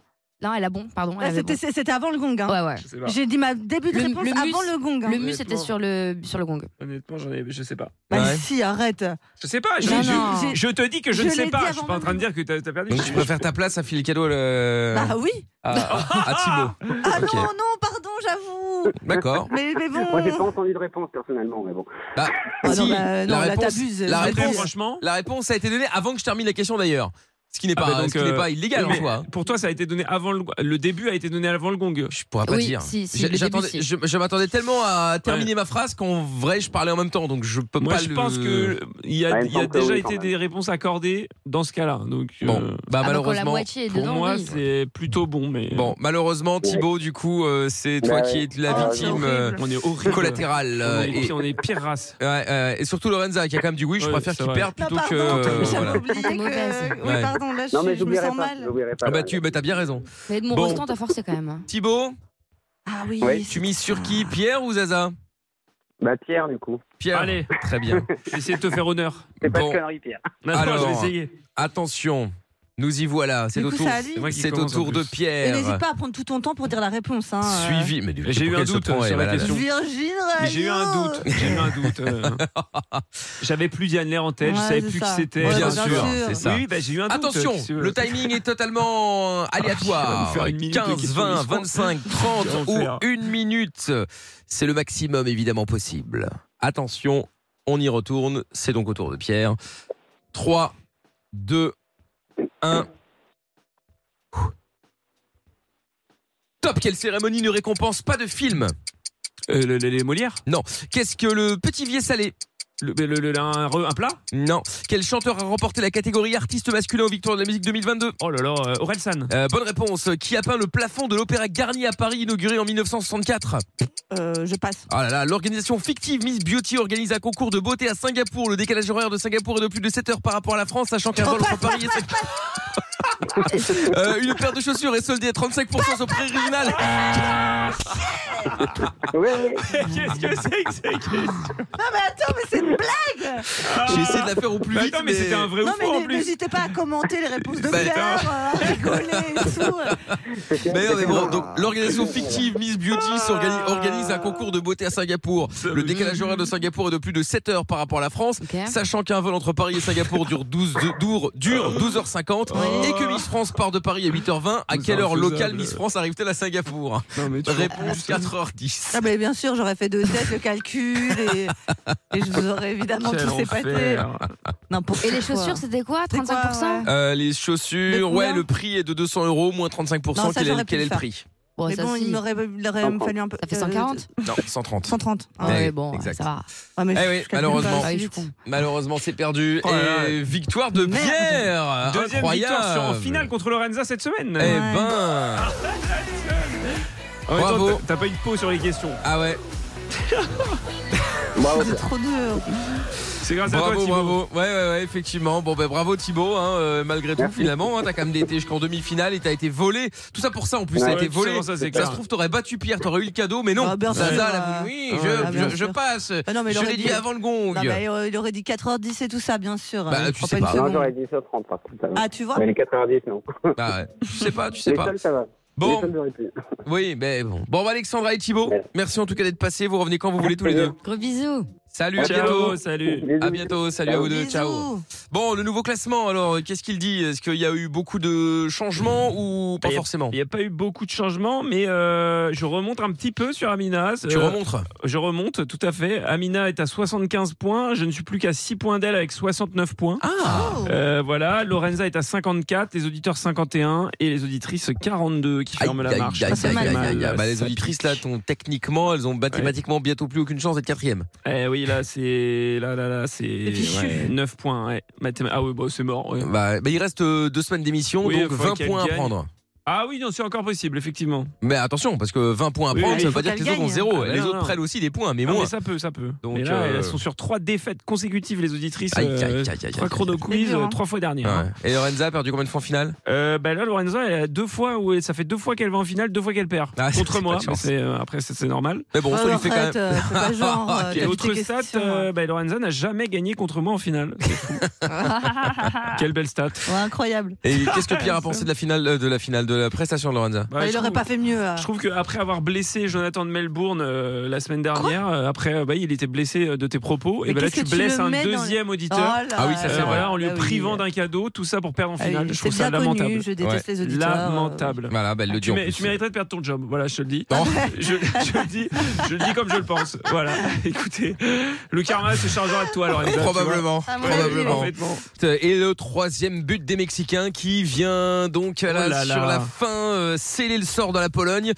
Non, elle a bon, pardon. Elle
Ah,
avait
c'était,
bon.
c'est- c'était avant le gong. Hein.
Ouais, ouais.
Je sais pas.
J'ai dit ma début de
Le-
réponse
le mus-
avant le gong. hein.
Le mu, c'était sur le, sur le gong.
Honnêtement, j'en ai, je sais pas.
Bah,
Ouais.
si, arrête.
Je sais pas. Je,
Non,
je-
non.
je- je te dis que je,
Je
ne sais
l'ai
pas.
dit
Je suis
avant
pas en train de dire que t'as as perdu.
Donc tu préfères ta place à filer cadeau le...
Bah oui.
à, à Ah, Thibaut.
Ah
Ok.
non, non, pardon, j'avoue.
D'accord.
Mais, mais bon. euh,
Moi, j'ai pas entendu de réponse personnellement, mais bon.
Bah,
Ah non,
si,
bah, non,
la
là,
réponse,
t'abuses.
la
euh,
Après,
réponse-
franchement-
la réponse a été donnée avant que je termine la question d'ailleurs. Ce qui n'est pas,
Ah bah
ce qui n'est
euh,
pas
oui,
illégal en
mais
soi. hein.
Pour toi, ça a été donné avant le, le début a été donné avant le gong.
Je pourrais pas
Oui,
dire.
si, si,
J'a-
le début,
j'attendais-
si.
je je m'attendais tellement à terminer ma phrase qu'en vrai, je parlais en même temps, donc je peux
Moi,
pas.
je
le-
pense que il y
Ah,
a,
il me
il y a
semble que
déjà
oui, quand
été
même.
des réponses accordées dans ce cas-là. Donc
Bon,
euh,
bah
Ah, bah, quand la
malheureusement.
moitié est
pour
dedans,
moi,
oui.
c'est plutôt bon, mais euh.
Bon, malheureusement, Thibaut, du coup, euh, c'est
Ouais.
toi qui es la
Ah, c'est
victime euh,
on est horrible.
collatérale.
On
euh,
est,
et,
pire- on est pire race.
ouais, euh, et surtout Lorenza, qui a quand même dit oui, je
Ouais,
préfère
c'est
qu'il
vrai.
perde
Ah,
plutôt
pardon,
que. euh,
j'avais
voilà.
oublié
T'es mauvaise.
que.
Ouais.
Oui, pardon, là, je,
Non, mais
je me
j'oublierai
sens
pas.
mal.
J'oublierai pas.
Ah bah, tu bah, t'as bien raison.
Mais de mon
Bon.
restant, t'as forcé quand même. hein.
Thibaut,
Ah oui.
Ouais,
tu mises sur qui Pierre ou Zaza
Bah, Pierre, du coup.
Pierre.
Allez,
Très bien.
j'essaie de te faire honneur.
C'est pas
Bon.
de conneries, Pierre.
Attends,
Alors.
je vais essayer.
Attention. Nous y voilà, c'est
Du
au
coup,
tour,
ça allie. C'est moi qui
c'est au
commence en
tour de
Et
Pierre.
n'hésite pas à prendre tout ton temps pour dire la réponse. Hein, euh.
Suivi, mais
J'ai eu un doute sur la question.
Virgin
Mais J'ai eu un
Radio.
doute. J'ai eu un doute. euh. J'avais plus Diane Lair en tête.
Ouais,
je savais
c'est
plus
ça.
qui c'était.
Ouais, Bien bien sûr, sûr. c'est ça.
Oui, bah, j'ai eu un doute.
Attention,
Qu'est-ce que-
le timing est totalement euh,
Ah,
aléatoire.
je vais vous faire une minute de
15,
questions
20,
risquantes.
25, 30
Je vais en
ou
faire.
une minute. C'est le maximum évidemment possible. Attention, on y retourne. C'est donc au tour de Pierre. 3, 2, 1. Top, quelle cérémonie ne récompense pas de film
Euh, Les Molières
Non. Qu'est-ce que le petit vieux salé
un, plat
Non. Quel chanteur a remporté la catégorie artiste masculin aux victoires de la musique 2022
Oh là là, Orelsan.
Euh, bonne réponse. Qui a peint le plafond de l'Opéra Garnier à Paris inauguré en 1964
Euh, je passe.
Ah là là, l'organisation fictive Miss Beauty organise un concours de beauté à Singapour. Le décalage horaire de Singapour est de plus de 7 heures par rapport à la France, sachant qu'un
Oh,
vol
passe,
entre Paris et Singapour. Euh, une paire de chaussures est soldée à 35% sur prix original.
Ah,
Qu'est-ce que c'est que ces questions
Non, mais attends, mais c'est une blague
J'ai essayé de la faire au plus
Bah
vite.
attends, mais c'était un vrai
Non, mais n- n'hésitez pas à commenter les réponses de
Bah,
Pierre, euh, à rigoler et tout.
Mais non, mais bon, donc l'organisation
Ah.
fictive Miss Beauty s'organi- organise un concours de beauté à Singapour. Le décalage horaire de Singapour est de plus de 7 heures par rapport à la France, sachant qu'un vol entre Paris et Singapour dure 12, de- dure,
Ah.
dure 12h50 et que Miss France part de Paris à 8h20. À quelle heure locale Miss France arrive-t-elle à Singapour Réponse 4h10.
Ah, mais bien sûr, j'aurais fait deux têtes, le calcul, et, et je vous aurais évidemment
Quel
tous épaté.
enfer.
N'importe
Et les
quoi.
chaussures, c'était quoi 35%
Euh, les chaussures,
De
ouais,
combien
le prix est de 200 euros, moins 35%.
Non, ça,
quel
j'aurais
est,
pu
quel
le
est le
faire.
prix
mais bon, il m'aurait il aurait fallu un peu.
Ça fait
euh,
140
Non, 130.
130.
Ah ouais, bon,
exact.
ça va.
Ouais, mais
Eh
je-
oui,
je calcule
malheureusement,
pas assez vite.
malheureusement, c'est perdu.
Oh là
et
là.
victoire de Pierre,
Deuxième
incroyable.
victoire sur, en finale contre Lorenza cette semaine.
Eh ben,
En même temps,
bravo.
t'as- T'as pas eu de peau sur les questions.
Ah ouais.
Ah, C'est trop dur.
C'est grâce à
bravo,
toi, Thibaut.
bravo. Ouais, ouais, ouais, effectivement. Bon, ben bravo Thibaut, hein, euh, malgré tout, finalement. hein, t'as quand même été jusqu'en demi-finale et t'as été volé. Tout ça pour ça, en plus,
Ouais,
t'as été
tout ça
volé.
pour ça, c'est
ça
clair.
se trouve, t'aurais battu Pierre, t'aurais eu le cadeau, mais non.
Ah, bien sûr,
Zaza, elle a
euh,
voulu, oui,
ah,
je,
ouais, bien
je- je
sûr.
passe.
Ah non, mais il
je
aurait
l'ai dit avant le gong.
Non, mais, euh, il aurait dit 4h10 et tout ça, bien sûr. Hein,
Bah,
Il
tu
prend
sais
une
pas.
seconde.
Non, j'aurais dit sauf 30 par contre. ça va.
Ah, tu vois
Mais les 90, non.
Bah ouais. Je sais pas, tu sais
Les
pas.
seuls, ça va.
Bon.
Les seuls, j'aurais pu.
Oui, mais bon. Bon, bah, Alexandra et Thibaut, merci en tout cas d'être passés. Vous revenez quand vous voulez tous les deux.
Gros bisous.
Salut, à
Ciao,
bientôt.
salut.
À bientôt, salut à vous deux.
Bisous.
Ciao. Bon, le nouveau classement, alors, euh, qu'est-ce qu'il dit Est-ce qu'il y a eu beaucoup de changements ou pas
Il y a-
forcément
Il n'y a pas eu beaucoup de changements, mais euh, je remonte un petit peu sur Amina. Euh,
Tu remontes
Je remonte, tout à fait. Amina est à 75 points. Je ne suis plus qu'à 6 points d'elle avec 69 points.
Ah
Oh.
Euh, Voilà. Lorenza est à 54, les auditeurs 51 et les auditrices 42 qui ferment la
Aïe,
marche.
aïe,
Ça, c'est
aïe, aïe,
quand
aïe,
même,
aïe,
euh,
aïe. Bah, les
ça
auditrices là, ont, techniquement, elles ont mathématiquement bientôt plus aucune chance d'être quatrième.
Eh oui, là, c'est. Là, là, là, c'est.
fichu.
ouais, 9 points, ouais. Mathéma- Ah oui, bah, c'est mort. ouais.
Bah, bah, il reste euh, deux semaines d'émission,
Oui,
donc
faut
20
qu'elle
points à
gagne.
prendre.
Ah oui, non, c'est encore possible, effectivement.
Mais attention, parce que 20 points à
Oui,
prendre,
oui,
ça veut
faut
pas dire que
qu'elle
les autres ont
gagne.
zéro.
Ah, bah
les
non,
autres
non.
prennent aussi des points, mais
Ah,
moins.
mais ça peut, ça peut.
Donc,
Mais là,
euh,
elles sont sur trois défaites consécutives, les auditrices.
Aïe, aïe,
euh,
aïe, aïe, aïe,
trois
aïe.
chrono quiz,
dur, hein.
euh, trois fois dernière.
Ouais.
hein.
Et Lorenza a perdu combien de fois en finale
Euh, bah là, Lorenza, elle a deux fois où elle- ça fait deux fois qu'elle va en finale, deux fois qu'elle perd.
Ah, c'est-
Contre
c'est
moi,
pas de
mais
chance.
c'est, euh, après c'est c'est normal.
Mais bon, ça lui fait quand même.
Et autre stat, euh, bah, Lorenza n'a jamais gagné contre moi en finale. C'est fou. Ah. Quelle belle stat. Ah,
Ouais, incroyable.
Et qu'est-ce que Pierre a pensé de la finale, euh, de la finale, de la prestation de Lorenza
Bah,
Bah, il
je
aurait
trouve-
pas fait mieux. euh.
Je trouve qu'après avoir blessé Jonathan de Melbourne euh, la semaine dernière, euh, après euh, bah, il était blessé euh, de tes propos,
Mais
et bah, là
qu'est-ce
tu
que tu
blesses
le
un
mets dans
deuxième
le-
auditeur.
Oh là Ah oui, ça, c'est là vrai. là,
en lui
bah oui.
privant d'un cadeau, tout ça pour perdre en
Ah oui,
finale. je
c'est
trouve ça
bien connu,
lamentable.
je déteste Ouais. les auditeurs, euh,
Lamentable. Ah,
Voilà, bah, elle le dit
tu,
en
mé-
plus.
tu mériterais de perdre ton job. Voilà, je te le dis. je, je le dis, je le dis comme je le pense. Voilà. Écoutez, le karma se chargera de toi, Lorenza. tu vois.
Probablement,
Ah,
Ouais,
probablement.
complètement.
Et le troisième but des Mexicains qui vient donc à la-
Oh là là.
sur la fin euh, sceller le sort de la Pologne.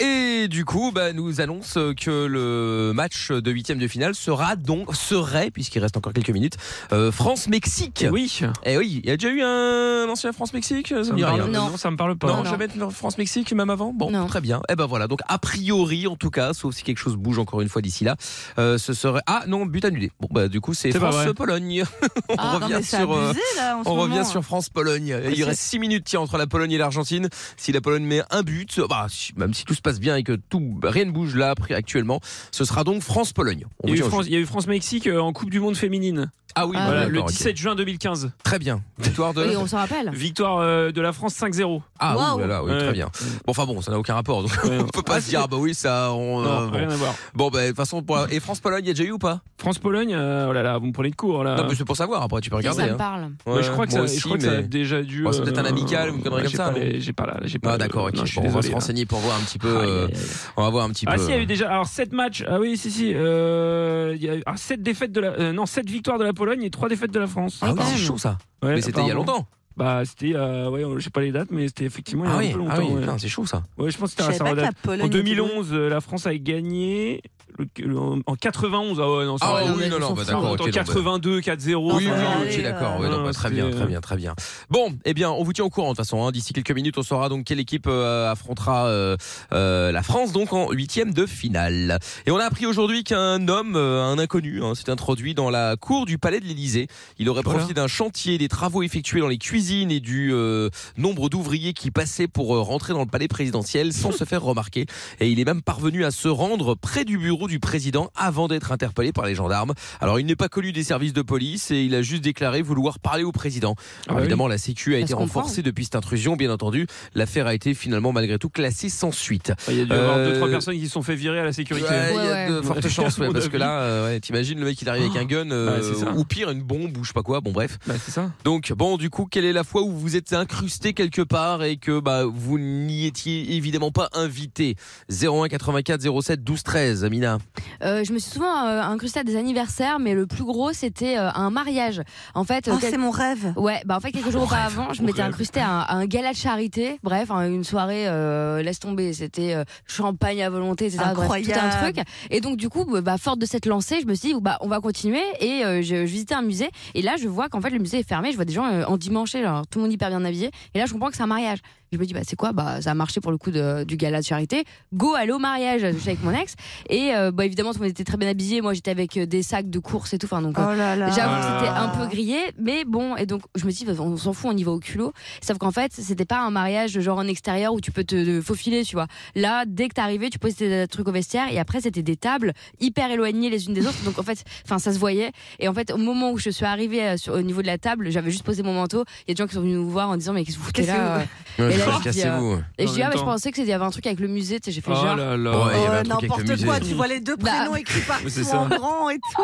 Et du coup, bah, nous annonce que le match de huitième de finale sera donc serait, puisqu'il reste encore quelques minutes, euh, France-Mexique.
Oui.
Et oui, il y a déjà eu un ancien France-Mexique. Ça,
Ça
me
me
dit
parle-
rien.
non, ça me parle pas.
Non, jamais de France-Mexique, même avant. Bon, très bien. Et ben voilà. Donc a priori, en tout cas, sauf si quelque chose bouge encore une fois d'ici là, euh, ce serait ah non, but annulé. Bon bah du coup c'est
C'est pas vrai.
France-Pologne. on
Ah, non,
revient
mais c'est
sur euh,
abusé, là, en ce
on revient
moment.
sur France-Pologne. Il
c'est-
reste 6 minutes tiens entre la Pologne et l'Argentine. Pologne. Si la Pologne met un but, bah, si- même si tout se passe bien et que tout, rien ne bouge là après- actuellement, ce sera donc France-Pologne. On
Il y, a eu
vous dit
France- il y a eu France-Mexique euh, en Coupe du Monde féminine.
Ah oui,
Voilà,
d'accord,
le
ok.
17 juin 2015.
Très bien. Victoire de.
Oui, on s'en rappelle.
Victoire euh, de la France 5-0.
Ah ouh là là, oui, très bien. Bon, enfin bon, ça n'a aucun rapport. Donc, on peut pas se dire, ah bah oui, ça. On, euh,
Non,
bon.
rien à voir.
Bon, bah, de toute façon, pour la- et France-Pologne, il y a déjà eu ou pas
France-Pologne, euh, oh là là, vous me prenez de court là.
Non, mais c'est pour savoir, après, tu peux
Si, ça
regarder.
me
hein.
parle. Moi, je crois que ça- je crois que ça a déjà dû,
Bon, c'est peut-être un
euh,
amical ou une connerie
j'ai
comme ça.
pas
non
les- j'ai pas là, j'ai
Ah, d'accord, ok.
non, je suis
Bon, on va
désolé,
se
hein.
renseigner pour voir un petit peu. euh, On va voir un petit
Ah
peu. euh,
si, il y a eu déjà alors 7 matchs. Ah oui, si si. euh, Il y a eu 7 défaites de la euh, non, 7 victoires de la Pologne et 3 défaites de la France.
Ah oui, c'est chaud ça.
Ouais,
mais c'était il y a
apparemment.
longtemps.
Bah c'était euh, ouais, je sais pas les dates mais c'était effectivement il y a
Ah
un
oui,
peu
ah oui,
longtemps. ouais.
putain, c'est chaud ça.
Ouais, je pense que
Je
c'était
savais
ça
pas que
redate.
la Pologne
En
était
2011, euh, la France a gagné le- le- en 91. Ah ouais, non, ça
Ah
va,
ouais,
on
oui,
s'en
non, non,
fout.
bah, d'accord,
En
ok, donc,
82, 4-0.
Oui, oui, oui,
euh,
ok, d'accord. ouais, non, bah, très bien, très bien, très bien. Bon, eh bien, on vous tient au courant de toute façon. hein. D'ici quelques minutes, on saura donc quelle équipe euh, affrontera euh, euh, la France donc en huitième de finale. Et on a appris aujourd'hui qu'un homme, euh, un inconnu, hein, s'est introduit dans la cour du palais de l'Élysée. Il aurait profité d'un chantier, des travaux effectués dans les cuisines et du euh, nombre d'ouvriers qui passaient pour euh, rentrer dans le palais présidentiel sans se faire remarquer. Et il est même parvenu à se rendre près du bureau du président avant d'être interpellé par les gendarmes. Alors il n'est pas connu des services de police et il a juste déclaré vouloir parler au président. Alors,
Ah bah oui.
évidemment, la sécu
Ça
a été
se comprend.
renforcée depuis cette intrusion, bien entendu. L'affaire a été finalement malgré tout classée sans suite.
Ah, Il y a dû y avoir
Euh,
2-3 personnes qui se sont fait virer à la sécurité.
Ouais, il y a de fortes chances, ouais, parce que là, euh, ouais, t'imagines le mec il arrive avec un gun, euh,
Oh. Ouais, c'est ça. Bah,
ou pire une bombe ou je sais pas quoi. Bon bref.
c'est ça.
Donc bon, du coup, quelle est la fois où vous êtes incrusté quelque part et que bah vous n'y étiez évidemment pas invité 01 84 07 12 13, Amina.
Euh, je me suis souvent euh, incrustée à des anniversaires, mais le plus gros c'était euh, un mariage. En fait,
Oh, c'est mon rêve.
Ouais, bah en fait quelques jours auparavant, je
mon
m'étais
rêve.
incrustée à un, à un gala de charité. Bref, hein, une soirée euh, laisse tomber, c'était euh, champagne à volonté, etc. Bref, tout un
Incroyable.
truc. Et donc du coup, bah forte de cette lancée, je me suis dit bah on va continuer et euh, je, je visitais un musée et là je vois qu'en fait le musée est fermé, je vois des gens euh, en dimanche, alors tout le monde hyper bien habillé et là je comprends que c'est un mariage. Je me dis bah c'est quoi bah ça a marché pour le coup de- du gala de charité. Go allô mariage, je suis avec mon ex et euh, bah évidemment tout le monde était très bien habillé, moi j'étais avec euh, des sacs de course et tout enfin donc euh,
Oh là là.
j'avoue que
Ah.
c'était un peu grillé mais bon et donc je me dis bah, on s'en fout on y va au culot sauf qu'en fait c'était pas un mariage genre en extérieur où tu peux te, te faufiler tu vois là dès que t'arrivais tu posais tes trucs au vestiaire et après c'était des tables hyper éloignées les unes des autres donc en fait enfin ça se voyait et en fait au moment où je suis arrivée euh, sur- au niveau de la table j'avais juste posé mon manteau il y a des gens qui sont venus nous voir en disant mais qu'est-ce que vous foutez
Qu'est-ce que
là
vous-
euh? Et
Ouais,
là,
je
je
pense,
dis, euh,
cassez-vous.
et je
En
dis
même
ah bah, je
temps.
pensais qu'il y avait un truc avec le musée tu sais, j'ai fait
Oh
genre
là là.
Ouais, il y avait un
Oh,
truc avec le
n'importe
musée.
quoi, tu vois les deux
Bah.
prénoms écrits
Oui, c'est
partout
ça.
en grand et tout.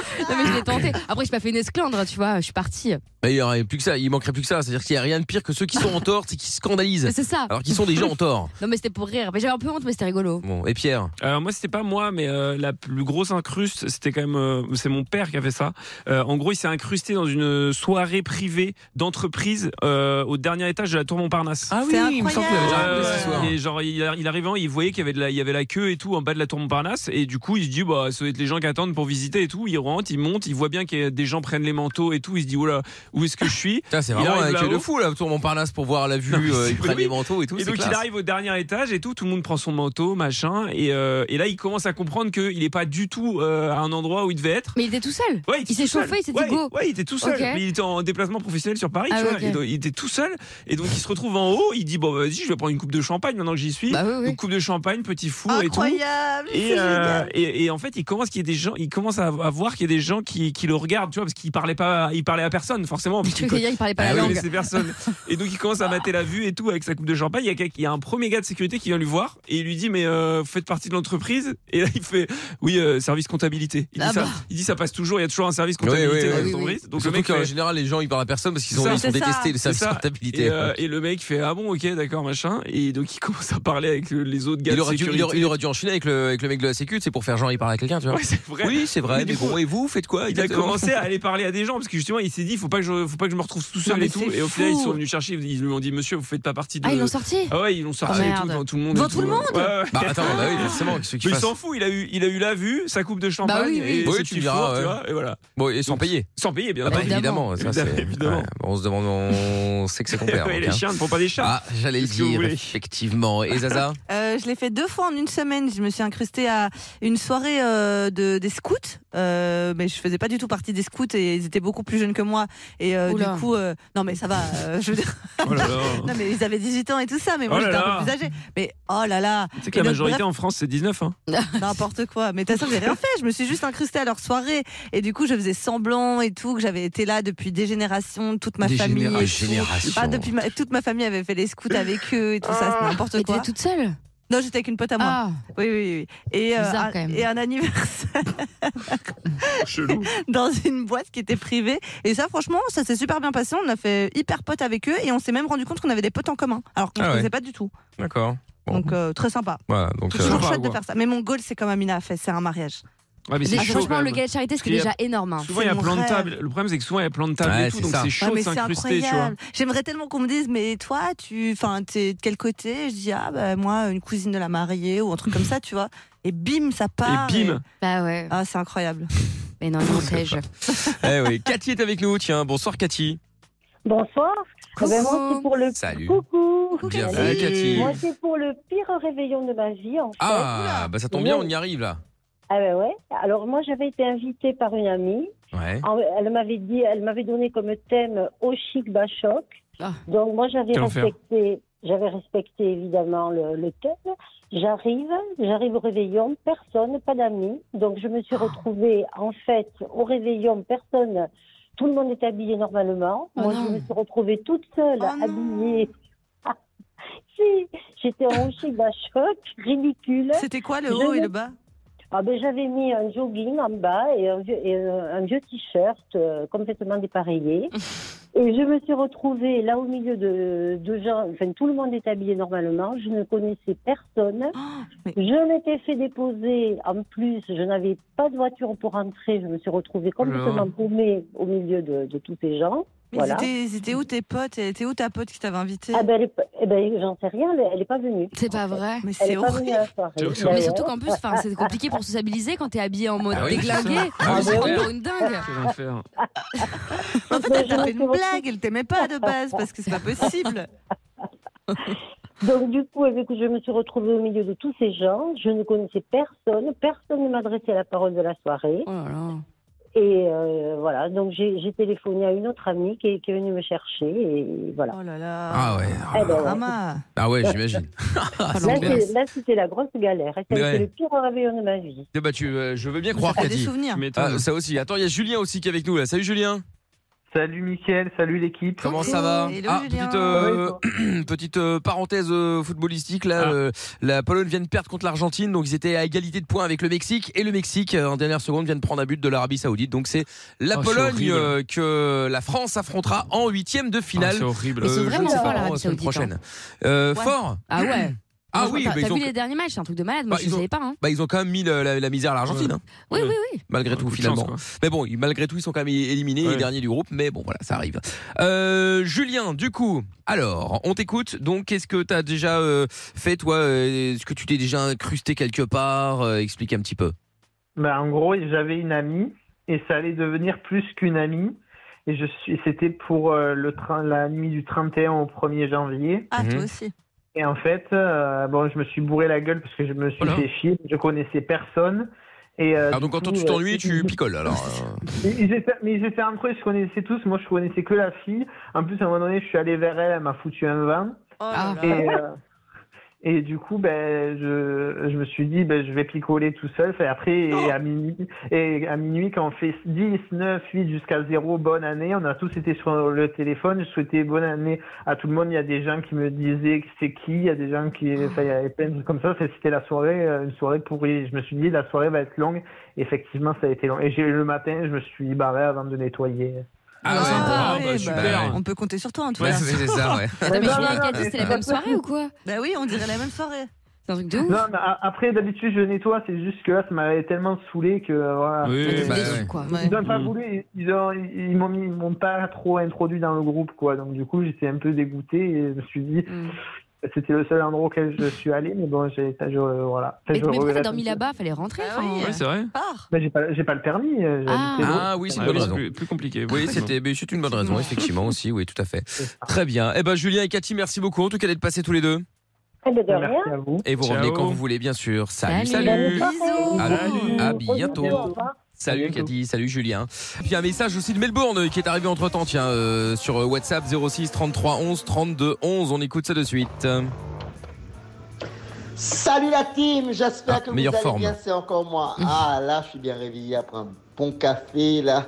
non mais je l'ai tenté après j'ai pas fait une esclandre tu vois je suis partie
Mais il y aurait plus que ça, il manquerait plus que ça. C'est-à-dire qu'il n'y a rien de pire que ceux qui sont en tort, c'est qui scandalisent.
Mais c'est ça.
Alors qu'ils sont déjà en tort.
non mais c'était pour rire mais j'avais un peu honte mais c'était rigolo
Bon, et Pierre
Alors Euh, moi c'était pas moi mais euh, la plus grosse incruste c'était quand même euh, c'est mon père qui a fait ça. Euh, en gros il s'est incrusté dans une soirée privée d'entreprise euh, au dernier étage de la tour Montparnasse.
Ah oui, C'est il me semble qu'il avait déjà raconté cette histoire.
Et genre il, il arrivait, il voyait qu'il y avait de la, il y avait la queue et tout en bas de la tour Montparnasse et du coup il se dit bah ça doit être les gens qui attendent pour visiter et tout. Il rentre, il monte, il voit bien que des gens prennent les manteaux et tout. Il se dit oh là où est-ce que je suis
Putain, c'est
Il
vraiment
arrive
un queue de
là-haut.
fou là autour de Montparnasse pour voir la vue,
Non, mais
euh,
c'est-
ils prennent
oui.
les manteaux et tout.
Et
c'est
donc il
classe.
arrive au dernier étage et tout, tout le monde prend son manteau, machin. Et, euh, et là, il commence à comprendre qu'il n'est pas du tout euh, à un endroit où il devait être.
mais il était tout seul
Ouais, était
il s'est
tout seul.
chauffé il s'est
Ouais,
dit go
ouais, il était tout seul.
Ok.
Mais il était en déplacement professionnel sur Paris,
Ah
tu vois.
ouais, ok.
Et donc, il était tout seul. Et donc, il se retrouve en haut. Il dit Bon, bah, vas-y, je vais prendre une coupe de champagne maintenant que j'y suis.
Bah
Donc, coupe de champagne, petit four
Ah,
Incroyable,
et tout.
c'est
Et,
génial.
et, et en fait, il commence, qu'il y ait des gens, il commence à, à voir qu'il y a des gens qui, qui le regardent, tu vois, parce qu'il parlait pas, il parlait à personne, forcément. parce Ah
Tu veux dire, il parlait pas la
oui,
langue.
mais c'est personne. Et donc, il commence à mater la vue et tout avec sa coupe de champagne. Il y a, quelqu'un- il y a un premier gars de sécurité qui vient lui voir et il lui dit, mais euh, vous faites partie de l'entreprise. Et là, il fait, oui, euh, service comptabilité. Il,
Ah
dit ça,
bah.
il dit, ça passe toujours, il y a toujours un service
Oui, oui,
comptabilité dans
oui.
l'entreprise. Donc, le
Surtout
mec
qu'en
fait-
général, les gens ils parlent à personne parce qu'ils sont,
ça.
ils sont
C'est ça.
détestés, le service
C'est ça.
comptabilité.
Et, euh, et le mec fait ah bon ok d'accord machin et donc il commence à parler avec le- les autres gars
il
de
aurait, dû, il,
sécurité.
aurait, il aurait dû enchaîner avec le, avec le mec de la sécu, c'est pour faire genre il parle à quelqu'un, tu vois.
Ouais, c'est vrai.
Oui, c'est vrai.
Mais
Mais,
du coup,
bon, et vous, faites quoi
Il a
exactement
commencé à aller parler à des gens parce que justement il s'est dit faut pas que je faut pas que je me retrouve tout
Non,
seul
mais
et tout
c'est
et au final
fou.
ils sont venus chercher ils lui ont dit monsieur vous faites pas partie de
Ah, ils l'ont sorti
Ah ouais ils l'ont sorti
Oh,
et
merde.
tout devant tout le monde
Devant
et
tout le monde
Ouais, ouais.
Bah attends, bah oui, forcément, qu'est-ce qu'il
Mais il
fasse
s'en fout il a eu il a eu la vue sa coupe de champagne
Bah
oui, oui.
et
Oui,
ses
tu
petits
diras,
fours,
ouais.
tu vois, et voilà
Bon, et sans payer.
sans payer bien
Ah bah,
entendu.
évidemment, ça, c'est-
évidemment
ouais, bon, on se demande, on sait que c'est ton père.
Ouais,
donc,
les
hein.
chiens ne font pas des chats
Ah, j'allais le dire, effectivement. Et Zaza
Euh, je l'ai fait deux fois en une semaine. Je me suis incrustée à une soirée euh, de, des scouts, euh, mais je faisais pas du tout partie des scouts et ils étaient beaucoup plus jeunes que moi. Et euh, du
Oula.
coup, euh, non mais ça va, euh, je veux dire. non mais ils avaient 18 ans et tout ça, mais moi
Oh là
j'étais
là.
un peu plus âgée. Mais oh là là
Tu sais que la
Et donc,
majorité
bref,
en France, c'est 19. Hein.
N'importe quoi. Mais de toute façon, j'ai rien fait. Je me suis juste incrustée à leur soirée. Et du coup, je faisais semblant et tout, que j'avais été là depuis des générations, toute ma
Des
famille. et
généra-
tout.
générations.
Ah, depuis ma- toute ma famille avait fait les scouts avec eux et tout ça. C'était n'importe quoi.
toute seule Ah.
Non, j'étais avec une pote à moi. Oui, oui, oui. Et, euh,
Bizarre,
un,
quand même.
et un anniversaire. dans une boîte qui était privée. Et ça, franchement, ça s'est super bien passé. On a fait hyper pote avec eux et on s'est même rendu compte qu'on avait des potes en commun. Alors qu'on ne
Ah ouais.
faisait pas du tout.
D'accord. Bon.
Donc, euh, très sympa.
Voilà, donc.
euh,
Toujours chouette de faire ça. Mais mon goal, c'est comme Amina a fait, c'est un mariage.
Ouais, mais c'est
Ah,
chaud,
franchement,
quand même.
le gala de charité, c'était
Parce qu'il y a-
déjà énorme. hein.
Souvent, il y a
C'est mon
plein de
rêve.
tables. Le problème, c'est que souvent, il y a plein de tables
Ouais,
et tout,
c'est
donc
ça.
c'est
Ouais,
chaud de
mais c'est
s'incruster, tu vois.
incroyable. J'aimerais tellement qu'on me dise, mais toi, tu, enfin, t'es de quel côté Je dis, ah, bah, moi, une cousine de la mariée ou un truc comme ça, tu vois. Et bim, ça part.
bim.
Bah ouais.
Ah, c'est incroyable.
Mais non, non, sais-je.
Eh oui, Cathy est avec nous, tiens. Bonsoir, Cathy.
Bonsoir. Eh ben, moi, c'est pour le...
Salut.
Coucou.
Bienvenue,
Salut.
Cathy.
Moi, c'est pour le pire réveillon de ma vie, en fait.
Ah, bah ça tombe bien, on y arrive là.
Ah ben ouais. Alors, moi, j'avais été invitée par une amie.
Ouais.
En- Elle m'avait dit, elle m'avait donné comme thème au chic Bachok. Donc, moi, j'avais
Quel enfer.
respecté, j'avais respecté évidemment le, le thème. J'arrive, j'arrive au réveillon, personne, pas d'amis. Donc, je me suis retrouvée, en fait, au réveillon, personne, tout le monde est habillé normalement.
Oh
moi,
non.
je me suis retrouvée toute seule, habillée. si, j'étais en chic Bachok, ridicule.
C'était quoi le haut et le bas
ah ben, j'avais mis un jogging en bas et un vieux, et, euh, un vieux t-shirt euh, complètement dépareillé. Et je me suis retrouvée là au milieu de, de gens, enfin tout le monde est habillé normalement, je ne connaissais personne.
Oh,
Je m'étais fait déposer, en plus je n'avais pas de voiture pour entrer, je me suis retrouvée complètement paumée au milieu de, de tous ces gens.
Oh Mais
voilà.
c'était, c'était où tes potes et C'était où ta pote qui t'avait invité
Ah ben, elle est pas- eh ben, j'en sais rien, elle n'est pas venue.
C'est pas vrai.
Mais
Elle est pas
Ah,
venue à la soirée.
Mais surtout qu'en plus, enfin, c'est compliqué pour se stabiliser quand t'es habillé en mode
Ah oui,
déglingué.
c'est ça. Ah oui,
C'est
c'est
vraiment
clair.
une dingue.
En fait, elle t'a fait une blague, elle t'aimait pas de base, parce que c'est pas possible.
Donc du coup, avec, je me suis retrouvée au milieu de tous ces gens. Je ne connaissais personne. Personne ne m'adressait la parole de la soirée.
Oh
Et euh, voilà, donc j'ai j'ai téléphoné à une autre amie qui est, qui est venue me chercher. Et voilà.
Oh là là.
Ah ouais.
Eh ben ouais.
Ah ouais, j'imagine. Ah, c'est
Là,
clair.
c'est- là, c'était la grosse galère. Et
Mais
ça a
ouais.
été le pire réveillon de ma vie.
Eh ben, tu, euh, je veux bien croire,
Ça a des
Cathy.
souvenirs.
Tu
euh.
m'étonnes. Ah, ça aussi. Attends, il y a Julien aussi qui est avec nous là. Salut Julien.
Salut Mickaël, salut l'équipe.
Comment ça va
Hello,
Ah,
Julien.
petite, euh, petite euh, parenthèse euh, footballistique là.
Ah.
euh, la Pologne vient de perdre contre l'Argentine, donc ils étaient à égalité de points avec le Mexique et le Mexique euh, en dernière seconde vient de prendre un but de l'Arabie Saoudite. Donc c'est la
Oh, c'est
Pologne
horrible.
euh, que la France affrontera en huitième de finale. Euh,
Ah, c'est horrible.
Ils sont
je ne
vraiment
sais pas
forts,
quand,
l'Arabie
la semaine
Saoudite, hein.
prochaine. Euh,
Ouais.
Fort.
Ah ouais.
Ah
Franchement,
oui,
T'as
bah, ils
t'as
ont-
vu les derniers matchs, c'est un truc de malade. Moi,
Bah,
je
ils ont-
savais pas. hein.
Bah, ils ont quand même mis le- la, la misère à l'Argentine. hein.
Oui, oui, oui.
Malgré tout, finalement. mais bon, ils- malgré tout, ils sont quand même éliminés, les derniers du groupe. Mais bon, voilà, ça arrive. Euh, Julien, du coup, alors, on t'écoute. Donc, qu'est-ce que t'as déjà euh, fait, toi euh, Est-ce que tu t'es déjà incrusté quelque part Euh, Explique un petit peu.
Bah, en gros, j'avais une amie et ça allait devenir plus qu'une amie. Et je suis, c'était pour euh, le train, la nuit du 31 au 1er janvier.
Ah,
Mhm.
toi aussi.
Et en fait, euh, bon, je me suis bourré la gueule parce que je me suis fait chier. Je connaissais personne. Et, euh,
Alors,
du
Ah, donc, quand
coup,
tu
euh,
t'ennuies, tu picoles, alors. euh.
Ils- ils étaient- mais ils étaient entre eux, ils se connaissaient tous. Moi, je connaissais que la fille. En plus, à un moment donné, je suis allé vers elle, elle m'a foutu un vin.
Oh là là.
et, euh, et du coup, ben, je, je me suis dit, ben, je vais picoler tout seul. Enfin, après, et à, minuit, et à minuit, quand on fait 10, 9, 8 jusqu'à 0, bonne année, on a tous été sur le téléphone. Je souhaitais bonne année à tout le monde. Il y a des gens qui me disaient que c'est qui, il y a des gens qui. Enfin, il y avait plein de trucs comme ça. Enfin, C'était la soirée, euh, une soirée pourrie. Je me suis dit, la soirée va être longue. Effectivement, ça a été long. Et j'ai le matin, je me suis barré avant de nettoyer.
Ah,
bah,
ouais,
super.
On peut compter sur toi, en tout
Ouais,
cas.
c'est- c'est ça, ouais.
Attends, mais
Non,
Julien et
non,
Cathy,
mais
c'était la
c'est
même
pas
soirée
possible.
ou quoi Bah oui, on dirait la même soirée. C'est un truc de
Non, mais a- après, d'habitude, je nettoie, c'est juste que là, ça m'avait tellement saoulé que euh, voilà.
Oui, Ouais, t'es bah, déçu, ouais. quoi.
Ils ont pas
Mm.
voulu, ils ont- ils m'ont
Mm.
mis- ils m'ont pas trop introduit dans le groupe, quoi. Donc, du coup, j'étais un peu dégoûté et je me suis dit, C'était le seul endroit auquel je suis allé, mais bon, j'ai, ça, je, voilà. Ça,
Mais, mais
je
pourquoi t'as
regrette.
dormi là-bas Fallait rentrer.
Ah
enfin, euh,
Ouais, c'est vrai.
Mais j'ai pas, j'ai pas le permis. euh, j'ai habité loin.
Ah oui, c'est une bonne raison.
Plus, compliqué.
Oui, c'était mais c'est une bonne raison, effectivement aussi. Oui, tout à fait. Très bien. Eh ben, Julien et Cathy, merci beaucoup en tout cas d'être passés tous les deux.
de rien.
Et vous
Ciao.
revenez quand vous voulez, bien sûr. Salut,
Salut.
salut.
Bisous.
À, à
Bisous.
bientôt.
Au revoir.
Salut Cathy, salut Julien. Puis un message aussi de Melbourne qui est arrivé entre temps, tiens, euh, sur euh, WhatsApp 06 33 11 32 11. On écoute ça de suite. Eh
Salut la team, j'espère que vous allez
meilleure forme.
bien, c'est encore moi. Ah là, je suis bien réveillé après un bon café là.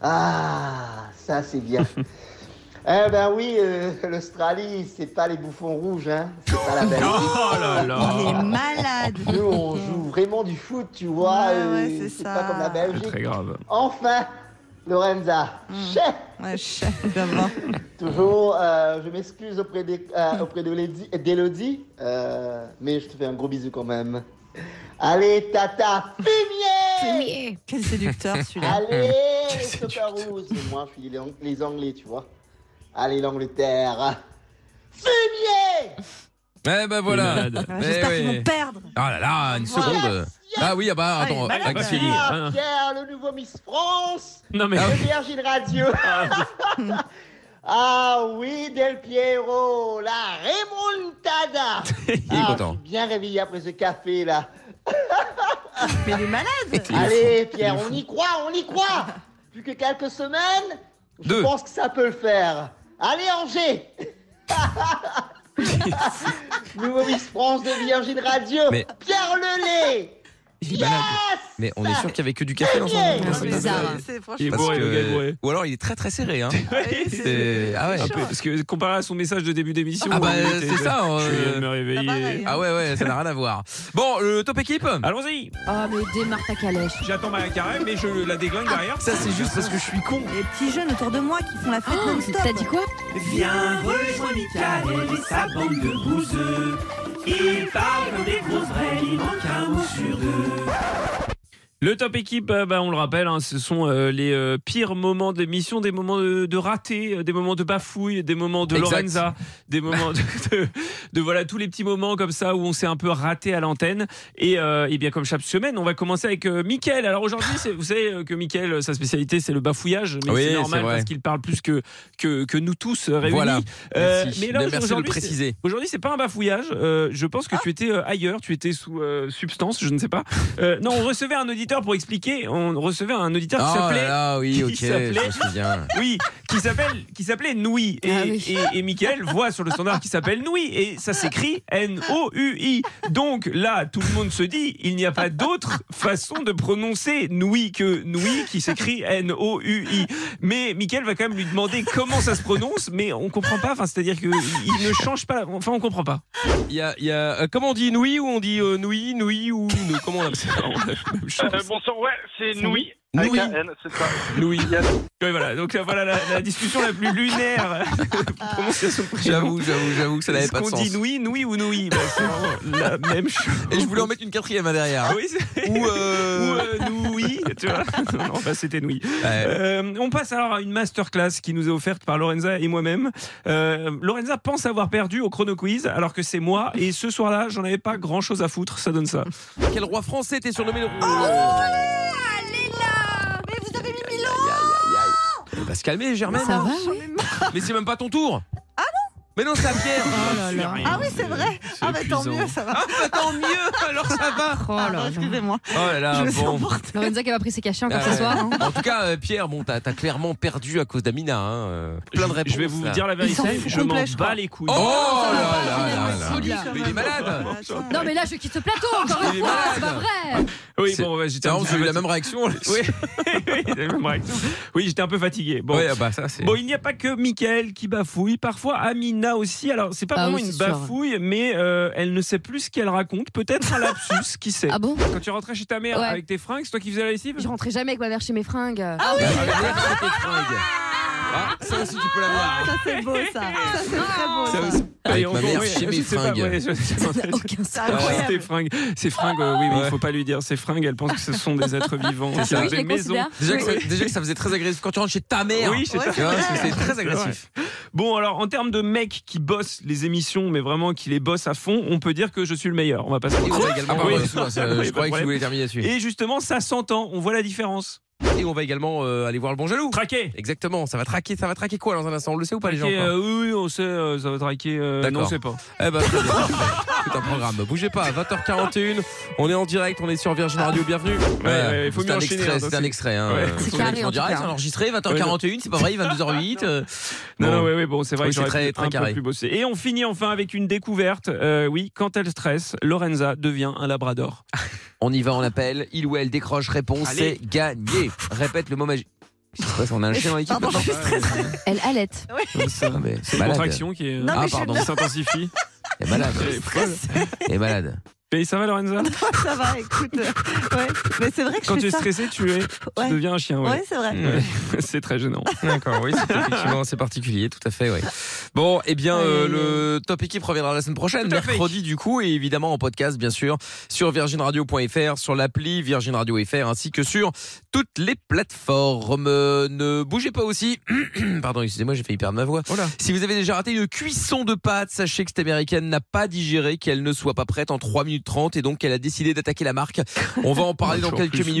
Ah, ça c'est bien. eh ben oui, euh, l'Australie, c'est pas les bouffons rouges, hein. C'est pas la Belgique.
Oh là là. Il est malade.
Nous, on joue vraiment du foot, tu vois.
Ah Ouais,
euh,
ouais, c'est
c'est
ça.
pas comme la Belgique.
Très grave.
Enfin, Lorenza, chef Toujours, euh, je m'excuse auprès des- euh, auprès de Lady- d'Elodie, euh, mais je te fais un gros bisou quand même. Allez, tata, fumier
Quel séducteur celui-là.
Allez, les Socceroos. Et Moi, je suis les, Ang- les Anglais, tu vois. Allez, l'Angleterre Fumier
Eh ben voilà.
Malade.
Eh
J'espère qu'ils
ouais.
vont perdre.
Ah là là, une
Voilà.
seconde. Ah oui, ah bah attends,
Allez,
Max
Pierre,
Kelly.
Ah, Pierre, le nouveau Miss France
Ah. Non, mais-
Le Virgin Radio Ah oui, Del Piero, la remontada Ah,
Il est content.
Bien réveillé après ce café, là
Mais il est malade
Allez, Pierre, on y croit, on y croit Plus que quelques semaines, je pense que ça peut le faire. Allez, Angers Nouveau Miss France de Virgin Radio
Mais-
Pierre Lelay
Il est malade. Mais on est sûr qu'il y avait que du café dans son
Yeah.
Non,
C'est bizarre, hein.
C'est
Parce
Il est bourré, le gars est bourré.
Ou alors il est très très serré. Hein.
C'est-
Ah ouais.
Un peu, parce que comparé à son message de début d'émission,
Ah bah,
où il était-
c'est ça, hein,
Je
euh,
vais me réveiller.
Ah ouais, ouais, ça n'a rien à voir. Bon, le top équipe
Allons-y
Oh, mais démarre ta calèche.
J'attends ma carême mais je la déglingue derrière.
Ah, Ça, c'est juste parce que je suis con.
Les petits jeunes autour de moi qui font la fête
Oh,
non-stop.
t'as dit quoi
Viens, rejoins Michael et sa bande de bouseux. Il parle comme des grosses vraies, il manque un mot sur deux.
Le top équipe, euh, bah, on le rappelle, hein, ce sont euh, les euh, pires moments d'émission, des moments de, de ratés, euh, des moments de bafouille, des moments de
Exact.
Lorenza, des moments de, de- de- voilà tous les petits moments comme ça où on s'est un peu raté à l'antenne. Et, euh, et bien comme chaque semaine, on va commencer avec euh, Mickaël. Alors aujourd'hui, c'est- vous savez euh, que Mickaël, euh, sa spécialité, c'est le bafouillage, mais
Oui,
c'est
c'est
normal
vrai.
parce qu'il parle plus que que, que nous tous euh, réunis.
Voilà.
Euh,
Merci.
mais là,
Bien, merci de le
aujourd'hui, c'est-
préciser.
Aujourd'hui, c'est pas un bafouillage. Euh, je pense
Ah.
que tu étais euh, ailleurs, tu étais sous euh, substance, je ne sais pas. Euh, non, on recevait un auditeur pour expliquer. On recevait un auditeur qui
Ah là
s'appelait.
là, oui,
qui
ok, je
s'appelait-
me souviens.
Oui, qui s'appelle qui s'appelait Noui et, et, et Michael voit sur le standard qui s'appelle Noui et ça s'écrit N O U I. Donc là, tout le monde se dit, il n'y a pas d'autre façon de prononcer Noui que Noui qui s'écrit N O U I. Mais Michael va quand même lui demander comment ça se prononce, mais on comprend pas. Enfin, c'est-à-dire que il ne change pas. Enfin, on comprend pas.
Il y a, il y a- euh, comment on dit nouille ou on dit euh, nouille, nouille ou nou- comment on appelle ça
Euh,
bonsoir, ouais, c'est
Noui.
Noui.
Avec un N, c'est ça.
Louis.
Oui, voilà. Donc là, voilà la, la discussion la plus lunaire. Prononciation de prénom.
J'avoue, j'avoue, j'avoue que ça n'avait
Est-ce
pas de
qu'on
sens.
dit Noui, Noui ou Noui Bah, C'est vraiment la même chose.
Et je voulais en mettre une quatrième hein, derrière.
Oui, c'est-
Ou, euh,
Ou, euh, Noui, tu vois. Non, bah, c'était Noui. Euh, on passe alors à une masterclass qui nous est offerte par Lorenza et moi-même. Euh, Lorenza pense avoir perdu au chrono quiz, alors que c'est moi. Et ce soir-là, j'en avais pas grand-chose à foutre. Ça donne ça.
Quel roi français était surnommé le roi
Oh,
euh,
Mais vous avez mis Milan
On va se calmer, Germaine.
Ça va,
Mais c'est même pas ton tour. Ah non Mais non, c'est
Oh
à Pierre.
Ah oui, c'est vrai. Ah bah tant
épuisant.
mieux, ça va.
Ah bah tant mieux, alors ça va.
Pardon, excusez-moi.
Oh là là,
Je me suis
bon.
Lorenza qui a pas pris ses cachets encore
Ah
ce
ouais.
soir. hein.
En tout cas, euh, Pierre, bon, t'as t'as clairement perdu à cause d'Amina. hein, euh, Plein de réponses.
Je vais vous
là.
dire la
Il s'en
vérité.
fout
Je m'en
complet, je
bats
crois.
les couilles.
Oh
ça va,
là
ça va,
là là
c'est
là.
possible,
Il est
Bah,
malade.
Non, mais là, je quitte ce plateau encore
Il
une
est
fois.
malade.
C'est pas vrai.
Oui, bon, ouais, j'étais.
Ah,
un
on
petit
a eu
peu
la même réaction. là.
Oui, oui, la même réaction. Oui, j'étais un peu fatigué. Bon,
Ouais, ah bah, ça, c'est-
bon il n'y a pas que Michael qui bafouille, parfois Amina aussi. Alors, c'est pas
Ah
vraiment
oui,
une
c'est sûr.
bafouille, mais euh, elle ne sait plus ce qu'elle raconte. Peut-être un lapsus, qui sait.
Ah bon
Quand tu rentrais chez ta mère
Ouais.
avec tes fringues, c'est toi qui faisais la lessive
Ah
Je rentrais jamais avec ma mère chez mes fringues.
Ah oui. Ah, ça aussi, tu peux l'avoir. hein.
Ça, c'est beau, ça. Ça, c'est
Ah,
très beau.
Ça
Ça,
aussi.
Avec
Ah, Et
ma mère,
oui,
chez
je
mes
sais pas,
fringues.
ouais, je-
ça
Ah, c'est fringues. Ces fringues, euh, oui, mais il faut pas lui dire. Ces fringues, elle pense que ce sont des êtres vivants.
C'est
C'est
ça.
des maisons.
Déjà, que ça, déjà que ça faisait très agressif. Quand tu rentres chez ta mère,
Oui, c'est
tu
ça.
vois, c'est- c'est très agressif.
Ouais. Bon, alors en termes de mecs qui bossent les émissions, mais vraiment qui les bossent à fond, on peut dire que je suis le meilleur. On va passer.
Et on va également- ah,
Oui.
pardon, excuse-moi, ça, je
Oui, pas de
croyais que tu
problème.
voulais terminer là-dessus.
Et justement, ça s'entend. On voit la différence.
Et on va également euh, aller voir le bon jaloux.
Traquer.
Exactement. Ça va traquer. Ça va traquer quoi dans un instant On le sait ou pas les
Traquer,
gens encore
euh, oui, oui, on sait, euh, ça va traquer. euh, non,
D'accord.
on sait pas.
Eh ben, très bien. Tout un programme. Bougez pas. 20h41. On est en direct. On est sur Virgin Radio. Bienvenue. Voilà.
ouais, il faut
C'est
mieux
un
enchaîner,
extrait.
hein,
C'est
donc
un
c'est-
extrait. hein.
Ouais.
Parce
C'est
qu'on
carré,
est en
en tout
direct.
cas.
C'est enregistré. 20h41. C'est pas vrai. 22h08. euh,
Non,
bon.
non, oui, oui, bon, c'est vrai
Oui,
que
c'est
j'aurais
très,
pu
très
un
carré.
peu plus bossé. Et on finit enfin avec une découverte. Euh, oui, quand elle stresse, Lorenza devient un labrador.
On y va, on appelle. Il ou elle décroche. Réponse
Allez.
c'est gagné. Répète le mot magique. Je sais pas si on a un chien dans l'équipe. maintenant.
Elle halète.
Ça, mais
C'est une
malade.
contraction qui est-
Non, mais
ah,
je-
pardon.
qui s'intensifie.
Elle est malade.
Elle est folle.
Elle est malade.
Et ça va, Lorenza
ça va, écoute. euh, Ouais. Mais c'est vrai que
Quand
je
tu
fais
es
ça.
stressé, tu, es,
Ouais.
tu deviens un chien.
Ouais, c'est vrai.
Ouais. c'est très gênant.
D'accord, oui, c'est effectivement c'est particulier, tout à fait, oui. Bon, eh bien, euh, le top équipe reviendra la semaine prochaine,
Tout à fait.
mercredi du coup, et évidemment en podcast, bien sûr, sur virginradio.fr, sur l'appli Virgin Radio FR, ainsi que sur toutes les plateformes. Euh, Ne bougez pas aussi. Pardon, excusez-moi, j'ai failli perdre ma voix. Si vous avez déjà raté une cuisson de pâtes, sachez que cette américaine n'a pas digéré qu'elle ne soit pas prête en 3 minutes 30 et donc qu'elle a décidé d'attaquer la marque. On va en parler dans
Bonjour,
quelques
plus.
minutes.